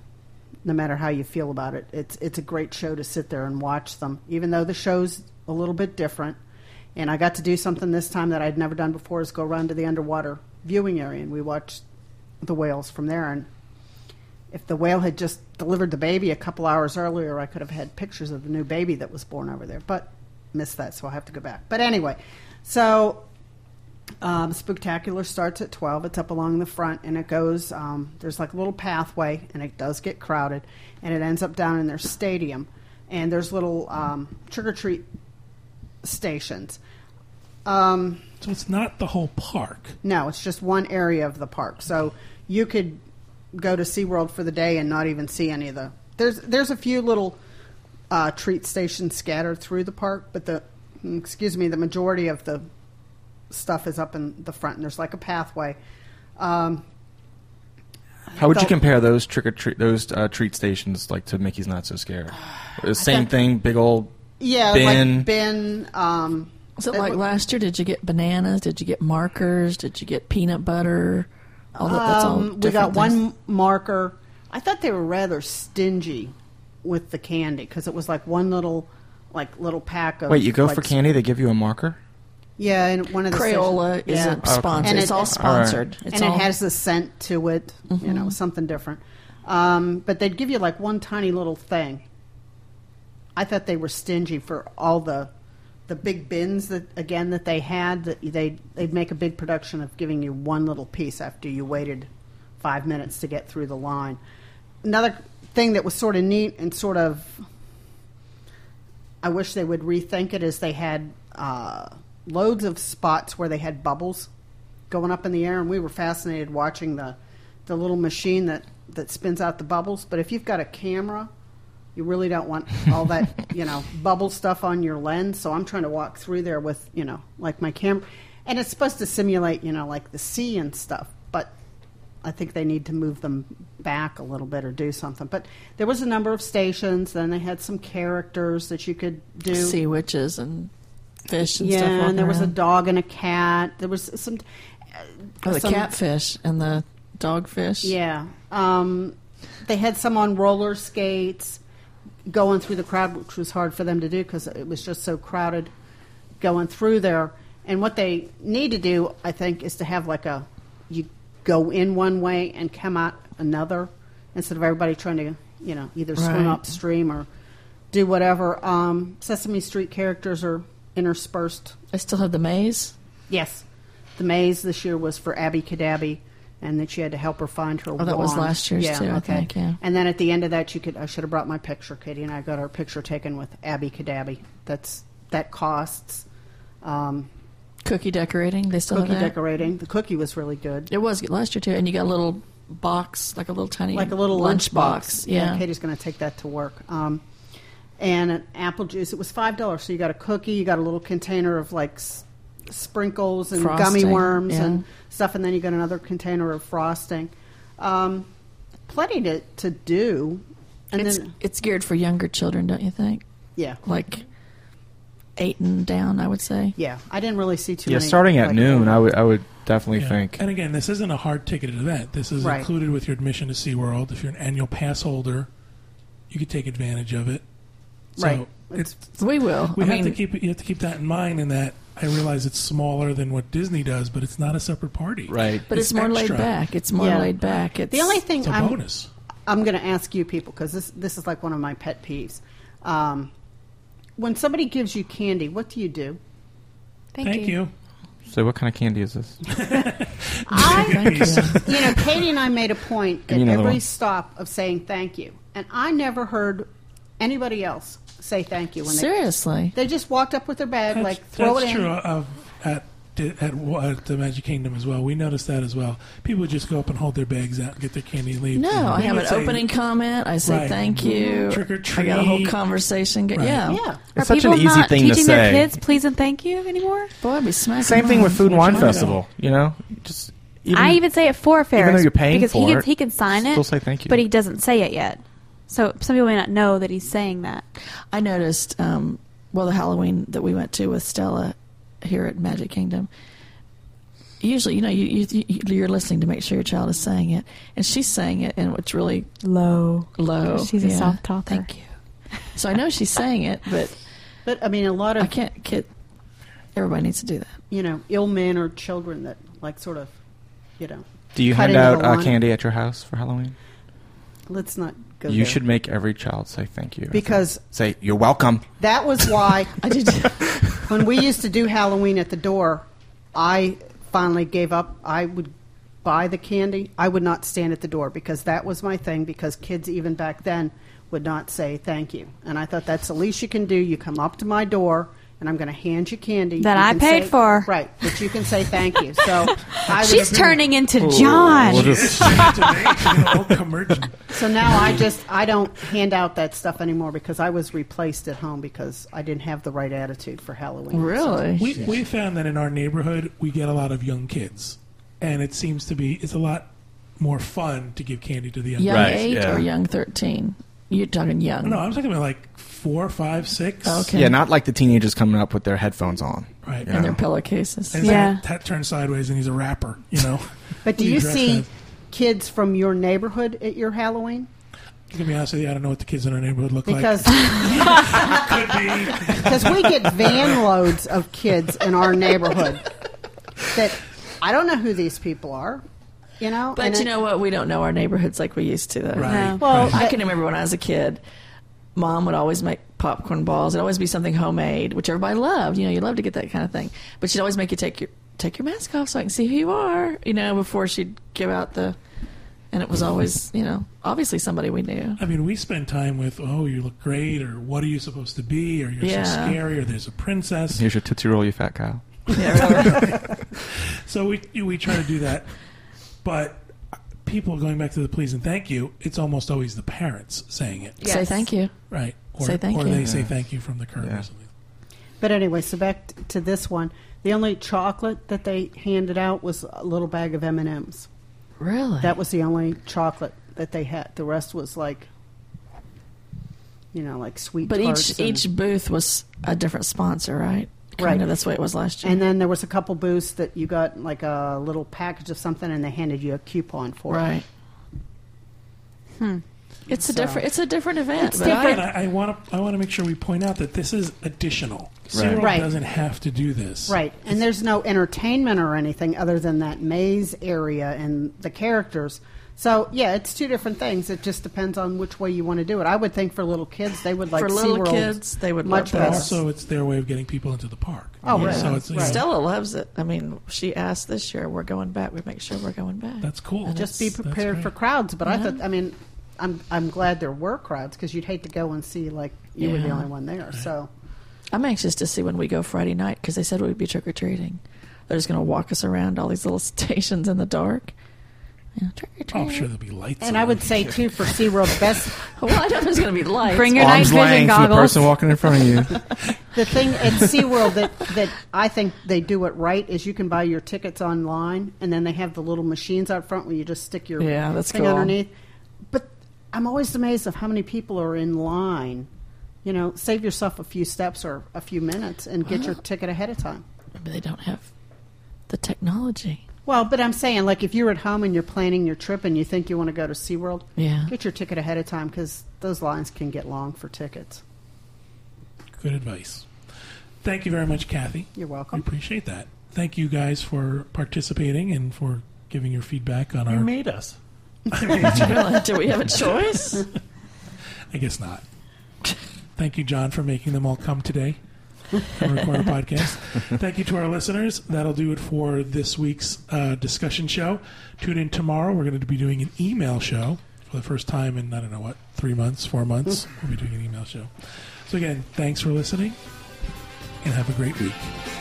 Speaker 4: no matter how you feel about it, it's, it's a great show to sit there and watch them, even though the show's a little bit different. And I got to do something this time that I'd never done before is go run to the underwater viewing area. And we watched the whales from there. And if the whale had just delivered the baby a couple hours earlier, I could have had pictures of the new baby that was born over there, but missed that, so I'll have to go back. But anyway, so um, Spooktacular starts at 12. It's up along the front, and it goes, um, there's like a little pathway, and it does get crowded, and it ends up down in their stadium. And there's little um, trick or treat stations. Um,
Speaker 1: So it's not the whole park.
Speaker 4: no, it's just one area of the park. So you could go to SeaWorld for the day and not even see any of the. There's there's a few little uh, treat stations scattered through the park, but the excuse me, the majority of the stuff is up in the front, and there's like a pathway. Um,
Speaker 5: How would you
Speaker 4: Don't-
Speaker 5: compare those trick or treat those uh, treat stations like to Mickey's Not So Scared? Uh, Same thing, big old
Speaker 4: yeah,
Speaker 5: bin.
Speaker 4: like bin. Um,
Speaker 7: Was it like
Speaker 4: wa-
Speaker 7: last year? Did you get bananas? Did you get markers? Did you get peanut butter? All that, Oh, that's all
Speaker 4: Um, we got
Speaker 7: different things.
Speaker 4: one marker. I thought they were rather stingy with the candy because it was like one little, like little pack of.
Speaker 5: Wait, you go
Speaker 4: like,
Speaker 5: for candy? They give you a marker?
Speaker 4: Yeah, and one of the
Speaker 7: Crayola
Speaker 4: stations- yeah.
Speaker 7: isn't sponsored.
Speaker 4: And
Speaker 7: it's
Speaker 4: it-
Speaker 7: all
Speaker 4: All right.
Speaker 7: sponsored. It's
Speaker 4: and
Speaker 7: all, Mm-hmm.
Speaker 4: it has the scent to it, you know, something different. Um, but they'd give you like one tiny little thing. I thought they were stingy for all the the big bins that again that they had that they they'd make a big production of giving you one little piece after you waited five minutes to get through the line. Another thing that was sort of neat and sort of I wish they would rethink it as they had uh, loads of spots where they had bubbles going up in the air, and we were fascinated watching the the little machine that that spins out the bubbles. But if you've got a camera, you really don't want all that you know bubble stuff on your lens. So I'm trying to walk through there with you know like my camera, and it's supposed to simulate you know like the sea and stuff, but I think they need to move them back a little bit or do something. But there was a number of stations. Then they had some characters that you could do.
Speaker 7: sea witches and fish and
Speaker 4: yeah,
Speaker 7: stuff. walking
Speaker 4: and there was a
Speaker 7: around.
Speaker 4: dog and a cat. There was some. uh,
Speaker 7: Oh, the
Speaker 4: some-
Speaker 7: catfish and the dogfish.
Speaker 4: Yeah. Um, they had some on roller skates going through the crowd, which was hard for them to do because it was just so crowded going through there. And what they need to do, I think, is to have like a you go in one way and come out another instead of everybody trying to, you know, either swim
Speaker 7: Right.
Speaker 4: upstream or do whatever. Um, Sesame Street characters are interspersed
Speaker 7: I still have the maze.
Speaker 4: Yes. The maze this year was for Abby Kadabi, and that she had to help her find her.
Speaker 7: Oh, that was
Speaker 4: wand.
Speaker 7: last year's
Speaker 4: yeah,
Speaker 7: too, I
Speaker 4: Okay.
Speaker 7: think, yeah.
Speaker 4: And then at the end of that, you could. I should have brought my picture, Katie, and I got our picture taken with Abby Kadabi. That's that costs. Um,
Speaker 7: Cookie decorating. They still
Speaker 4: cookie
Speaker 7: have Oh, that.
Speaker 4: decorating. The cookie was really good.
Speaker 7: It was good last year too, and you got a little box, like a little tiny,
Speaker 4: like a little lunch box.
Speaker 7: Yeah,
Speaker 4: Katie's going to take that to work. Um, and an apple juice. It was five dollars. So you got a cookie, you got a little container of like s- sprinkles and gummy
Speaker 7: Frosting,
Speaker 4: worms
Speaker 7: yeah.
Speaker 4: and stuff, and then you got another container of frosting. Um, plenty to to do. And
Speaker 7: it's
Speaker 4: then
Speaker 7: it's geared for younger children, don't you think?
Speaker 4: yeah,
Speaker 7: Like eight and down, I would say.
Speaker 4: yeah. I didn't really see too
Speaker 5: Yeah,
Speaker 4: many.
Speaker 5: starting at
Speaker 4: like-
Speaker 5: noon, I would I would definitely
Speaker 1: Yeah.
Speaker 5: think.
Speaker 1: And again, this isn't a hard ticketed event. This is
Speaker 4: Right.
Speaker 1: included with your admission to SeaWorld. If you're an annual pass holder, you could take advantage of it. So
Speaker 4: Right.
Speaker 1: It's,
Speaker 7: We will.
Speaker 1: we
Speaker 7: I
Speaker 1: have
Speaker 7: mean,
Speaker 1: to keep you have to keep that in mind. In that, I realize it's smaller than what Disney does, but it's not a separate party.
Speaker 5: Right.
Speaker 7: but it's, more
Speaker 1: extra.
Speaker 7: laid back. It's more
Speaker 4: Yeah.
Speaker 7: laid back. It's
Speaker 4: The only thing
Speaker 1: It's a
Speaker 4: I'm
Speaker 1: bonus.
Speaker 4: I'm going to ask you people because this this is like one of my pet peeves. Um, when somebody gives you candy, what do you do?
Speaker 2: Thank, you.
Speaker 5: So what kind of candy is this?
Speaker 4: I
Speaker 7: Thank you.
Speaker 4: you know, Katie and I made a point at
Speaker 5: Give me another
Speaker 4: every
Speaker 5: one.
Speaker 4: stop of saying thank you, and I never heard anybody else say thank you when
Speaker 7: Seriously,
Speaker 4: they they just walked up with their bag,
Speaker 1: That's,
Speaker 4: like throw
Speaker 1: that's
Speaker 4: it
Speaker 1: true.
Speaker 4: in.
Speaker 1: Of at di- at, wa- at the Magic Kingdom as well. We noticed that as well. People would just go up and hold their bags out and get their candy and leave.
Speaker 7: no. I
Speaker 1: We
Speaker 7: have
Speaker 1: would Mm-hmm.
Speaker 7: an
Speaker 1: say,
Speaker 7: opening comment. I say
Speaker 1: Right. Mm-hmm.
Speaker 7: thank you.
Speaker 1: Trick or
Speaker 7: I got a whole
Speaker 1: treat.
Speaker 7: conversation. go-
Speaker 1: Right.
Speaker 7: Yeah.
Speaker 4: Yeah,
Speaker 2: Are
Speaker 5: It's such
Speaker 2: people
Speaker 5: an easy
Speaker 2: not
Speaker 5: thing to
Speaker 2: teaching their
Speaker 5: say.
Speaker 2: kids please and thank you anymore?
Speaker 7: Boy, I'd be smacking.
Speaker 5: Same thing
Speaker 7: mine.
Speaker 5: with Food and Wine
Speaker 1: China.
Speaker 5: Festival. You know, just even,
Speaker 2: I even say it for Ferris
Speaker 5: even though you're paying
Speaker 2: because
Speaker 5: for
Speaker 2: he can,
Speaker 5: it,
Speaker 2: he can sign it,
Speaker 5: still say thank you.
Speaker 2: but he doesn't say it yet. So some people may not know that he's saying that.
Speaker 7: I noticed, um, well, the Halloween that we went to with Stella, here at Magic Kingdom. Usually, you know, you, you, you you're listening to make sure your child is saying it, and she's saying it, and it's really
Speaker 2: Low.
Speaker 7: low.
Speaker 2: She's a
Speaker 7: Yeah.
Speaker 2: soft talker.
Speaker 7: Thank you. So I know she's saying it, but
Speaker 4: But I mean, a lot
Speaker 7: I
Speaker 4: of
Speaker 7: can't. Kid, everybody needs to do that.
Speaker 4: you know ill mannered children that like sort of, you know,
Speaker 5: Do you
Speaker 4: Cut
Speaker 5: hand
Speaker 4: into
Speaker 5: out
Speaker 4: the
Speaker 5: uh,
Speaker 4: lawn.
Speaker 5: candy at your house for Halloween?
Speaker 4: let's not go.
Speaker 5: You
Speaker 4: there.
Speaker 5: should make every child say thank you. I think.
Speaker 4: Because-
Speaker 5: say you're welcome.
Speaker 4: That was
Speaker 2: *laughs*
Speaker 4: why
Speaker 7: I did.
Speaker 4: when we used to do Halloween at the door, I finally gave up. I would buy the candy. I would not stand at the door because that was my thing. Because kids, even back then, would not say thank you. And I thought that's the least you can do. You come up to my door. And I'm going to hand you candy
Speaker 2: That
Speaker 4: You
Speaker 2: I
Speaker 4: can
Speaker 2: paid
Speaker 4: say-
Speaker 2: for.
Speaker 4: right? But you can say thank you.
Speaker 5: *laughs*
Speaker 2: *laughs*
Speaker 4: So I would
Speaker 2: She's
Speaker 4: agree.
Speaker 2: turning into John.
Speaker 5: Oh. We'll just-
Speaker 1: *laughs*
Speaker 7: *laughs*
Speaker 4: So now I just I don't hand out that stuff anymore because I was replaced at home because I didn't have the right attitude for Halloween.
Speaker 7: really?
Speaker 1: We, we found that in our neighborhood, we get a lot of young kids, and it seems to be it's a lot more fun to give candy to the young.
Speaker 7: Young
Speaker 5: Right,
Speaker 7: eight
Speaker 5: yeah.
Speaker 7: or young thirteen? You're talking young.
Speaker 1: No, I'm talking about like four, five, six.
Speaker 7: Okay.
Speaker 5: yeah, not like the teenagers coming up with their headphones on.
Speaker 1: Right.
Speaker 5: you
Speaker 7: and
Speaker 5: know.
Speaker 7: their pillowcases.
Speaker 1: And
Speaker 2: Yeah.
Speaker 1: that, that turns sideways, and he's a rapper. You know.
Speaker 4: But do
Speaker 1: He's
Speaker 4: you
Speaker 1: dressed
Speaker 4: see
Speaker 1: as-
Speaker 4: kids from your neighborhood at your Halloween?
Speaker 1: To be honest with you, I don't know what the kids in our neighborhood look *laughs*
Speaker 4: Because
Speaker 1: like. Could be.
Speaker 4: because we get van loads of kids in our neighborhood that I don't know who these people are, you know.
Speaker 7: But
Speaker 4: and
Speaker 7: you
Speaker 4: it-
Speaker 7: know what? We don't know our neighborhoods like we used to, though.
Speaker 1: Right.
Speaker 4: well,
Speaker 7: uh-huh. I
Speaker 4: that-
Speaker 7: can remember when I was a kid, mom would always make popcorn balls. It'd always be something homemade, which everybody loved. You know, you love to get that kind of thing. But she'd always make you take your take your mask off so I can see who you are. You know, before she'd give out the, and it was always you know obviously somebody we knew.
Speaker 1: I mean, we spend time with, oh, you look great, or what are you supposed to be, or you're so
Speaker 7: Yeah.
Speaker 1: scary, or there's a princess.
Speaker 5: Here's your tootsie roll, you fat cow.
Speaker 1: So we we try to do that, but people going back to the please and thank you. It's almost always the parents saying it,
Speaker 7: Say thank you.
Speaker 1: right? Or,
Speaker 7: Say thank
Speaker 1: or
Speaker 7: you.
Speaker 1: they say thank you from the curb
Speaker 5: Yeah.
Speaker 1: or something.
Speaker 4: But anyway, so back t- to this one. The only chocolate that they handed out was a little bag of M and M's.
Speaker 7: Really?
Speaker 4: That was the only chocolate that they had. The rest was like, you know, like sweet.
Speaker 7: but
Speaker 4: tarts
Speaker 7: each
Speaker 4: and,
Speaker 7: each booth was a different sponsor, right? Kind
Speaker 4: Right.
Speaker 7: Of, that's the way it was last year.
Speaker 4: and then there was a couple booths that you got like a little package of something, and they handed you a coupon for it.
Speaker 7: right. Hmm. It's a
Speaker 4: So-
Speaker 7: different. It's a different event.
Speaker 4: It's
Speaker 7: but I-
Speaker 1: And I want to I want to make sure we point out that this is additional. Cyril
Speaker 4: Right.
Speaker 1: doesn't have to do this.
Speaker 4: Right, and there's no entertainment or anything other than that maze area and the characters. So yeah, it's two different things. It just depends on which way you want to do it. I would think for little kids, they would like
Speaker 7: For little
Speaker 4: SeaWorld
Speaker 7: kids, they would love
Speaker 4: much
Speaker 7: that.
Speaker 1: But
Speaker 4: better.
Speaker 1: also, it's their way of getting people into the park.
Speaker 4: Oh, right.
Speaker 1: So it's you know,
Speaker 4: Right.
Speaker 7: Stella loves it. I mean, she asked this year, we're going back. We make sure we're going back.
Speaker 1: that's cool.
Speaker 4: just be
Speaker 1: That's
Speaker 4: prepared
Speaker 1: great.
Speaker 4: for crowds. But I
Speaker 7: Mm-hmm.
Speaker 4: thought, I mean, I'm I'm glad there were crowds because you'd hate to go and see like you were the
Speaker 7: Yeah.
Speaker 4: only one there. So
Speaker 7: I'm anxious to see when we go Friday night because they said we'd be trick or treating. They're just going to walk us around all these little *laughs* stations in the dark. Yeah, trick *laughs* or
Speaker 1: Oh,
Speaker 7: treat.
Speaker 1: I'm sure there'll be lights.
Speaker 4: and
Speaker 1: on.
Speaker 4: I would say too for SeaWorld best
Speaker 7: Well, I know there's going to be lights.
Speaker 2: Bring your night
Speaker 5: Arms
Speaker 2: vision
Speaker 5: laying from the
Speaker 2: goggles.
Speaker 5: person walking in front of you.
Speaker 4: the thing at SeaWorld that, that I think they do it right is you can buy your tickets online and then they have the little machines out front where you just stick your
Speaker 7: Yeah, that's
Speaker 4: thing
Speaker 7: cool.
Speaker 4: underneath. But I'm always amazed of how many people are in line. You know, save yourself a few steps or a few minutes and get your ticket ahead of time.
Speaker 7: Maybe they don't have the technology. *laughs*
Speaker 4: Well, but I'm saying, like, if you're at home and you're planning your trip and you think you want to go to SeaWorld,
Speaker 7: Yeah.
Speaker 4: get your ticket ahead of time because those lines can get long for tickets.
Speaker 1: Good advice. Thank you very much, Kathy.
Speaker 4: You're
Speaker 1: We
Speaker 4: welcome.
Speaker 1: appreciate that. Thank you guys for participating and for giving your feedback on
Speaker 6: You
Speaker 1: our.
Speaker 6: made us.
Speaker 7: Really? Do we have a choice?
Speaker 1: I guess not. Thank you, John, for making them all come today and record a podcast. Thank you to our listeners. That'll do it for this week's uh, discussion show. Tune in tomorrow. We're going to be doing an email show for the first time in, I don't know what, three months, four months. We'll be doing an email show. So, again, thanks for listening and have a great week.